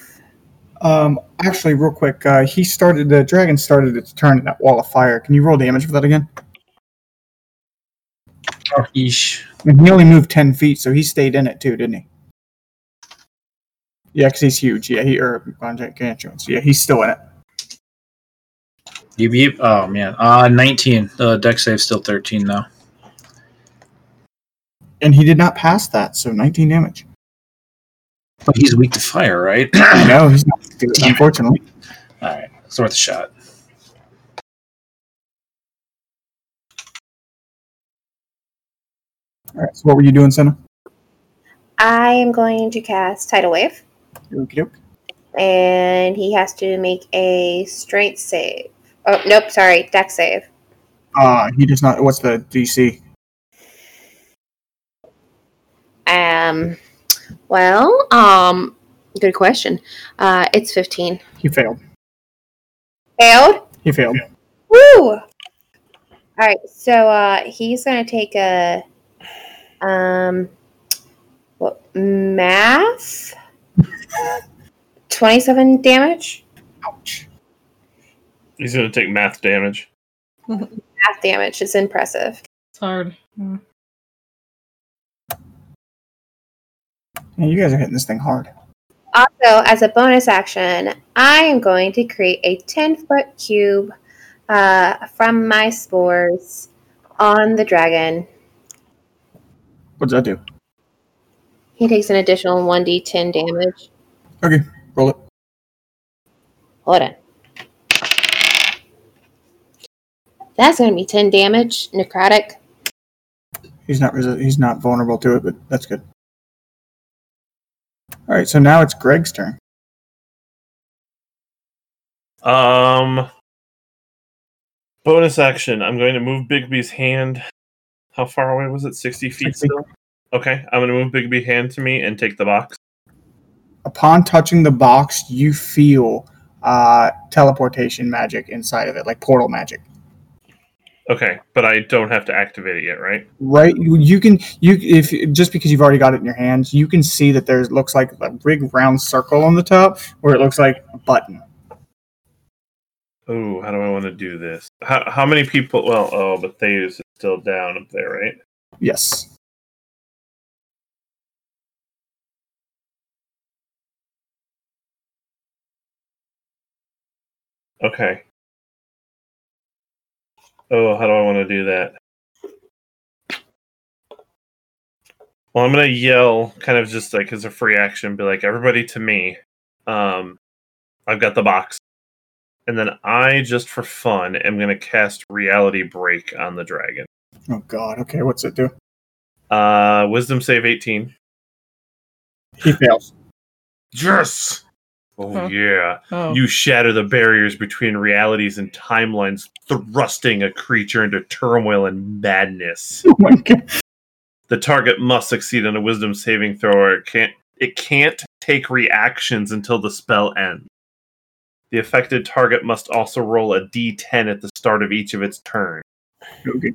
B: Um, actually, real quick, uh, he started the dragon started its turn in that wall of fire. Can you roll damage for that again?
A: Oh, yeesh.
B: And he only moved ten feet, so he stayed in it too, didn't he? Yeah, because he's huge. Yeah, he or uh, Gantrons. Yeah, he's still in it.
A: Yeep, yeep. Oh man. Uh, nineteen. The uh, deck save's still thirteen though.
B: And he did not pass that, so 19 damage.
A: But he's weak to fire, right?
B: No, Oh, he's not. Unfortunately.
A: All right, it's worth a shot.
B: All right, so what were you doing, Senna?
I: I am going to cast tidal wave.
B: Okie doke.
I: and he has to make a strength save. Oh, nope, sorry, deck save.
B: Uh, he does not. What's the DC?
I: Um, well, um, good question. Uh, it's 15.
B: He failed.
I: Failed?
B: He failed.
I: Woo! All right, so uh, he's going to take a, um, what, math? 27 damage?
B: Ouch.
C: He's gonna take math damage.
I: Math damage is impressive.
D: It's hard. Yeah.
B: Man, you guys are hitting this thing hard.
I: Also, as a bonus action, I am going to create a 10 foot cube uh, from my spores on the dragon.
B: What does that do?
I: He takes an additional 1d10 damage.
B: Okay, roll it.
I: Hold on. That's going to be 10 damage, necrotic.
B: He's not. Resi- he's not vulnerable to it, but that's good. All right, so now it's Greg's turn.
C: Um, bonus action. I'm going to move Bigby's hand. How far away was it? Sixty feet
B: 60.
C: still. Okay, I'm going to move Bigby's hand to me and take the box.
B: Upon touching the box, you feel uh, teleportation magic inside of it, like portal magic.
C: Okay, but I don't have to activate it yet, right?
B: right you you can you if just because you've already got it in your hands you can see that there's looks like a big round circle on the top where it looks like a button
C: Ooh, how do I want to do this? How how many people? Well, oh, but Theus is still down up there, right?
B: yes
C: Okay. Oh, how do I want to do that? Well, I'm gonna yell, kind of just like as a free action, be like, "Everybody to me!" Um, I've got the box, and then I, just for fun, am gonna cast Reality Break on the dragon.
B: oh god okay what's it do
C: Uh, Wisdom save 18.
B: he fails
C: Yes. Oh
D: Huh.
C: yeah.
D: Oh.
C: You shatter the barriers between realities and timelines, thrusting a creature into turmoil and madness.
B: Oh my god.
C: The target must succeed on a wisdom saving throw or it can't it can't take reactions until the spell ends. The affected target must also roll a d10 at the start of each of its turn.
B: Okay.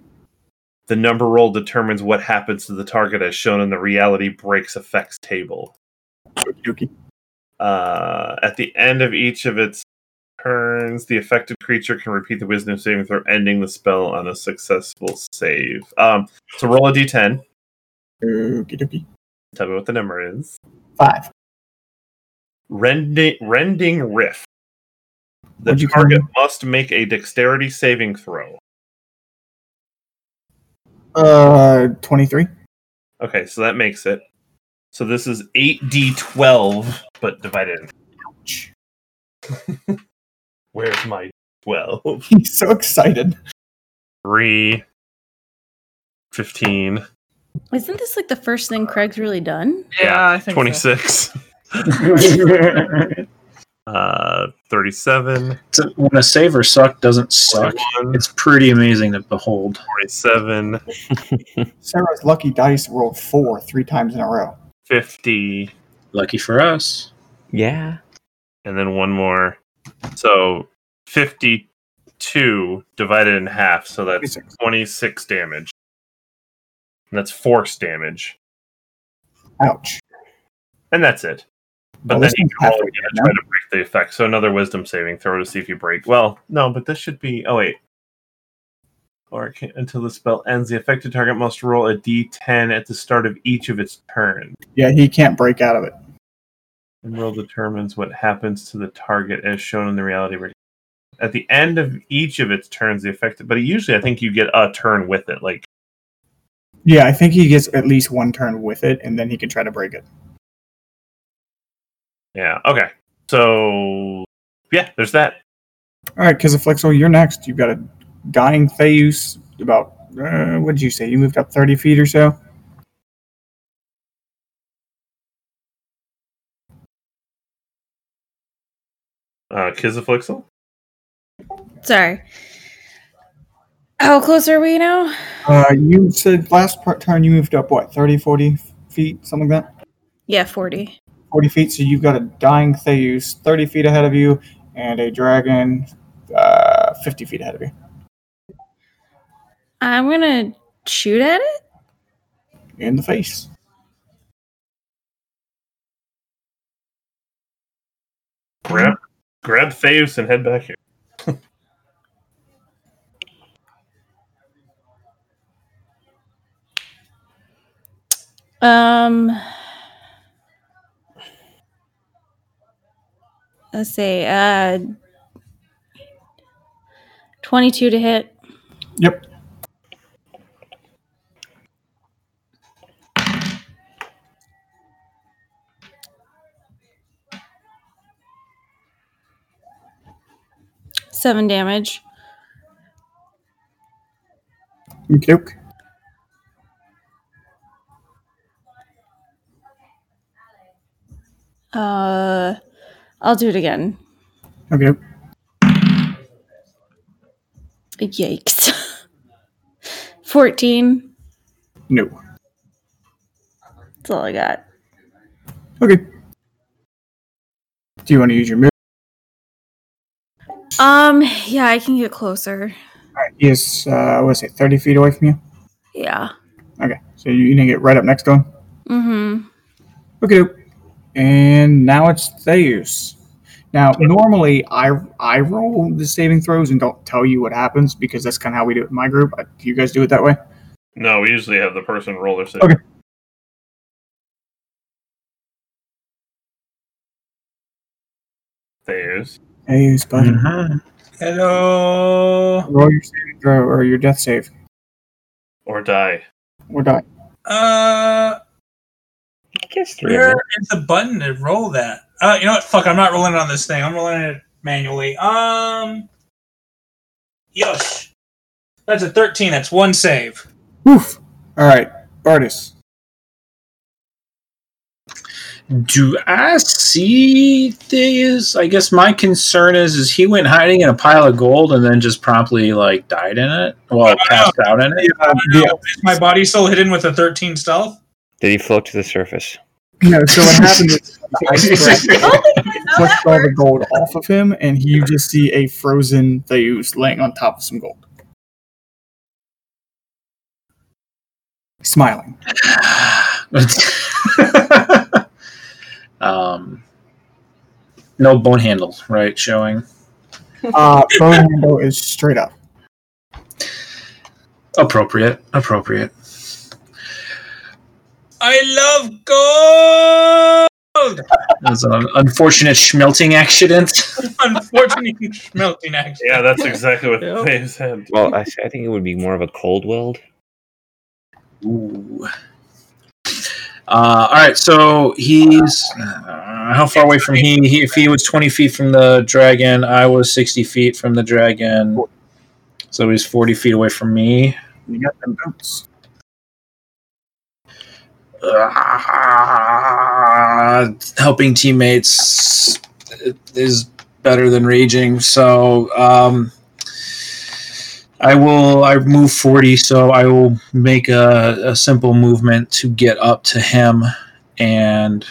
C: The number roll determines what happens to the target as shown in the reality breaks effects table.
B: Okey-dokey.
C: Uh, at the end of each of its turns, the affected creature can repeat the wisdom saving throw, ending the spell on a successful save. Um, so roll a d10.
B: Okey dokey.
C: Tell me what the number is.
B: Five.
C: Rending, rending rift. The
B: What'd you call
C: target
B: it?
C: must make a dexterity saving throw.
B: Uh, 23.
C: Okay, so that makes it. So this is 8d12, but divided. Ouch. Where's my 12?
B: He's so excited.
C: 3, 15,
E: Isn't this like the first thing Craig's really done?
D: Yeah, I think so.
C: 26, uh, 37,
A: So when a save or suck doesn't suck,
C: 41,
A: it's pretty amazing to behold.
C: 47,
B: Sarah's lucky dice rolled four three times in a row.
C: 50,
A: Lucky for us.
G: Yeah.
C: and then one more. So 52 divided in half, so that's
B: 26.
C: 26 damage. And that's force damage.
B: Ouch.
C: And that's it. But
B: Well,
C: then
B: this
C: you
B: one's
C: can roll
B: halfway
C: again
B: there
C: and try to break the effect. So another wisdom saving throw to see if you break. Well, no, but this should be. Oh wait. Or it can, until the spell ends, the affected target must roll a d10 at the start of each of its turn.
B: Yeah, he can't break out of it.
C: And roll determines what happens to the target as shown in the reality. break. At the end of each of its turns, the affected. But usually, I think you get a turn with it. Like
B: Yeah, I think he gets at least one turn with it, and then he can try to break it.
C: yeah, okay. So yeah, there's that.
B: All right, Kizaflexo, you're next. You've got a dying Theus about, uh, what did you say? You moved up 30 feet or so?
C: Uh, Kizaflixel.
E: Sorry. How close are we now?
B: Uh, you said last part turn you moved up, what, 30, 40 feet, something like that?
E: Yeah, 40.
B: 40 feet, so you've got a dying Theus 30 feet ahead of you, and a dragon uh, 50 feet ahead of you.
E: I'm gonna shoot at it.
B: In the face.
C: Grab, grab Theus and head back here.
E: Um, let's say uh, 22 to hit.
B: Yep.
E: Seven damage.
B: Okey-doke.
E: Uh, I'll do it again.
B: Okay.
E: Yikes. 14.
B: No.
E: That's all I got.
B: Okay. Do you want to use your move?
E: Um, yeah, I can get closer.
B: All right. He is, uh, what is it, 30 feet away from you?
E: Yeah.
B: Okay. So you need to get right up next to him.
E: Mm-hmm.
B: Okay. And now it's Theus. Now, normally I I roll the saving throws and don't tell you what happens because that's kind of how we do it in my group. Uh, Do you guys do it that way?
C: No, we usually have the person roll their save.
B: Okay.
C: Theus.
B: Theus, bud. Uh,
F: Hello.
B: Roll your saving throw or your death save
C: Or die.
B: or die.
F: Uh,
G: I guess three. of
F: where
G: them.
F: is the button to roll that? Uh, you know what? Fuck, I'm not rolling it on this thing. I'm rolling it manually. Um, yosh. That's a 13. That's one save.
B: Oof. All right. Artis.
A: Do I see this? I guess my concern is is he went hiding in a pile of gold and then just promptly like died in it. Well, passed out in it.
B: Uh,
F: No, Is my body still hidden with a 13 stealth?
G: Did he float to the surface?
B: No, so what happened is the ice grab pushed all the gold off of him, and you just see a frozen Theus laying on top of some gold. Smiling.
A: um, no bone handle, right? Showing.
B: Uh, bow handle is straight up.
A: Appropriate. Appropriate.
F: I love gold!
A: That was an unfortunate schmelting accident.
F: Unfortunately, melting action.
C: Yeah, that's exactly what
D: Yep.
C: they said.
G: Well, I, I think it would be more of a cold weld.
A: Ooh. Uh, all right, so he's uh, how far away from he, he? If he was twenty feet from the dragon, I was sixty feet from the dragon. So he's forty feet away from me.
B: You got them boots.
A: Ah, helping teammates is better than raging. So um, I will. I move forty, so I will make a, a simple movement to get up to him, and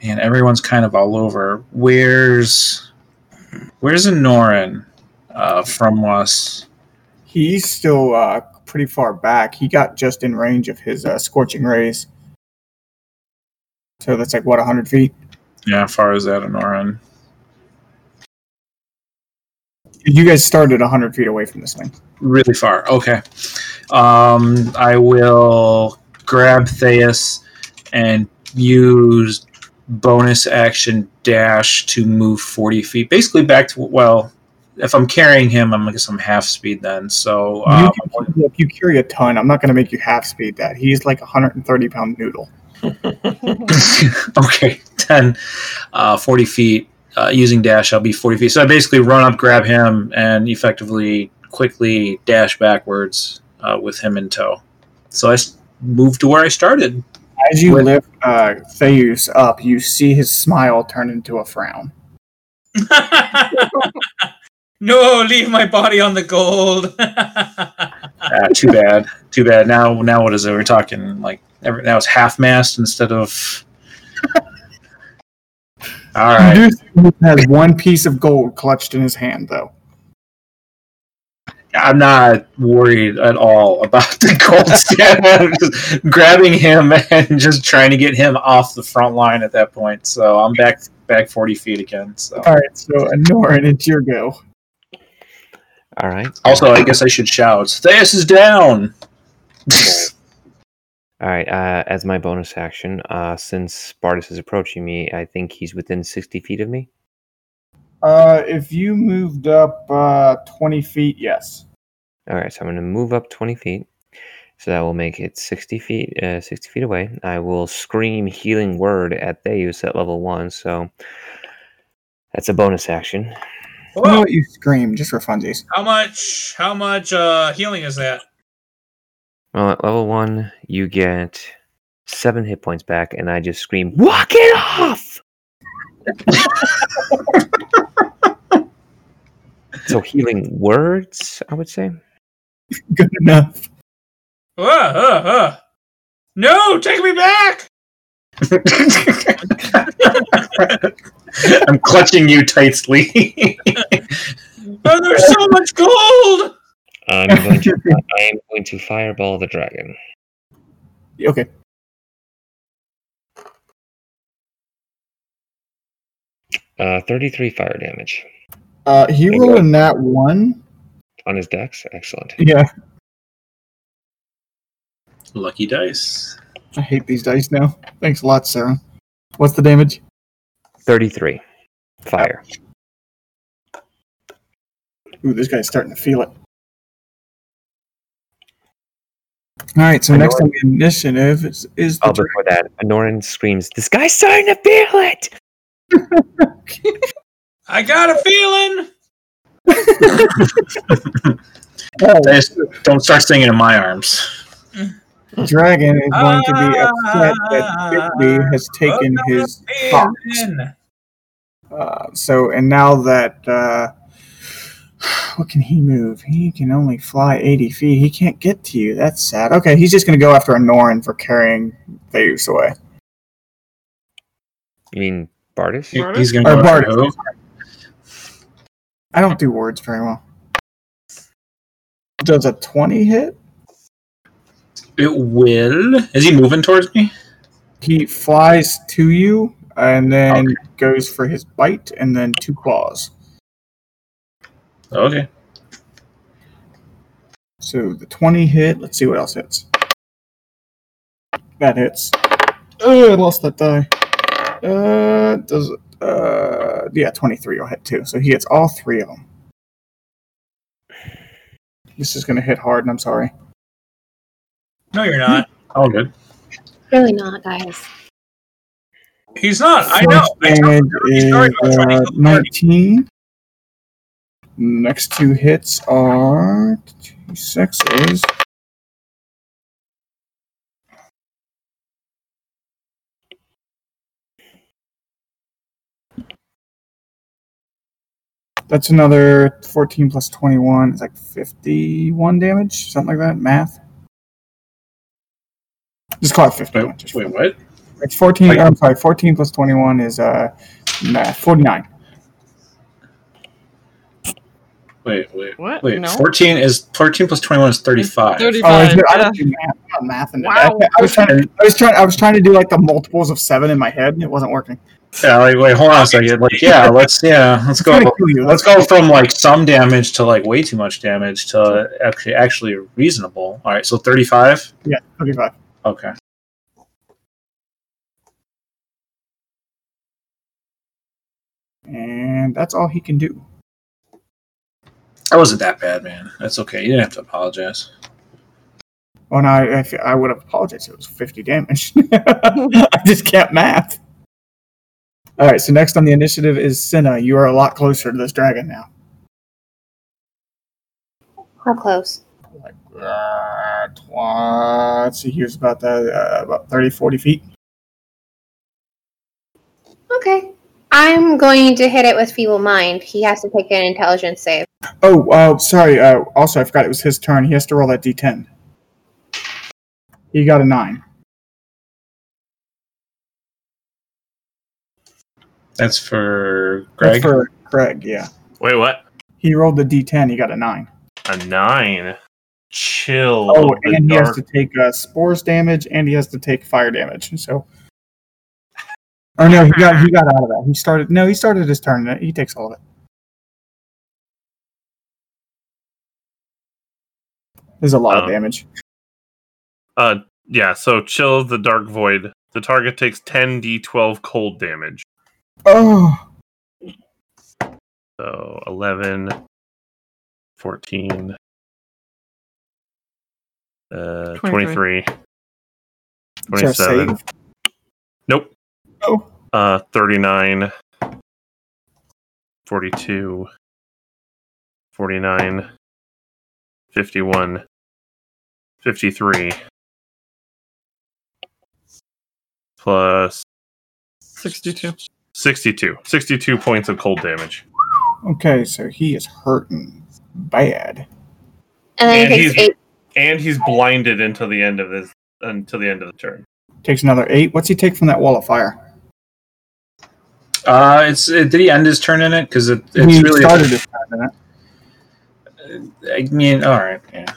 A: and everyone's kind of all over. Where's where's Anoran uh, from us?
B: He's still uh, pretty far back. He got just in range of his uh, scorching rays. So that's like what 100 feet.
A: Yeah, how far is that Anoran?
B: You guys started 100 feet away from this thing.
A: really far. Okay. Um, I will grab Theus and use bonus action dash to move 40 feet. Basically, back to, well, if I'm carrying him, I'm, I guess I'm half speed then. So, um,
B: you, look, you carry a ton. I'm not going to make you half speed that. He's like a 130 pound noodle.
A: okay, 10, uh, 40 feet. Uh, using dash, I'll be 40 feet. So I basically run up, grab him, and effectively quickly dash backwards uh, with him in tow. So I s- move to where I started.
B: As you
A: With-
B: lift uh, Theus up, you see his smile turn into a frown.
F: no, leave my body on the gold.
A: Ah, too bad. Too bad. Now, now what is it? We're talking like every, now it's half mast instead of. All right.
B: You do see he has one piece of gold clutched in his hand, though.
A: I'm not worried at all about the gold stand. I'm just grabbing him and just trying to get him off the front line at that point. So I'm back back 40 feet again. So
B: All right, so Anoran, it's your go.
G: All right.
A: also, I guess I should shout, "Theus is down."
G: All right. Uh, as my bonus action, uh, since Spartus is approaching me, I think he's within 60 feet of me.
B: Uh, if you moved up uh, 20 feet, yes.
G: All right. So I'm going to move up 20 feet. So that will make it 60 feet, uh, 60 feet away. I will scream healing word at Theus at level one. So that's a bonus action.
B: I know
F: Whoa,
B: what you scream, just for funsies.
F: how much? How much uh, healing is that?
G: Well, at level one, you get seven hit points back, and I just scream, "Walk it off!" so healing words, I would say.
B: Good enough.
F: Uh, uh, uh. No, take me back.
A: I'm clutching you tightly.
F: Oh, there's so much gold.
G: I'm going to, I am going to fireball the dragon.
B: Okay.
G: Uh, Thirty-three fire damage
B: Uh, he
G: Okay.
B: rolled a nat one.
G: on his dex. Excellent.
B: Yeah.
A: Lucky dice.
B: I hate these dice now. Thanks a lot, Sarah. What's the damage?
G: Thirty-three fire.
B: Ooh, this guy's starting to feel it. All right, so
G: I know
B: next on the initiative is, is the
G: Oh, before that, Anoran screams, "This guy's starting to feel it!"
F: I got a feeling.
B: dragon.
A: Theus, don't start singing in my arms.
B: Dragon is going to be upset that Bigby has taken his fox.
F: Man.
B: Uh, so, and now that uh, what can he move? He can only fly 80 feet. He can't get to you. That's sad. Okay, he's just going to go after a Norin for carrying Theus away.
G: You mean
A: He-
G: Bardish?
A: He's going
B: Or
A: to go after
B: Bardish.
A: who?
B: I don't do words very well. Does a 20 hit?
A: It will. Is he moving towards me?
B: He flies to you and then goes for his bite and then two claws.
A: Okay.
B: So the 20 hit. Let's see what else hits. That hits. Oh, I lost that die. Uh, does uh, yeah, 23 will hit too. So he hits all three of them. This is gonna hit hard, and I'm sorry.
F: No, you're not.
A: All good.
I: Really not, guys.
F: He's not. I know. I
B: First
F: told
B: damage
F: you. He's sorry about
B: is,
F: trying to
B: uh,
F: kill the party.
B: 19. Next two hits are six is That's another 14 plus 21. It's like 51 damage, something like that. Math. Just call it 51.
A: Wait,
B: just for
A: wait what?
B: it's 14.
A: Like-
B: I'm sorry, 14 plus 21 is uh, nah, 49.
A: Wait, wait.
D: What?
A: Wait,
D: no.
A: 14 is 14 plus 21 is 35.
D: 30
B: Oh, I,
D: Fine,
B: I
D: yeah.
B: don't do math. I'm not mathing today.
D: Wow.
B: I, I was trying. I was trying. I was trying to do like the multiples of seven in my head, and it wasn't working.
A: Yeah, like wait, hold on a second. Like, yeah, let's yeah, let's
B: I'm trying
A: go.
B: to kill you.
A: Let's go from like some damage to like way too much damage to actually actually reasonable. All right, so 35.
B: Yeah, 35.
A: Okay.
B: And that's all he can do.
A: That wasn't that bad, man. That's okay. You didn't have to apologize.
B: Oh no, I, I, f- I would have apologized. It was 50 damage. I just can't math. All right. So next on the initiative is Cinna. You are a lot closer to this dragon now.
I: How close?
B: Like, uh, twa- let's see. He was about that. Uh, about 30, 40 feet.
I: Okay. I'm going to hit it with feeble mind. He has to take an intelligence save.
B: Oh, uh, sorry. Uh, also, I forgot it was his turn. He has to roll that d10. He got a nine.
A: That's for
B: That's
A: Greg.
B: for Greg, yeah.
C: Wait, what?
B: He rolled the d10. He got a nine.
C: A nine. Chill.
B: Oh,
C: of the
B: and he has
C: dark-
B: to take uh, spores damage, and he has to take fire damage. So, or no, he got he got out of that. He started. No, he started his turn. He takes all of it. There's a lot of
C: Um,
B: damage.
C: Uh, yeah. So chill of the dark void. The target takes 10d12 cold damage.
B: Oh,
C: So 11, 14, uh,
D: 23.
C: 23,
B: is that a
C: 27,
B: save?
C: nope,
B: Oh,
C: uh, 39, 42, 49, 51, 53, plus
D: 62.
C: 62, 62 points of cold damage.
B: okay. So he is hurting bad.
I: And then
C: And
I: he takes
C: he's-
I: eight.
C: and he's blinded until the end of this until the end of the turn.
B: Takes another eight. What's he take from that wall of fire?
A: Uh, it's it, did he end his turn in it? Because it, it's
B: he
A: really.
B: started his turn in it.
A: I mean, all right. Yeah.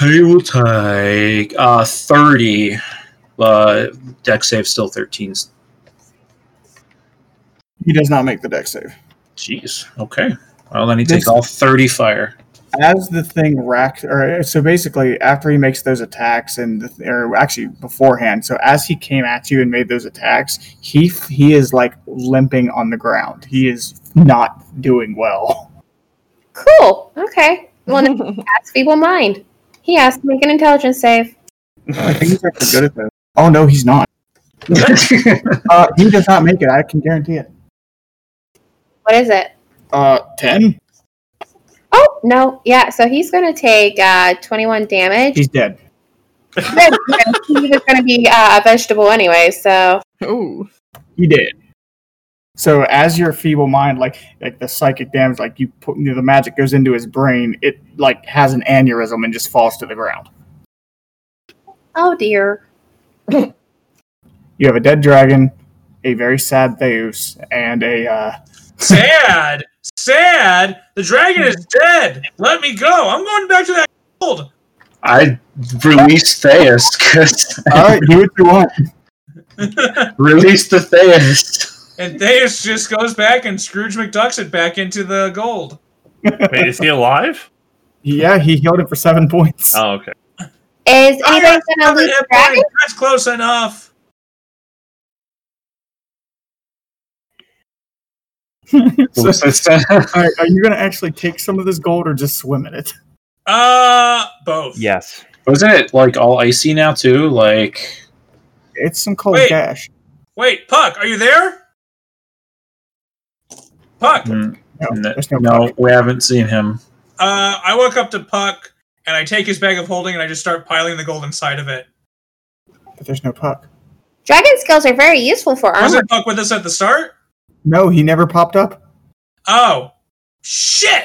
A: He will take uh thirty. Uh, deck save still thirteen.
B: He does not make the deck save.
A: Jeez. Okay. Well, then he
B: This-
A: takes all thirty fire.
B: as the thing racks, or so basically, after he makes those attacks, and the, th- or actually beforehand, so as he came at you and made those attacks, he f- he is like limping on the ground. He is not doing well.
I: Cool. Okay. Well, now that's feeble mind. He has to make an intelligence save.
B: I think he's actually good at those. Oh no, he's not. Uh, he does not make it. I can guarantee it.
I: What is it?
B: Uh, ten.
I: Oh, No, yeah, so he's going to take uh, 21 damage.
B: He's dead.
I: Good, good. he was going to be uh, a vegetable anyway, so.
D: Ooh.
B: He did. So as your feeble mind, like like the psychic damage, like you put you know, the magic goes into his brain, it like has an aneurysm and just falls to the ground.
I: Oh dear.
B: You have a dead dragon, a very sad Theus, and a uh,
F: Sad. Sad. The dragon is dead. Let me go. I'm going back to that gold.
A: I released Theus because
B: all right, do what you want.
A: release the Theus.
F: And Theus just goes back and Scrooge McDucks it back into the gold.
C: Wait, is he alive?
B: Yeah, he healed it for seven points.
C: Oh, okay.
I: Is anybody
F: Another
I: going to loot
F: hit
I: the dragon?
F: point. That's close enough.
B: So-
A: All
B: all right, are you gonna actually take some of this gold or just swim in it?
F: Uh, both.
G: Yes.
A: Wasn't it like all icy now too? Like
B: It's some cold
F: Wait.
B: cash.
F: Wait, Puck, are you there? Puck,
A: mm,
B: No,
A: no,
B: there's no,
A: no, we haven't seen him.
F: uh, I walk up to Puck and I take his bag of holding and I just start piling the gold inside of it.
B: But there's no puck.
I: Dragon scales are very useful for armor.
F: Wasn't Puck with us at the start?
B: No, he never popped up.
F: Oh, shit!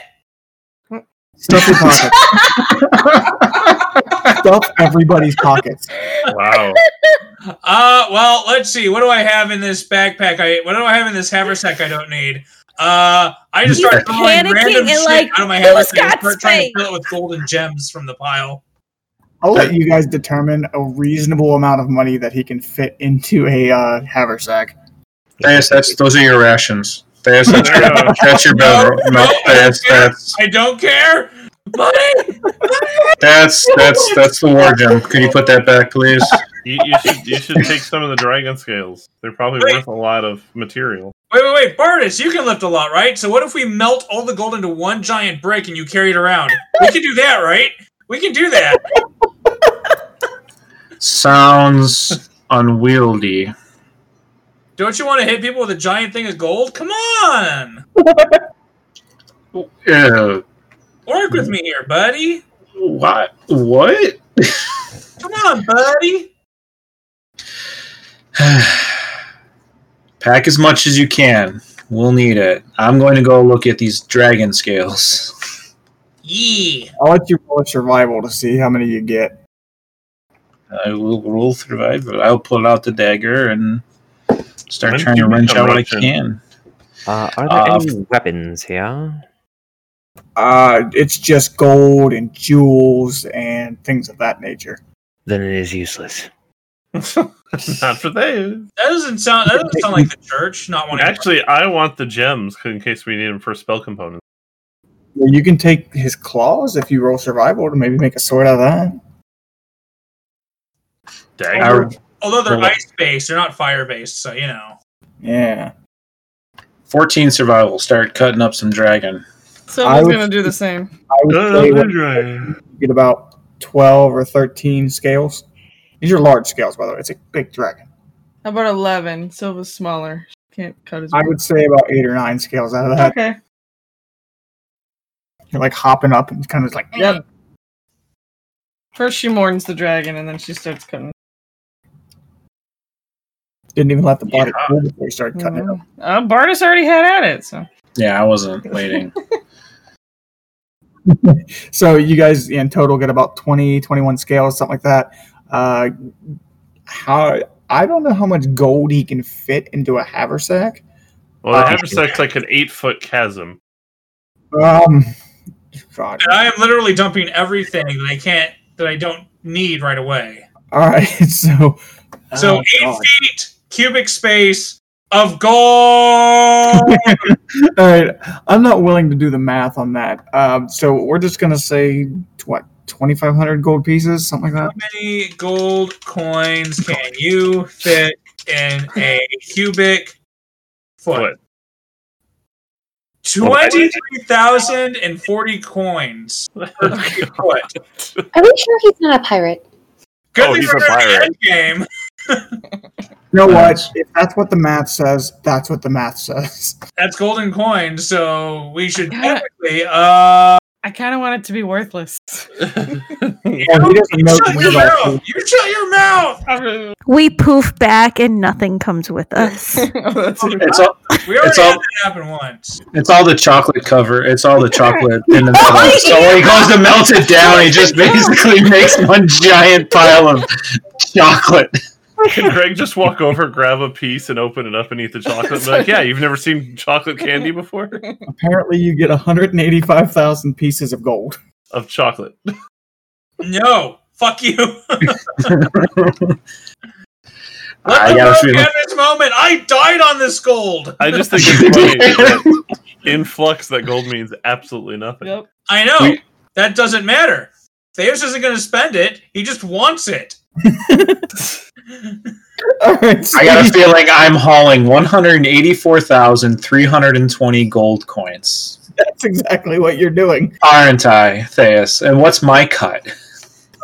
B: Stuff your pockets. Stuff everybody's pockets.
C: Wow.
F: Uh, well, let's see. What do I have in this backpack? I what do I have in this haversack? I don't need. Uh, I just
E: He's
F: start throwing
E: panicking
F: random
E: and
F: shit
E: like,
F: out of my
E: "Who's
F: haversack. and
E: got
F: Start trying
E: space?"
F: to fill it with gold and gems from the pile.
B: I'll let you guys determine a reasonable amount of money that he can fit into a uh, haversack.
A: Theus, that's those are your rations. Theus, that's your, that's your battle. No, Theus, that's
F: I don't care. Money.
A: that's that's that's the war gem. Could you put that back, please?
C: You, you should you should take some of the dragon scales. They're probably
F: Wait.
C: worth a lot of material.
F: Wait, wait, wait, Bartis, you can lift a lot, right? So what if we melt all the gold into one giant brick and you carry it around? We can do that, right? We can do that.
A: Sounds unwieldy.
F: Don't you want to hit people with a giant thing of gold? Come on,
A: Ew.
F: work with me here, buddy.
A: What? What?
F: Come on, buddy.
A: Pack as much as you can. We'll need it. I'm going to go look at these dragon scales.
F: Yeah.
B: I'll let you roll a survival to see how many you get.
A: I will roll survival. I'll pull out the dagger and start
C: When
A: trying
C: do
A: to
C: you
A: wrench
C: become
A: out what I
C: merchant?
A: can.
G: Uh, are there
A: Uh,
G: any weapons here?
B: Uh, it's just gold and jewels and things of that nature.
G: Then it is useless.
C: Not for those.
F: That doesn't sound. That doesn't sound like the church. Not one.
C: Actually, I want the gems in case we need them for spell components.
B: Well, you can take his claws if you roll survival to maybe make a sword out of that.
C: Dang.
A: I,
F: although they're
A: Well, what-
F: ice based, they're not fire based. So you know.
B: Yeah.
A: 14 survival. Start cutting up some dragon.
B: I
D: Someone's
B: would-
D: gonna do the same.
B: I would
C: Cut
B: say
C: up the
B: what-
C: dragon.
B: you get about 12 or 13 scales. These are large scales, by the way. It's a big dragon.
D: How about eleven? Silva's smaller. She can't cut as
B: I
D: well.
B: would say about eight or nine scales out of that.
D: Okay.
B: You're like hopping up and kind of like,
D: Yep. First she mourns the dragon and then she starts cutting.
B: didn't even let the body
A: Yeah.
B: cool before you started cutting it up.
D: Uh, Bartis already had at it, so
A: Yeah, I wasn't waiting.
B: So you guys in total get about 20, 21 scales, something like that. Uh, how I don't know how much gold he can fit into a haversack.
C: Well,
A: Oh,
C: the
B: Uh,
C: haversack's like an eight foot chasm.
B: Um, God.
F: And I am literally dumping everything that I can't, that I don't need right away.
B: All right, so
F: So
B: oh,
F: eight
B: God.
F: feet cubic space of gold.
B: All right, I'm not willing to do the math on that. Um, so we're just gonna say tw- what 2,500 gold pieces, something like
F: How
B: that.
F: many gold coins can you fit in a cubic foot?
C: Foot.
F: Twenty-three thousand and forty coins per
B: Oh,
F: cubic foot.
I: Are we sure he's not a pirate?
F: Good
C: Oh,
F: thing
C: he's
F: we're
C: a
F: not in the
C: pirate.
F: end game.
B: You know what?
A: Nice.
B: If that's what the math says, that's what the math says.
F: That's golden coin, so we should
D: Yeah.
F: technically. Uh,
D: I kind of want it to be worthless.
B: Yeah, he doesn't know
F: Shut your
B: about
F: mouth! You shut your mouth!
D: I really-
E: We poof back and nothing comes with us.
D: Oh, that's it.
A: It's all
F: We already
A: It's all-
F: had that happen once.
A: it's all the chocolate cover. It's all the chocolate in the middle. So when he goes to melt it down, he just basically makes one giant pile of chocolate.
C: Can Greg just walk over, grab a piece, and open it up and eat the chocolate? And be like, yeah, you've never seen chocolate candy before
B: Apparently, you get 185,000 pieces of gold.
C: of chocolate.
F: No, fuck you. Let
A: I
F: the
A: got a
F: world
A: feeling-
F: have its moment. I died on this gold.
C: I just think it's funny that in flux that gold means absolutely nothing.
D: Yep.
F: I know.
A: We-
F: that doesn't matter. Theos isn't going to spend it. He just wants it.
B: All right, so
A: I got a feeling I'm hauling 184,320 gold coins.
B: that's exactly what you're doing.
A: Aren't I, Theus? And what's my cut?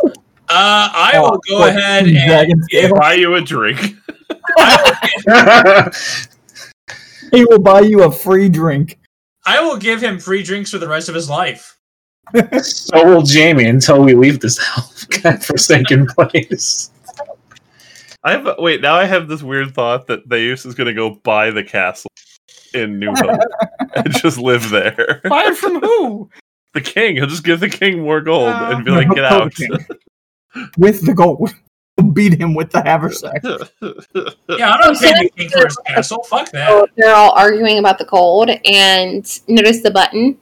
F: Uh, I
A: Oh,
F: will go
B: But
F: ahead and
B: Dragon's
C: They
B: Table,
C: Buy you a drink.
B: he will buy you a free drink.
F: I will give him free drinks for the rest of his life.
A: so will Jamie until we leave this godforsaken place.
C: I have wait. Now I have this weird thought that Theus is going to go buy the castle in New Hope and just live there.
D: Buy it from who?
C: The king. He'll just give the king more gold
D: Oh.
A: Uh,
C: and be like, "Get out."
B: With the gold. Beat him with the haversack.
F: Yeah, I'm not paying the king for his castle. Fuck that.
I: So Oh, they're all arguing about the gold and notice the button.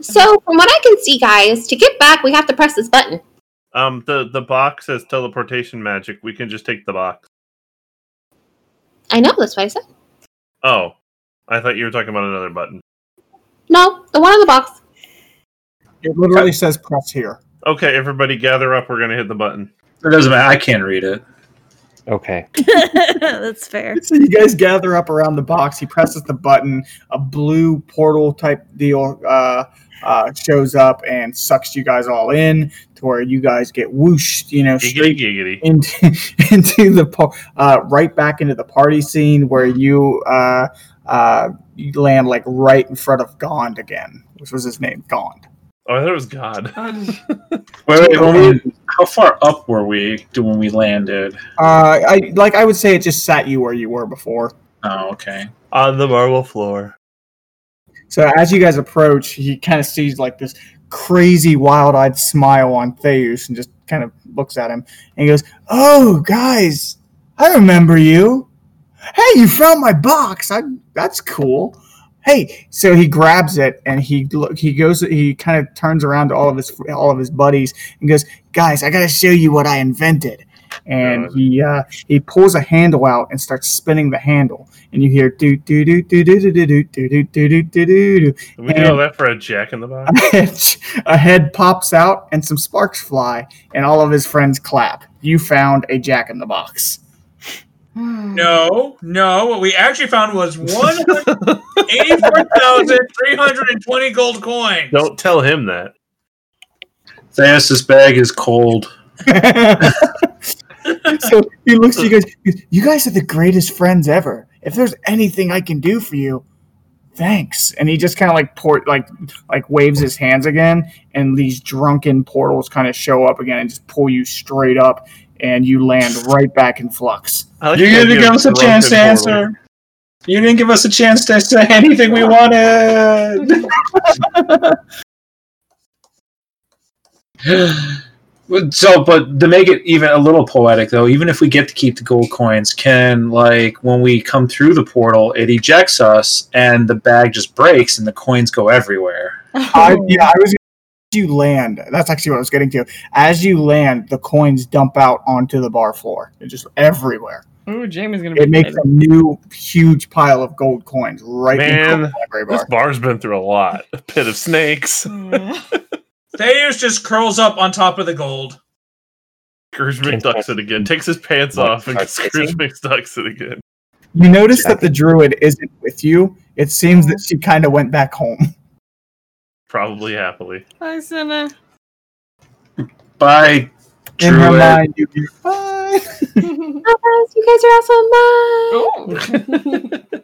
I: So from what I can see, guys, to get back, we have to press this button.
C: um, the the box says teleportation magic. We can just take the box.
I: I know that's what I said.
C: Oh, I thought you were talking about another button.
I: No, the one on the box.
B: It literally says press here.
C: Okay, everybody, gather up. We're going to hit the button.
A: It doesn't matter. I can't read it.
G: Okay.
E: That's fair.
B: So you guys gather up around the box. He presses the button. A blue portal type deal uh, uh, shows up and sucks you guys all in to where you guys get whooshed, you know,
C: Giggity
B: straight
C: giggity.
B: into, into the par- uh, right back into the party scene where you uh, uh, you land like right in front of Gond again, which was his name, Gond.
C: Oh, I thought it was God.
A: Wait, wait, when we, how far up were we to when we landed?
B: Uh, I like I would say it just sat you where you were before.
A: Oh, okay.
C: On the marble floor.
B: So as you guys approach, he kind of sees like this crazy wild-eyed smile on Theus and just kind of looks at him and he goes, "Oh, guys, I remember you. Hey, you found my box. I that's cool. Hey." So he grabs it and he look he goes he kind of turns around to all of his all of his buddies and goes, "Guys, I got to show you what I invented." And he uh, he pulls a handle out and starts spinning the handle, and you hear do do do do do do do do do do do do do do
C: Did we do all that for a jack in the box?
B: a head, a head pops out and some sparks fly, and all of his friends clap. You found a jack in the box.
A: Hmm.
F: No, no. What we actually found was 184,320 gold coins.
C: Don't tell him that.
A: Theus's bag is cold.
B: so he looks at you guys. he goes, You guys are the greatest friends ever. If there's anything I can do for you, thanks. And he just kind of like port like like waves his hands again, and these drunken portals kind of show up again and just pull you straight up, and you land right back in flux.
C: I like
A: You
C: the
A: didn't
C: idea
A: give
C: of
A: us a chance to
C: drunken
A: answer. You didn't give us a chance to say anything we wanted. so, but to make it even a little poetic, though, even if we get to keep the gold coins, can like when we come through the portal, it ejects us, and the bag just breaks, and the coins go everywhere.
B: I, yeah, I was. as You land. That's actually what I was getting to. As you land, the coins dump out onto the bar floor. They're just everywhere.
D: Ooh, Jamie's gonna.
B: It
D: be
B: makes
D: excited.
B: a new huge pile of gold coins right in
C: Man,
B: the library
C: This
B: bar.
C: bar's been through a lot. A pit of snakes.
D: Hmm.
F: Theos just curls up on top of the gold.
C: Scrooge McDucks it again. Takes his pants
G: What,
C: off and
G: start
C: Scrooge
G: kissing?
C: McDucks it again.
B: You notice that the druid isn't with you. It seems that she kind of went back home.
C: Probably happily.
D: Hi, Senna.
A: By
B: In her
A: Druid.
B: mind, you hear, "Bye."
I: Oh, guys, you guys are awesome. Bye.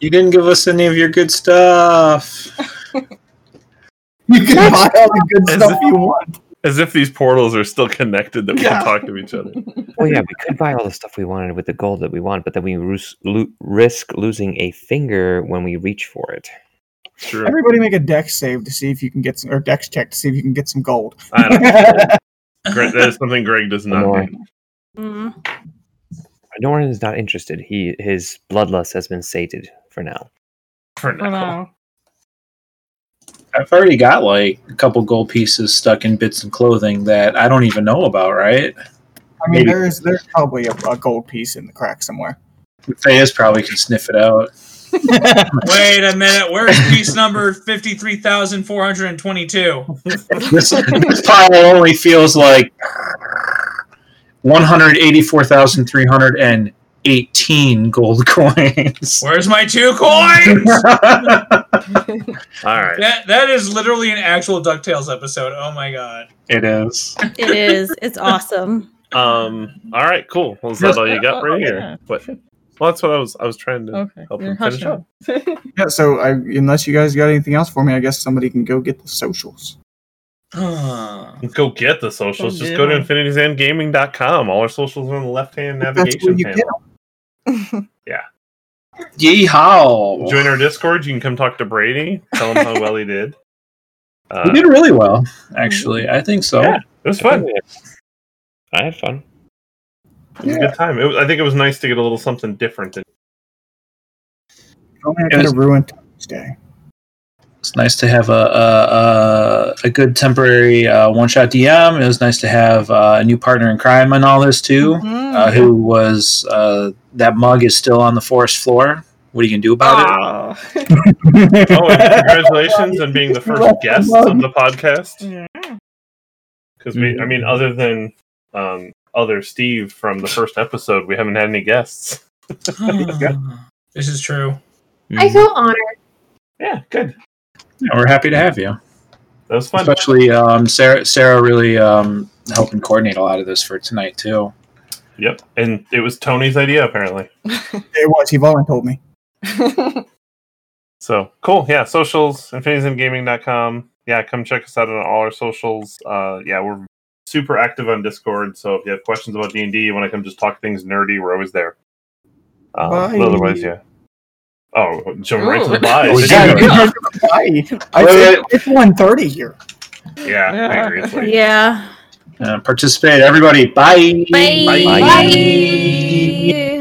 A: You didn't give us any of your good stuff.
B: You can buy all the good
C: As
B: stuff
C: if-
B: you want.
C: As if these portals are still connected that we
B: Yeah.
C: can talk to each other.
G: Well, yeah, we could buy all the stuff we wanted with the gold that we want, but then we roos- lo- risk losing a finger when we reach for it.
C: True.
B: Everybody make a dex save to see if you can get some, or dex check to see if you can get some gold.
C: I don't Greg, that is something Greg does not
G: Annoying.
C: hate.
E: Mm.
G: Norin is not interested. He his bloodlust has been sated for now.
C: for
D: For
C: now.
D: now.
A: I've already got like a couple gold pieces stuck in bits and clothing that I don't even know about, right?
B: I mean,
A: Maybe.
B: there is there's probably a, a gold piece in the crack somewhere.
A: Thais probably can sniff it out.
F: Wait a minute. Where's piece number 53,422?
A: This, this pile only feels like 184,318 gold coins.
F: Where's my two coins?
C: All right.
F: That, that is literally an actual DuckTales episode. Oh my god.
A: it is.
E: It is. It's awesome.
C: Um. All right. Cool. Well, is that all you got
D: Oh,
C: right
D: yeah.
C: here? What? Well, that's what I was. I was trying to.
D: Okay.
C: Help
D: You're
C: him finish
D: hushing.
B: Yeah. So I, unless you guys got anything else for me, I guess somebody can go get the socials.
C: Go get the socials.
D: Oh,
C: Just
D: yeah.
C: go to infinitysandgaming.com. All our socials are on the left-hand navigation
B: you
C: panel.
A: Yeehaw!
C: Join our Discord. You can come talk to Brady. Tell him how well he did. Uh,
A: You did really well, actually. I think so.
C: Yeah. It was fun. It
G: I had fun.
C: was a good time. It was, I think it was nice to get a little something different. than-
B: Oh, man,
A: It
B: I could
A: was-
B: have ruined Tuesday.
A: It's nice to have a a, a, a good temporary uh, one shot DM. It was nice to have uh, a new partner in crime and all this too.
D: Mhm.
A: Uh, who was uh, that mug is still on the forest floor. What are you gonna do about it?
D: Aw.
C: Oh, and congratulations on being the first guest of the podcast.
D: Yeah.
C: Because we, I
G: Mm-hmm.
C: mean, other than um, other Steve from the first episode, we haven't had any guests.
G: Mm-hmm.
F: this is true.
I: I feel honored.
C: Mm-hmm. Yeah, good.
A: Yeah, we're happy to have you,
C: That was fun.
A: especially um, Sarah. Sarah really um, helping coordinate a lot of this for tonight too.
C: Yep, and it was Tony's idea apparently.
B: It was. He volunteered told me.
C: So cool. Yeah, socials infinitiesandgaming.com. Yeah, come check us out on all our socials. Uh, yeah, we're super active on Discord. So if you have questions about D and D, you want to come just talk things nerdy, we're always there. Um,
B: Bye.
C: but otherwise, yeah. Oh, jump right to the
D: Ooh.
C: bye.
A: Oh,
C: yeah,
A: yeah.
B: Bye. I said, it's one thirty here.
C: I agree. It's late.
E: Yeah.
A: Uh, participate, everybody. Bye.
E: Bye.
G: Bye.
E: Bye.